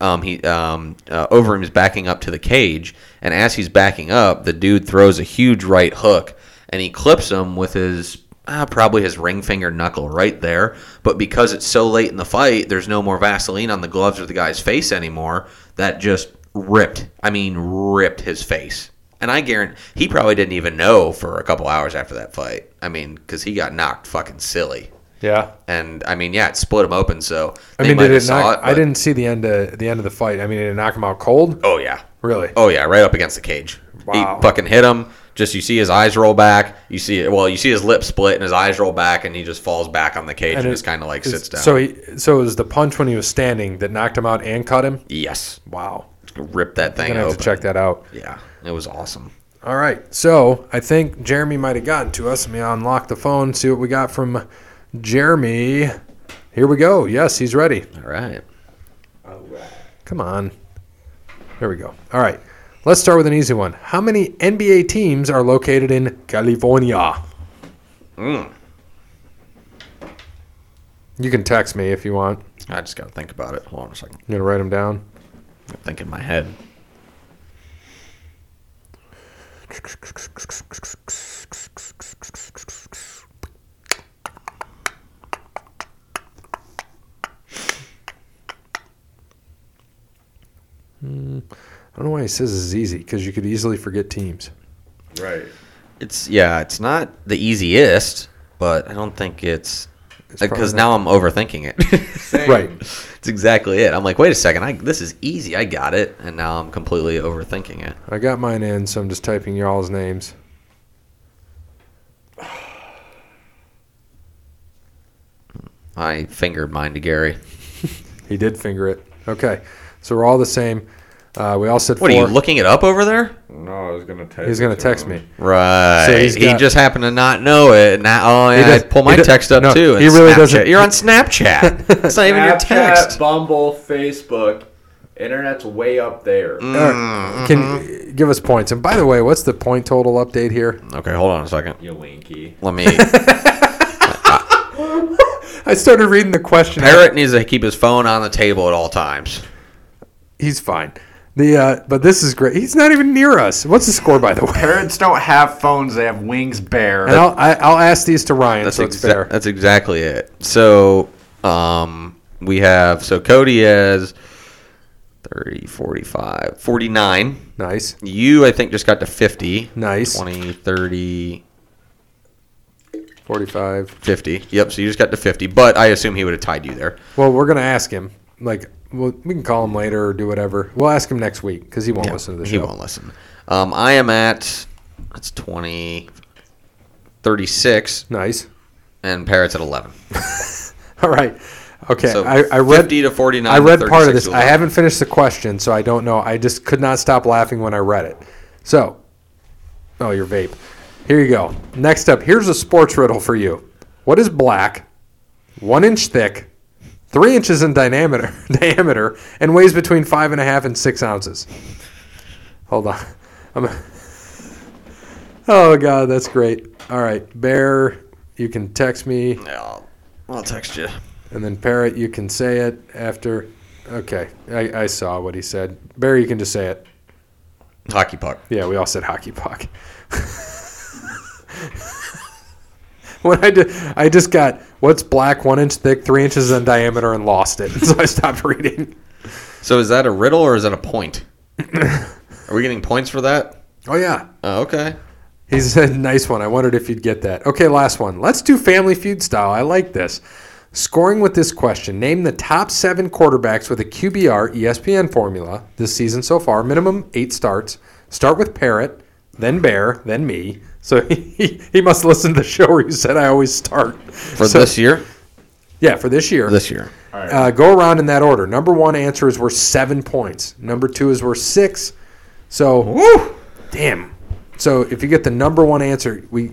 Speaker 2: um, he um, uh, Overeem's backing up to the cage, and as he's backing up, the dude throws a huge right hook, and he clips him with his. Uh, probably his ring finger knuckle right there, but because it's so late in the fight, there's no more Vaseline on the gloves or the guy's face anymore. That just ripped. I mean, ripped his face. And I guarantee he probably didn't even know for a couple hours after that fight. I mean, because he got knocked fucking silly
Speaker 1: Yeah.
Speaker 2: and I mean, yeah, it split them open. So
Speaker 1: I
Speaker 2: they
Speaker 1: mean,
Speaker 2: might
Speaker 1: did
Speaker 2: have
Speaker 1: it
Speaker 2: saw
Speaker 1: knock? I
Speaker 2: but-
Speaker 1: didn't see the end of the end of the fight. I mean, did it knock him out cold?
Speaker 2: Oh yeah,
Speaker 1: Really?
Speaker 2: oh yeah, right up against the cage.
Speaker 1: Wow.
Speaker 2: He fucking hit him. Just you see his eyes roll back. You see it. Well, you see his lips split and his eyes roll back, and he just falls back on the cage and,
Speaker 1: it-
Speaker 2: just kind of like
Speaker 1: is-
Speaker 2: sits down.
Speaker 1: So he, so it was the punch when he was standing that knocked him out and cut him.
Speaker 2: yes,
Speaker 1: Wow.
Speaker 2: rip that
Speaker 1: I'm
Speaker 2: thing
Speaker 1: gonna have
Speaker 2: open.
Speaker 1: to check that out.
Speaker 2: Yeah, it was awesome.
Speaker 1: All right. So I think Jeremy might have gotten to us. Let me unlock the phone. See what we got from Jeremy. Here we go. Yes, he's ready.
Speaker 2: All right.
Speaker 1: Come on. There we go. All right. Let's start with an easy one. How many NBA teams are located in California?
Speaker 2: Mm.
Speaker 1: You can text me if you want.
Speaker 2: I just gotta think about it. Hold on a second.
Speaker 1: You gonna write them down?
Speaker 2: I think in my head.
Speaker 1: I don't know why he says it's easy because you could easily forget teams.
Speaker 3: Right.
Speaker 2: It's yeah, it's not the easiest, but I don't think it's
Speaker 1: probably
Speaker 2: because Uh, now I'm overthinking it. <laughs>
Speaker 1: Right.
Speaker 2: That's exactly it. I'm like, wait a second, I, this is easy. I got it, and now I'm completely overthinking it.
Speaker 1: I got mine in, so I'm just typing y'all's names.
Speaker 2: I fingered mine to Gary.
Speaker 1: He did finger it. Okay. So we're all the same. Uh, we all said
Speaker 2: What
Speaker 1: four.
Speaker 2: are you looking it up over there?
Speaker 3: No, I was gonna text.
Speaker 1: He's gonna
Speaker 3: it
Speaker 1: text
Speaker 3: him.
Speaker 1: me.
Speaker 2: Right.
Speaker 1: So he's
Speaker 2: he
Speaker 1: got-
Speaker 2: just happened to not know it. and Now, oh, yeah,
Speaker 1: does-
Speaker 2: I pull
Speaker 1: he
Speaker 2: my
Speaker 1: does-
Speaker 2: text up
Speaker 1: no,
Speaker 2: too. and
Speaker 1: he really
Speaker 2: Snapchat.
Speaker 1: doesn't-
Speaker 2: You're on <laughs> Snapchat. It's not even your text.
Speaker 3: Bumble, Facebook, internet's way up there.
Speaker 1: All right. Can
Speaker 2: Mm-hmm.
Speaker 1: give us points. And by the way, what's the point total update here?
Speaker 2: Okay, hold on a second.
Speaker 3: You linky.
Speaker 2: Let me. <laughs>
Speaker 1: I started reading the question.
Speaker 2: Parrot needs to keep his phone on the table at all times.
Speaker 1: He's fine. The uh, but this is great. He's not even near us. What's the score by the way?
Speaker 3: Parrots don't have phones; they have wings. Bear.
Speaker 1: And I'll I, I'll ask these to Ryan,
Speaker 2: That's
Speaker 1: so it's
Speaker 2: exa-
Speaker 1: fair.
Speaker 2: That's exactly it. So um, we have so Cody has 30, 45, 49.
Speaker 1: Nice,
Speaker 2: You, I think, just got to 50.
Speaker 1: nice.
Speaker 2: 20, 30,
Speaker 1: Forty-five.
Speaker 2: 50. Yep, so you just got to 50. But I assume he would have tied you there.
Speaker 1: Well, we're gonna ask him. Like, we'll, we can call him later or do whatever. We'll ask him next week because he won't listen to the
Speaker 2: He
Speaker 1: show.
Speaker 2: won't listen. Um, I am at, that's 20, 36,
Speaker 1: Nice. <laughs>
Speaker 2: and Parrot's at 11.
Speaker 1: All right. Okay.
Speaker 2: So
Speaker 1: I, I read
Speaker 2: 50 to 49.
Speaker 1: I
Speaker 2: to
Speaker 1: read part of
Speaker 2: 36
Speaker 1: this.
Speaker 2: to
Speaker 1: I
Speaker 2: 11.
Speaker 1: haven't finished the question, so I don't know. I just could not stop laughing when I read it. So, oh, your vape. Here you go. Next up, here's a sports riddle for you. What is black, one inch thick, three inches in diameter, <laughs> diameter, and weighs between five and a half and six ounces? Hold on. I'm. <laughs> Oh God, that's great. All right, Bear, you can text me.
Speaker 2: Yeah, I'll, I'll text you.
Speaker 1: And then Parrot, you can say it after. Okay, I, I saw what he said. Barry, you can just say it.
Speaker 2: Hockey puck.
Speaker 1: Yeah, we all said hockey puck. <laughs> when I did, I just got what's black, one inch thick, three inches in diameter, and lost it. <laughs> So I stopped reading.
Speaker 2: So is that a riddle or is that a
Speaker 1: <laughs>
Speaker 2: point? Are we getting points for that?
Speaker 1: Oh yeah,
Speaker 2: Oh, okay.
Speaker 1: he said <laughs> nice one. I wondered if you'd get that. Okay, last one. Let's do Family Feud style. I like this. Scoring with this question: Name the top seven quarterbacks with a QBR ESPN formula this season so far. Minimum eight starts. Start with Parrot, then Bear, then me. So <laughs> he, he, he must listen to the show where you said I always start
Speaker 2: For
Speaker 1: So-
Speaker 2: this year?
Speaker 1: Yeah, for this year.
Speaker 2: This year.
Speaker 1: Uh, go around in that order. Number one answer is worth seven points. Number two is worth six. So, damn. So if you get the number one answer, we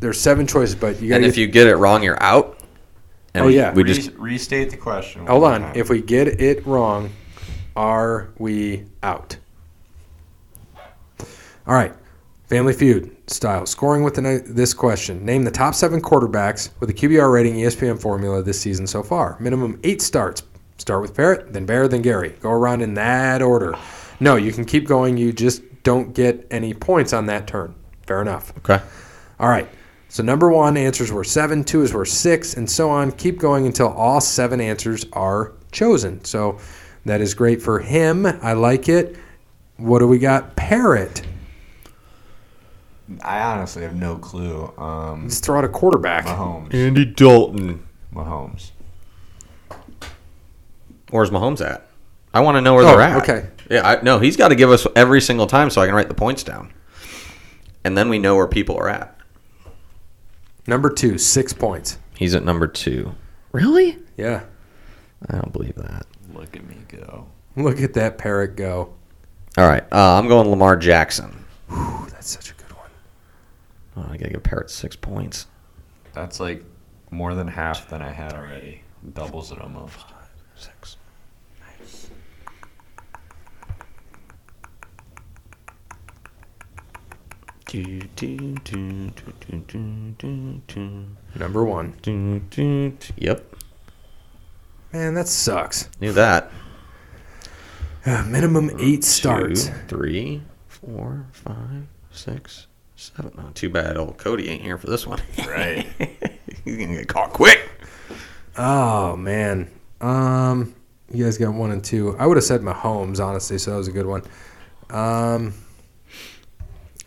Speaker 1: there's seven choices, but you got
Speaker 2: And
Speaker 1: to.
Speaker 2: if you get it wrong, you're out. And
Speaker 1: Oh,
Speaker 2: we-
Speaker 1: yeah.
Speaker 2: We
Speaker 3: Re-
Speaker 2: just
Speaker 3: restate the question. one
Speaker 1: hold
Speaker 3: more
Speaker 1: on.
Speaker 3: time.
Speaker 1: If we get it wrong, are we out? All right. Family Feud style scoring with the, ni- this question. Name the top seven quarterbacks with a QBR rating E ESPN formula this season so far. Minimum eight starts. Start with Parrot, then Bear, then Gary. Go around in that order. No, you can keep going. You just don't get any points on that turn. Fair enough.
Speaker 2: Okay.
Speaker 1: All right. So number one answers were seven, two is were six, and so on. Keep going until all seven answers are chosen. So that is great for him. I like it. What do we got? Parrot.
Speaker 3: I honestly have no clue. Um,
Speaker 1: Let's throw out a quarterback.
Speaker 2: Uh-huh.
Speaker 3: Mahomes.
Speaker 2: Andy Dalton.
Speaker 3: Mahomes.
Speaker 2: Where's Mahomes at? I want to know where
Speaker 1: Oh,
Speaker 2: they're at.
Speaker 1: okay.
Speaker 2: Yeah, I, no, he's got to give us every single time so I can write the points down. And then we know where people are at.
Speaker 1: Number two, six points.
Speaker 2: He's at number two. Really?
Speaker 1: Yeah.
Speaker 2: I don't believe that.
Speaker 3: Look at me go.
Speaker 1: Look at that parrot go.
Speaker 2: All right. Uh, I'm going Lamar Jackson.
Speaker 1: Ooh, that's such a good one.
Speaker 2: Oh, I got to give Parrot six points.
Speaker 3: That's like more than half than I had already. Doubles it almost.
Speaker 2: Six.
Speaker 1: Number one.
Speaker 2: Yep.
Speaker 1: Man, that sucks. <sighs>
Speaker 2: Knew that.
Speaker 1: Uh, minimum eight starts.
Speaker 2: Two, three, four, five, six, seven. Oh, too bad old Cody ain't here for this <laughs> one.
Speaker 3: <laughs> Right.
Speaker 2: He's gonna get caught quick.
Speaker 1: Oh man. Um you guys got one and two. I would have said Mahomes, honestly, so that was a good one. Um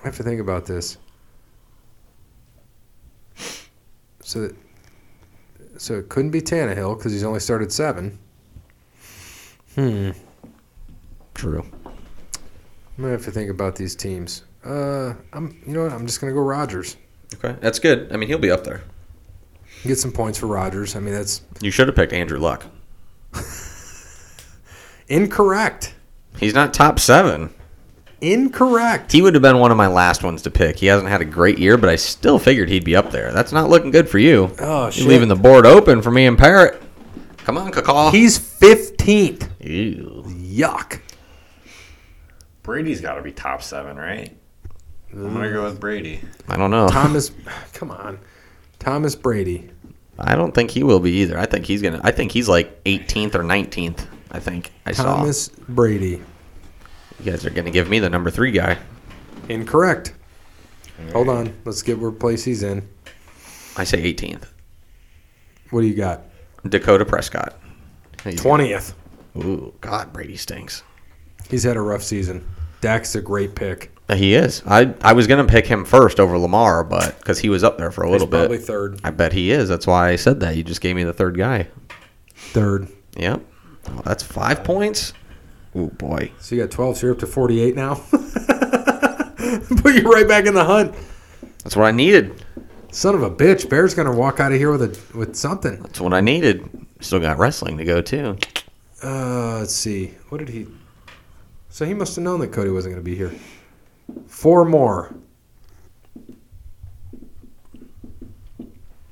Speaker 1: I have to think about this. So so it couldn't be Tannehill because he's only started seven. Hmm.
Speaker 2: True.
Speaker 1: I'm gonna have to think about these teams. Uh I'm you know what, I'm just gonna go Rodgers.
Speaker 2: Okay, that's good. I mean, he'll be up there.
Speaker 1: Get some points for Rodgers. I mean that's
Speaker 2: You should have picked Andrew Luck.
Speaker 1: incorrect.
Speaker 2: He's not top seven.
Speaker 1: Incorrect.
Speaker 2: He would have been one of my last ones to pick. He hasn't had a great year, but I still figured he'd be up there. That's not looking good for you.
Speaker 1: Oh
Speaker 2: You're leaving the board open for me and Parrot. Come on, Cacaw.
Speaker 1: He's fifteenth.
Speaker 2: Ew.
Speaker 1: Yuck.
Speaker 3: Brady's got to be top seven, right? I'm gonna go with Brady.
Speaker 2: I don't <laughs> know.
Speaker 1: Thomas, come on. Thomas Brady.
Speaker 2: I don't think he will be either. I think he's gonna. I think he's like 18th or 19th. I think I saw.
Speaker 1: Thomas Brady.
Speaker 2: You guys are gonna give me the number three guy.
Speaker 1: Incorrect. Hold on. Let's get where place he's in.
Speaker 2: I say 18th.
Speaker 1: What do you got?
Speaker 2: Dakota Prescott. He's-
Speaker 1: 20th.
Speaker 2: Ooh, God, Brady stinks.
Speaker 1: He's had a rough season. Dak's a great pick.
Speaker 2: He is. I I was gonna pick him first over Lamar, but because he was up there for a little
Speaker 1: he's probably
Speaker 2: bit.
Speaker 1: third.
Speaker 2: I bet he is. That's why I said that. You just gave me the third guy.
Speaker 1: Third.
Speaker 2: Yep. Oh, that's five points. Oh boy.
Speaker 1: So you got 12, so you're up to 48 now. <laughs> Put you right back in the hunt.
Speaker 2: That's what I needed.
Speaker 1: Son of a bitch. Bear's going to walk out of here with a with something.
Speaker 2: That's what I needed. Still got wrestling to go too.
Speaker 1: Uh, let's see. What did he. So he must have known that Cody wasn't going to be here. Four more.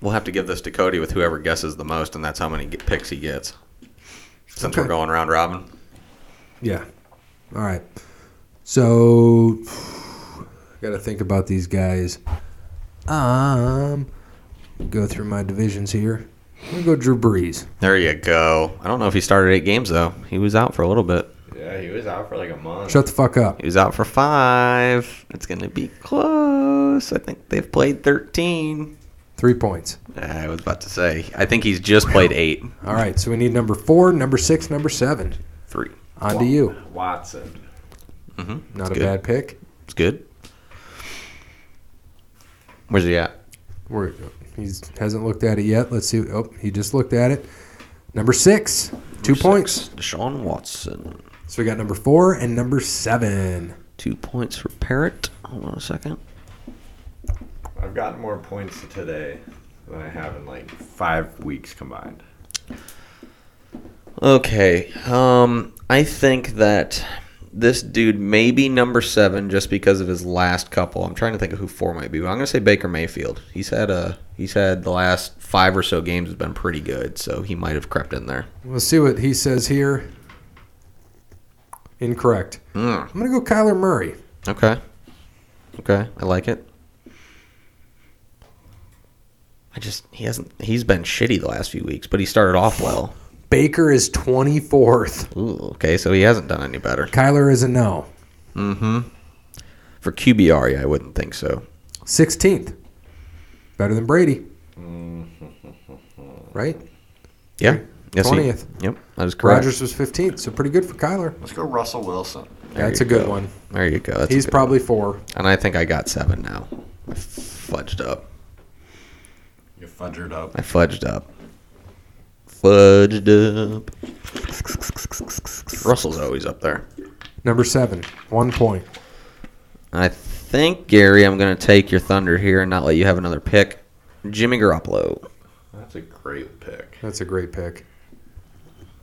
Speaker 2: We'll have to give this to Cody with whoever guesses the most, and that's how many get- picks he gets. Since
Speaker 1: Okay.
Speaker 2: we're going round robin.
Speaker 1: Yeah. All right. So, <sighs> got to think about these guys. Um, go through my divisions here. I'm gonna go Drew Brees.
Speaker 2: There you go. I don't know if he started eight games though. He was out for a little bit.
Speaker 3: Yeah, he was out for like a month.
Speaker 1: Shut the fuck up.
Speaker 2: He was out for five. It's going to be close. I think they've played 13.
Speaker 1: Three points.
Speaker 2: I was about to say. I think he's just played eight.
Speaker 1: All right, so we need number four, number six, number seven.
Speaker 2: Three. Mm-hmm.
Speaker 1: On to you.
Speaker 3: Watson.
Speaker 1: Not a
Speaker 2: good.
Speaker 1: bad pick.
Speaker 2: It's good. Where's he at?
Speaker 1: We're, he's hasn't looked at it yet. Let's see. Oh, he just looked at it. Number six, two points.
Speaker 2: Six. Deshaun Watson.
Speaker 1: So we got number four and number seven.
Speaker 2: Two points for Parrot. Hold on a second.
Speaker 3: I've gotten more points today than I have in like five weeks combined.
Speaker 2: Okay. Um, I think that this dude may be number seven just because of his last couple. I'm trying to think of who four might be. But I'm gonna say Baker Mayfield. He's had a he's had the last five or so games has been pretty good, so he might have crept in there.
Speaker 1: Let's see what he says here. Incorrect.
Speaker 2: Mm,
Speaker 1: I'm gonna go Kyler Murray.
Speaker 2: okay. Okay, I like it. I just he hasn't he's been shitty the last few weeks, but he started off well.
Speaker 1: Baker is 24th.
Speaker 2: Ooh, okay, so he hasn't done any better.
Speaker 1: Kyler is a no.
Speaker 2: Mm-hmm. For QBR, yeah, I wouldn't think so.
Speaker 1: 16th. Better than
Speaker 2: <laughs>
Speaker 1: Brady. Right?
Speaker 2: Yeah. Yes, he-
Speaker 1: 20th.
Speaker 2: Yep, that is correct.
Speaker 1: Rogers was 15th, so pretty good for Kyler.
Speaker 3: Let's go Russell Wilson.
Speaker 2: There
Speaker 1: That's
Speaker 2: you
Speaker 1: a good
Speaker 2: go.
Speaker 1: one.
Speaker 2: There you go. That's a
Speaker 1: He's
Speaker 2: good
Speaker 1: probably four.
Speaker 2: one. And I think I got seven now. I fudged up.
Speaker 3: You fudgered up.
Speaker 2: I fudged up. Fudged up. Russell's always up there.
Speaker 1: Number seven, one point.
Speaker 2: I think Gary, I'm going to take your thunder here and not let you have another pick. Jimmy Garoppolo.
Speaker 3: That's a great pick.
Speaker 1: That's a great pick.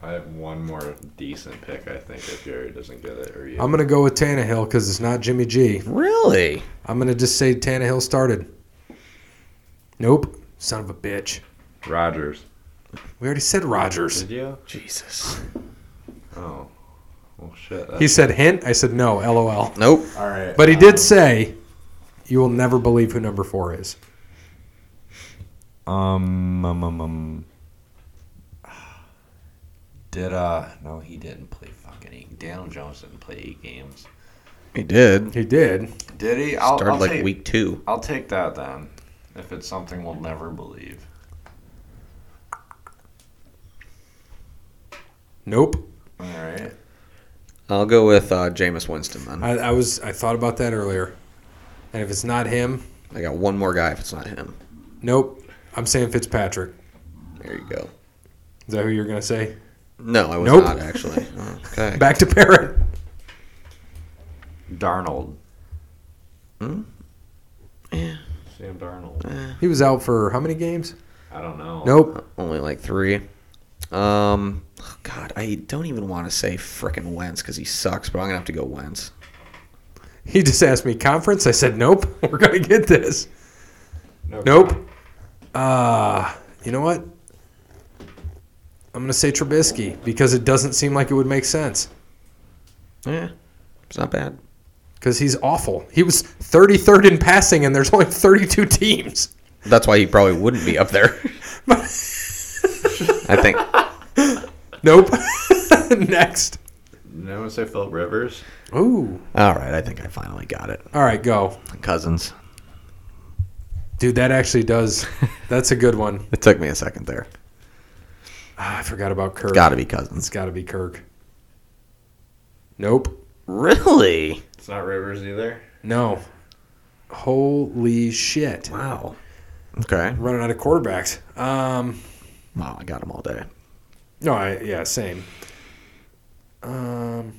Speaker 3: I have one more decent pick, I think, if Jerry doesn't get it or you.
Speaker 1: I'm gonna go with Tannehill because it's not Jimmy G.
Speaker 2: Really?
Speaker 1: I'm gonna just say Tannehill started. Nope. Son of a bitch.
Speaker 3: Rogers.
Speaker 1: We already said Rogers.
Speaker 3: Did you?
Speaker 2: Jesus.
Speaker 3: Oh. Well, shit.
Speaker 1: He said hint. I said no. LOL.
Speaker 2: Nope.
Speaker 3: All right.
Speaker 1: But he did say, "You will never believe who number four is."
Speaker 3: Um, um, um, um. Did, uh, no, he didn't play fucking eight. Daniel Jones didn't play eight games.
Speaker 2: He did.
Speaker 1: He did.
Speaker 3: Did he? I'll,
Speaker 2: Started
Speaker 3: I'll
Speaker 2: like
Speaker 3: take,
Speaker 2: week two.
Speaker 3: I'll take that then. If it's something we'll never believe.
Speaker 1: Nope.
Speaker 3: All right.
Speaker 2: I'll go with uh, Jameis Winston then.
Speaker 1: I, I was. I thought about that earlier. And if it's not him,
Speaker 2: I got one more guy if it's not him.
Speaker 1: nope. I'm saying Fitzpatrick.
Speaker 2: There you go.
Speaker 1: Is that who you're gonna say?
Speaker 2: No, I was
Speaker 1: Nope. <laughs>
Speaker 2: not actually. Okay.
Speaker 1: Back to Parrot.
Speaker 3: Darnold.
Speaker 2: Hmm? Yeah.
Speaker 3: Sam Darnold.
Speaker 1: He was out for how many games?
Speaker 3: I don't know.
Speaker 1: Nope.
Speaker 2: Only like three. Um, oh, God, I don't even want to say frickin' Wentz because he sucks, but I'm gonna have to go Wentz.
Speaker 1: He just asked me conference. I said nope. <laughs> We're gonna get this.
Speaker 3: No,
Speaker 1: Nope. Uh, you know what? I'm gonna say Trubisky because it doesn't seem like it would make sense.
Speaker 2: Yeah, it's not bad.
Speaker 1: Because he's awful. He was 33rd in passing, and there's only 32 teams.
Speaker 2: That's why he probably wouldn't be up there. I think.
Speaker 1: Nope. <laughs> Next.
Speaker 3: Did anyone say Philip Rivers?
Speaker 1: Ooh.
Speaker 2: All right, I think I finally got it.
Speaker 1: All right, go.
Speaker 2: Cousins.
Speaker 1: Dude, that actually
Speaker 2: <laughs>
Speaker 1: does. That's a good one.
Speaker 2: It took me a second there.
Speaker 1: Ah, I forgot about Kirk.
Speaker 2: Got to be
Speaker 1: It's
Speaker 2: Cousins.
Speaker 1: got to be Kirk. Nope.
Speaker 2: Really?
Speaker 3: It's not Rivers either.
Speaker 1: No. Holy shit.
Speaker 2: Wow. Okay.
Speaker 1: Running out of quarterbacks. Um.
Speaker 2: Wow, I got him all day.
Speaker 1: No, I, yeah, same. Um,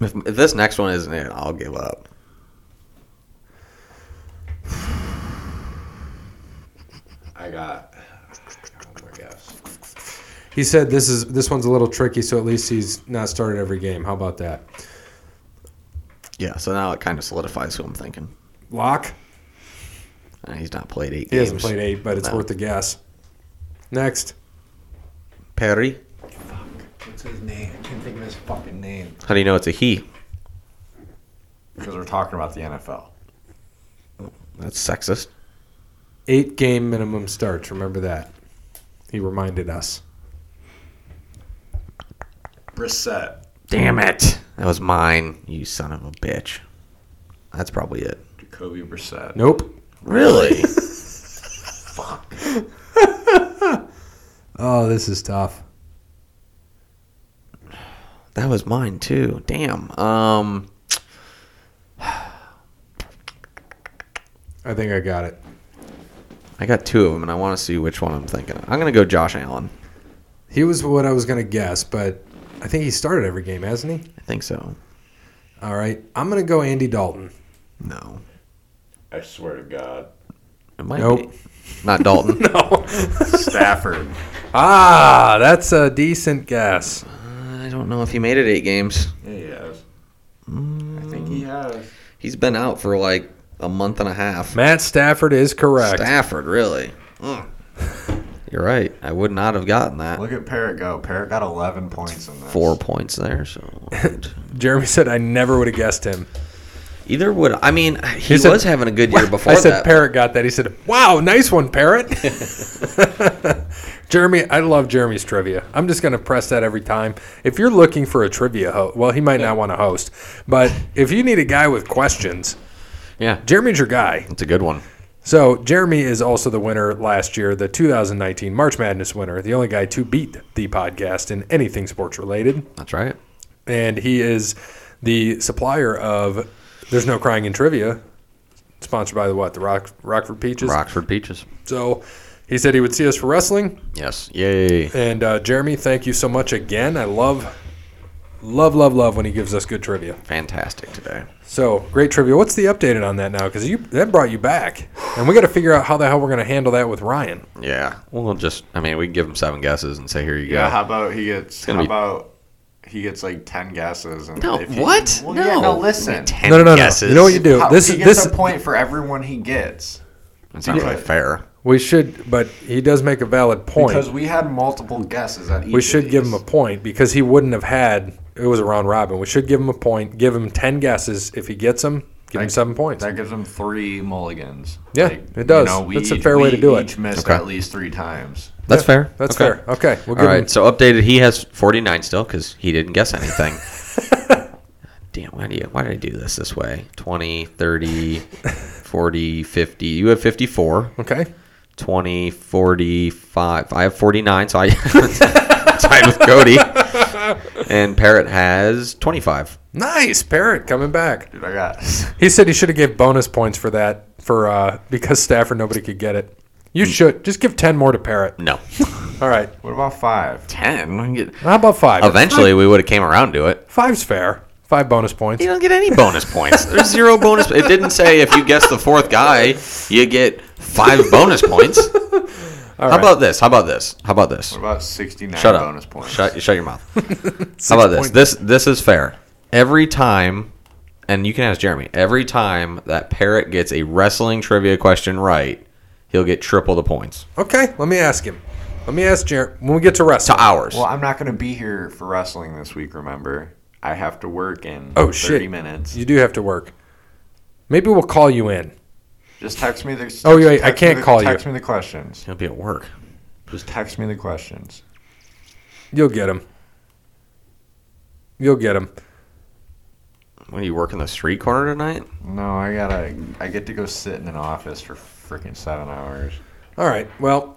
Speaker 2: If, if this next one isn't it, I'll give up.
Speaker 3: I got. one more guess.
Speaker 1: he said this is this one's a little tricky, so at least he's not started every game. How about that?
Speaker 2: Yeah. So now it kind of solidifies who I'm thinking.
Speaker 1: Lock.
Speaker 2: Uh, he's not played eight.
Speaker 1: He
Speaker 2: games.
Speaker 1: hasn't played eight, but it's
Speaker 2: No.
Speaker 1: worth a guess. Next,
Speaker 2: Perry.
Speaker 3: What's his name? I can't think of his fucking name.
Speaker 2: How do you know it's a he?
Speaker 3: Because we're talking about the NFL.
Speaker 2: That's sexist.
Speaker 1: eight game minimum starts. Remember that. He reminded us.
Speaker 3: Brissette.
Speaker 2: Damn it. That was mine, you son of a bitch. That's probably it.
Speaker 3: Jacoby Brissette.
Speaker 1: Nope.
Speaker 2: Really?
Speaker 1: Oh, this is tough.
Speaker 2: <laughs> that was mine too. Damn. Um
Speaker 1: I think I got it.
Speaker 2: I got two of them and I want to see which one I'm thinking. of. I'm going to go Josh Allen.
Speaker 1: He was what I was going to guess, but I think he started every game, hasn't he?
Speaker 2: I think so.
Speaker 1: All right. I'm going to go Andy Dalton.
Speaker 2: No.
Speaker 3: I swear to God.
Speaker 2: It might
Speaker 1: Nope.
Speaker 2: be. Not Dalton.
Speaker 1: No.
Speaker 3: Stafford.
Speaker 1: ah, that's a decent guess.
Speaker 2: I don't know if he made it 8 games.
Speaker 3: <laughs> Yeah, he has. I think he has.
Speaker 2: He's been out for like a month and a half.
Speaker 1: Matt Stafford is correct.
Speaker 2: Stafford, really? Mm. You're right. I would not have gotten that.
Speaker 3: Look at Parrot go. Parrot got 11 points in this.
Speaker 2: Four points there. So
Speaker 1: Jeremy said I never would have guessed him.
Speaker 2: either would I mean he,
Speaker 1: said-
Speaker 2: was having a good year before
Speaker 1: <laughs> I said
Speaker 2: that.
Speaker 1: Parrot got that. He said, "Wow, nice one, Parrot." <laughs> Jeremy, I love Jeremy's trivia. I'm just going to press that every time. If you're looking for a trivia host, well, he might not want to host, but if you need a guy with questions,
Speaker 2: yeah,
Speaker 1: Jeremy's your guy.
Speaker 2: it's a good one.
Speaker 1: So Jeremy is also the winner last year, the 2019 March Madness winner, the only guy to beat the podcast in anything sports related,
Speaker 2: That's right.
Speaker 1: and he is the supplier of "There's No Crying in Trivia." Sponsored by the what? The Rock, Rockford Peaches.
Speaker 2: Rockford Peaches.
Speaker 1: So he said he would see us for wrestling.
Speaker 2: Yes. Yay.
Speaker 1: And uh, Jeremy, thank you so much again. I love, love, love, love when he gives us good trivia.
Speaker 2: Fantastic today.
Speaker 1: So great trivia. What's the updated on that now? Because you that brought you back, and we got to figure out how the hell we're going to handle that with Ryan.
Speaker 2: Yeah. We'll just I mean we can give him seven guesses and say here you
Speaker 3: Yeah,
Speaker 2: go.
Speaker 3: how about he gets, how
Speaker 2: gonna be-
Speaker 3: about he gets like 10 guesses? And
Speaker 2: No.
Speaker 3: if he-
Speaker 2: What?
Speaker 3: Well,
Speaker 2: no.
Speaker 3: yeah, no, listen.
Speaker 2: Ten
Speaker 1: No, no, no, no.
Speaker 2: guesses.
Speaker 1: You know what you do.
Speaker 3: How-
Speaker 1: This is
Speaker 3: he gets
Speaker 1: this.
Speaker 3: a point for everyone he gets.
Speaker 2: It's not really fair.
Speaker 1: We should, but he does make a valid point.
Speaker 3: Because we had multiple guesses at each
Speaker 1: we
Speaker 3: of
Speaker 1: should give him a
Speaker 3: these.
Speaker 1: point because he wouldn't have had. It was a round robin. We should give him a point. Give him ten guesses. If he gets them, give him
Speaker 3: That-
Speaker 1: seven points.
Speaker 3: That gives him three mulligans.
Speaker 1: Yeah, it does. That's a fair way to do it.
Speaker 3: Each missed
Speaker 2: Okay.
Speaker 3: at least three times.
Speaker 2: That's fair.
Speaker 1: That's
Speaker 2: Okay.
Speaker 1: fair. Okay, we'll
Speaker 2: All
Speaker 1: give him
Speaker 2: right. So updated, he has 49 still because he didn't guess anything.
Speaker 1: <laughs>
Speaker 2: Damn, why, do you, why did I do this this way? 20, 30, 40, 50. You have 54.
Speaker 1: Okay.
Speaker 2: 20, 45. I have 49, so I <laughs> tied with Cody. And Parrot has 25.
Speaker 1: Nice parrot coming back.
Speaker 3: Dude, I got. <laughs>
Speaker 1: He said he should have gave bonus points for that for uh, because Stafford nobody could get it. You should just give ten more to Parrot.
Speaker 2: <laughs> No.
Speaker 1: All right.
Speaker 3: What about five?
Speaker 2: 10.
Speaker 1: How about five?
Speaker 2: Eventually, we would have came around to it.
Speaker 1: Five's fair. Five bonus points.
Speaker 2: You don't get any bonus points. There's zero bonus. It didn't say if you guess the fourth guy, you get five bonus <laughs> points. How about this? How about this? How about this?
Speaker 3: What about sixty-nine
Speaker 2: Shut up.
Speaker 3: bonus points?
Speaker 2: Shut, shut your
Speaker 3: <laughs>
Speaker 2: mouth. How about this? This this is fair. Every time, and you can ask Jeremy. Every time that parrot gets a wrestling trivia question right, he'll get triple the points
Speaker 1: Okay. Let me ask him. Let me ask Jer when we get to
Speaker 2: to
Speaker 1: wrestling.
Speaker 2: ours.
Speaker 3: Well, I'm not going to be here for wrestling this week. Remember, I have to work in
Speaker 1: Oh,
Speaker 3: 30
Speaker 1: shit.
Speaker 3: minutes.
Speaker 1: You do have to work. Maybe we'll call you in.
Speaker 3: Just text me the.
Speaker 1: Oh, yeah, I
Speaker 3: text me
Speaker 1: can't
Speaker 3: the-
Speaker 1: call you.
Speaker 3: Text me the questions.
Speaker 2: he'll be at work.
Speaker 3: Just text me the questions.
Speaker 1: You'll get him. You'll get him.
Speaker 2: What are you working the street corner tonight?
Speaker 3: No, I gotta. I get to go sit in an office for freaking seven hours.
Speaker 1: All right. Well,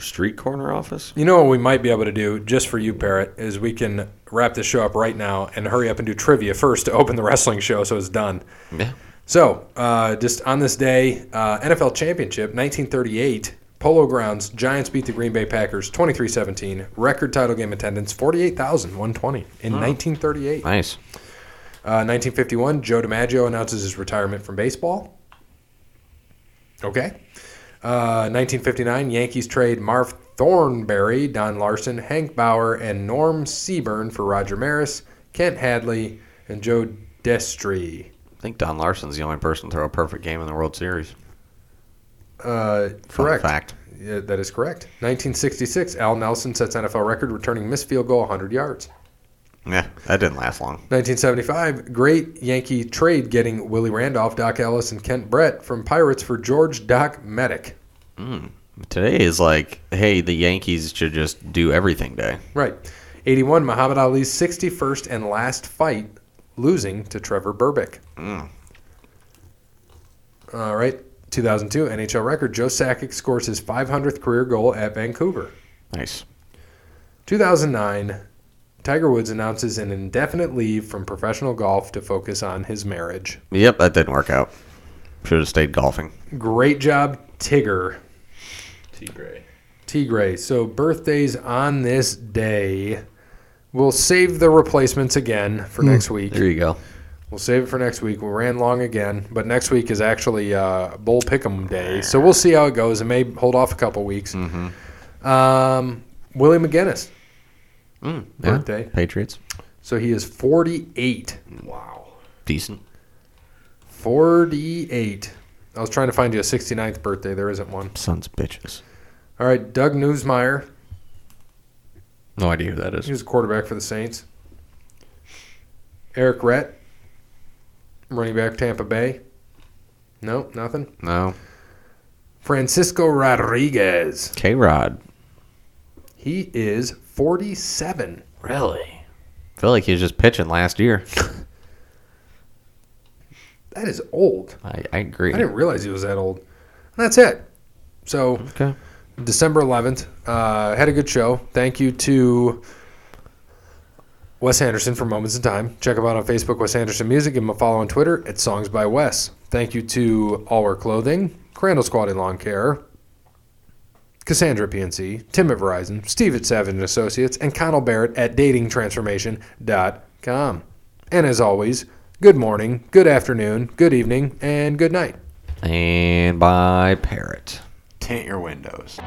Speaker 2: Street corner office?
Speaker 1: You know what we might be able to do, just for you, Parrot, is we can wrap this show up right now and hurry up and do trivia first to open the wrestling show so it's done.
Speaker 2: Yeah.
Speaker 1: So, uh, just on this day, uh, NFL Championship 1938, Polo Grounds, Giants beat the Green Bay Packers 23 17, record title game attendance 48,120 in 1938. Uh,
Speaker 2: Nice.
Speaker 1: 1951, Uh, Joe DiMaggio announces his retirement from baseball. Okay. Uh, 1959, Yankees trade Marv Thornberry, Don Larson, Hank Bauer, and Norm Seaburn for Roger Maris, Kent Hadley, and Joe Destry.
Speaker 2: I think Don Larson's the only person to throw a perfect game in the World Series.
Speaker 1: Uh,
Speaker 2: Fun
Speaker 1: correct.
Speaker 2: fact.
Speaker 1: Yeah, that is correct. 1966, Al Nelson sets NFL record returning missed field goal 100 yards.
Speaker 2: Yeah, that didn't last long.
Speaker 1: 1975, great Yankee trade getting Willie Randolph, Doc Ellis, and Kent Brett from Pirates for George Doc Medic.
Speaker 2: Hmm. Today is like, hey, the Yankees should just do everything day.
Speaker 1: Right. 81, Muhammad Ali's 61st and last fight, losing to Trevor Burbick.
Speaker 2: Hmm.
Speaker 1: All right. 2002 NHL record, Joe Sakic scores his 500th career goal at Vancouver.
Speaker 2: Nice.
Speaker 1: 2009, Tiger Woods announces an indefinite leave from professional golf to focus on his marriage.
Speaker 2: Yep, that didn't work out. Should have stayed golfing.
Speaker 1: Great job, Tigger.
Speaker 3: T Gray.
Speaker 1: Tigray. So birthdays on this day. We'll save the replacements again for next week.
Speaker 2: There you go.
Speaker 1: We'll save it for next week. We ran long again, but next week is actually uh, Bull Pick'em Day, so we'll see how it goes. It may hold off a couple weeks. Um, Willie McGinnis
Speaker 2: Yeah.
Speaker 1: birthday,
Speaker 2: Patriots.
Speaker 1: so he is 48.
Speaker 3: Wow.
Speaker 2: Decent.
Speaker 1: 48. I was trying to find you a 69th birthday. There isn't one.
Speaker 2: Sons of bitches.
Speaker 1: All right, Doug Newsmeyer.
Speaker 2: No idea who that
Speaker 1: He
Speaker 2: is.
Speaker 1: was a quarterback for the Saints. Eric Rett, running back Tampa Bay. No, nothing.
Speaker 2: No.
Speaker 1: Francisco Rodriguez.
Speaker 2: K Rod.
Speaker 1: He is 47.
Speaker 2: Really? I feel like he was just pitching last year.
Speaker 1: That is old.
Speaker 2: I, I agree.
Speaker 1: I didn't realize he was that old. And that's it. So,
Speaker 2: okay.
Speaker 1: December 11th, uh, had a good show. Thank you to Wes Anderson for Moments in Time. Check him out on Facebook, Wes Anderson Music. Give him a follow on Twitter at Songs by Wes. Thank you to All Wear Clothing, Crandall Squad and Lawn Care, Cassandra at PNC, Tim at Verizon, Steve at Savage and Associates, and Connell Barrett at datingtransformation.com. And as always, good morning, good afternoon, good evening, and good night.
Speaker 2: And by Parrot.
Speaker 3: Tint your windows.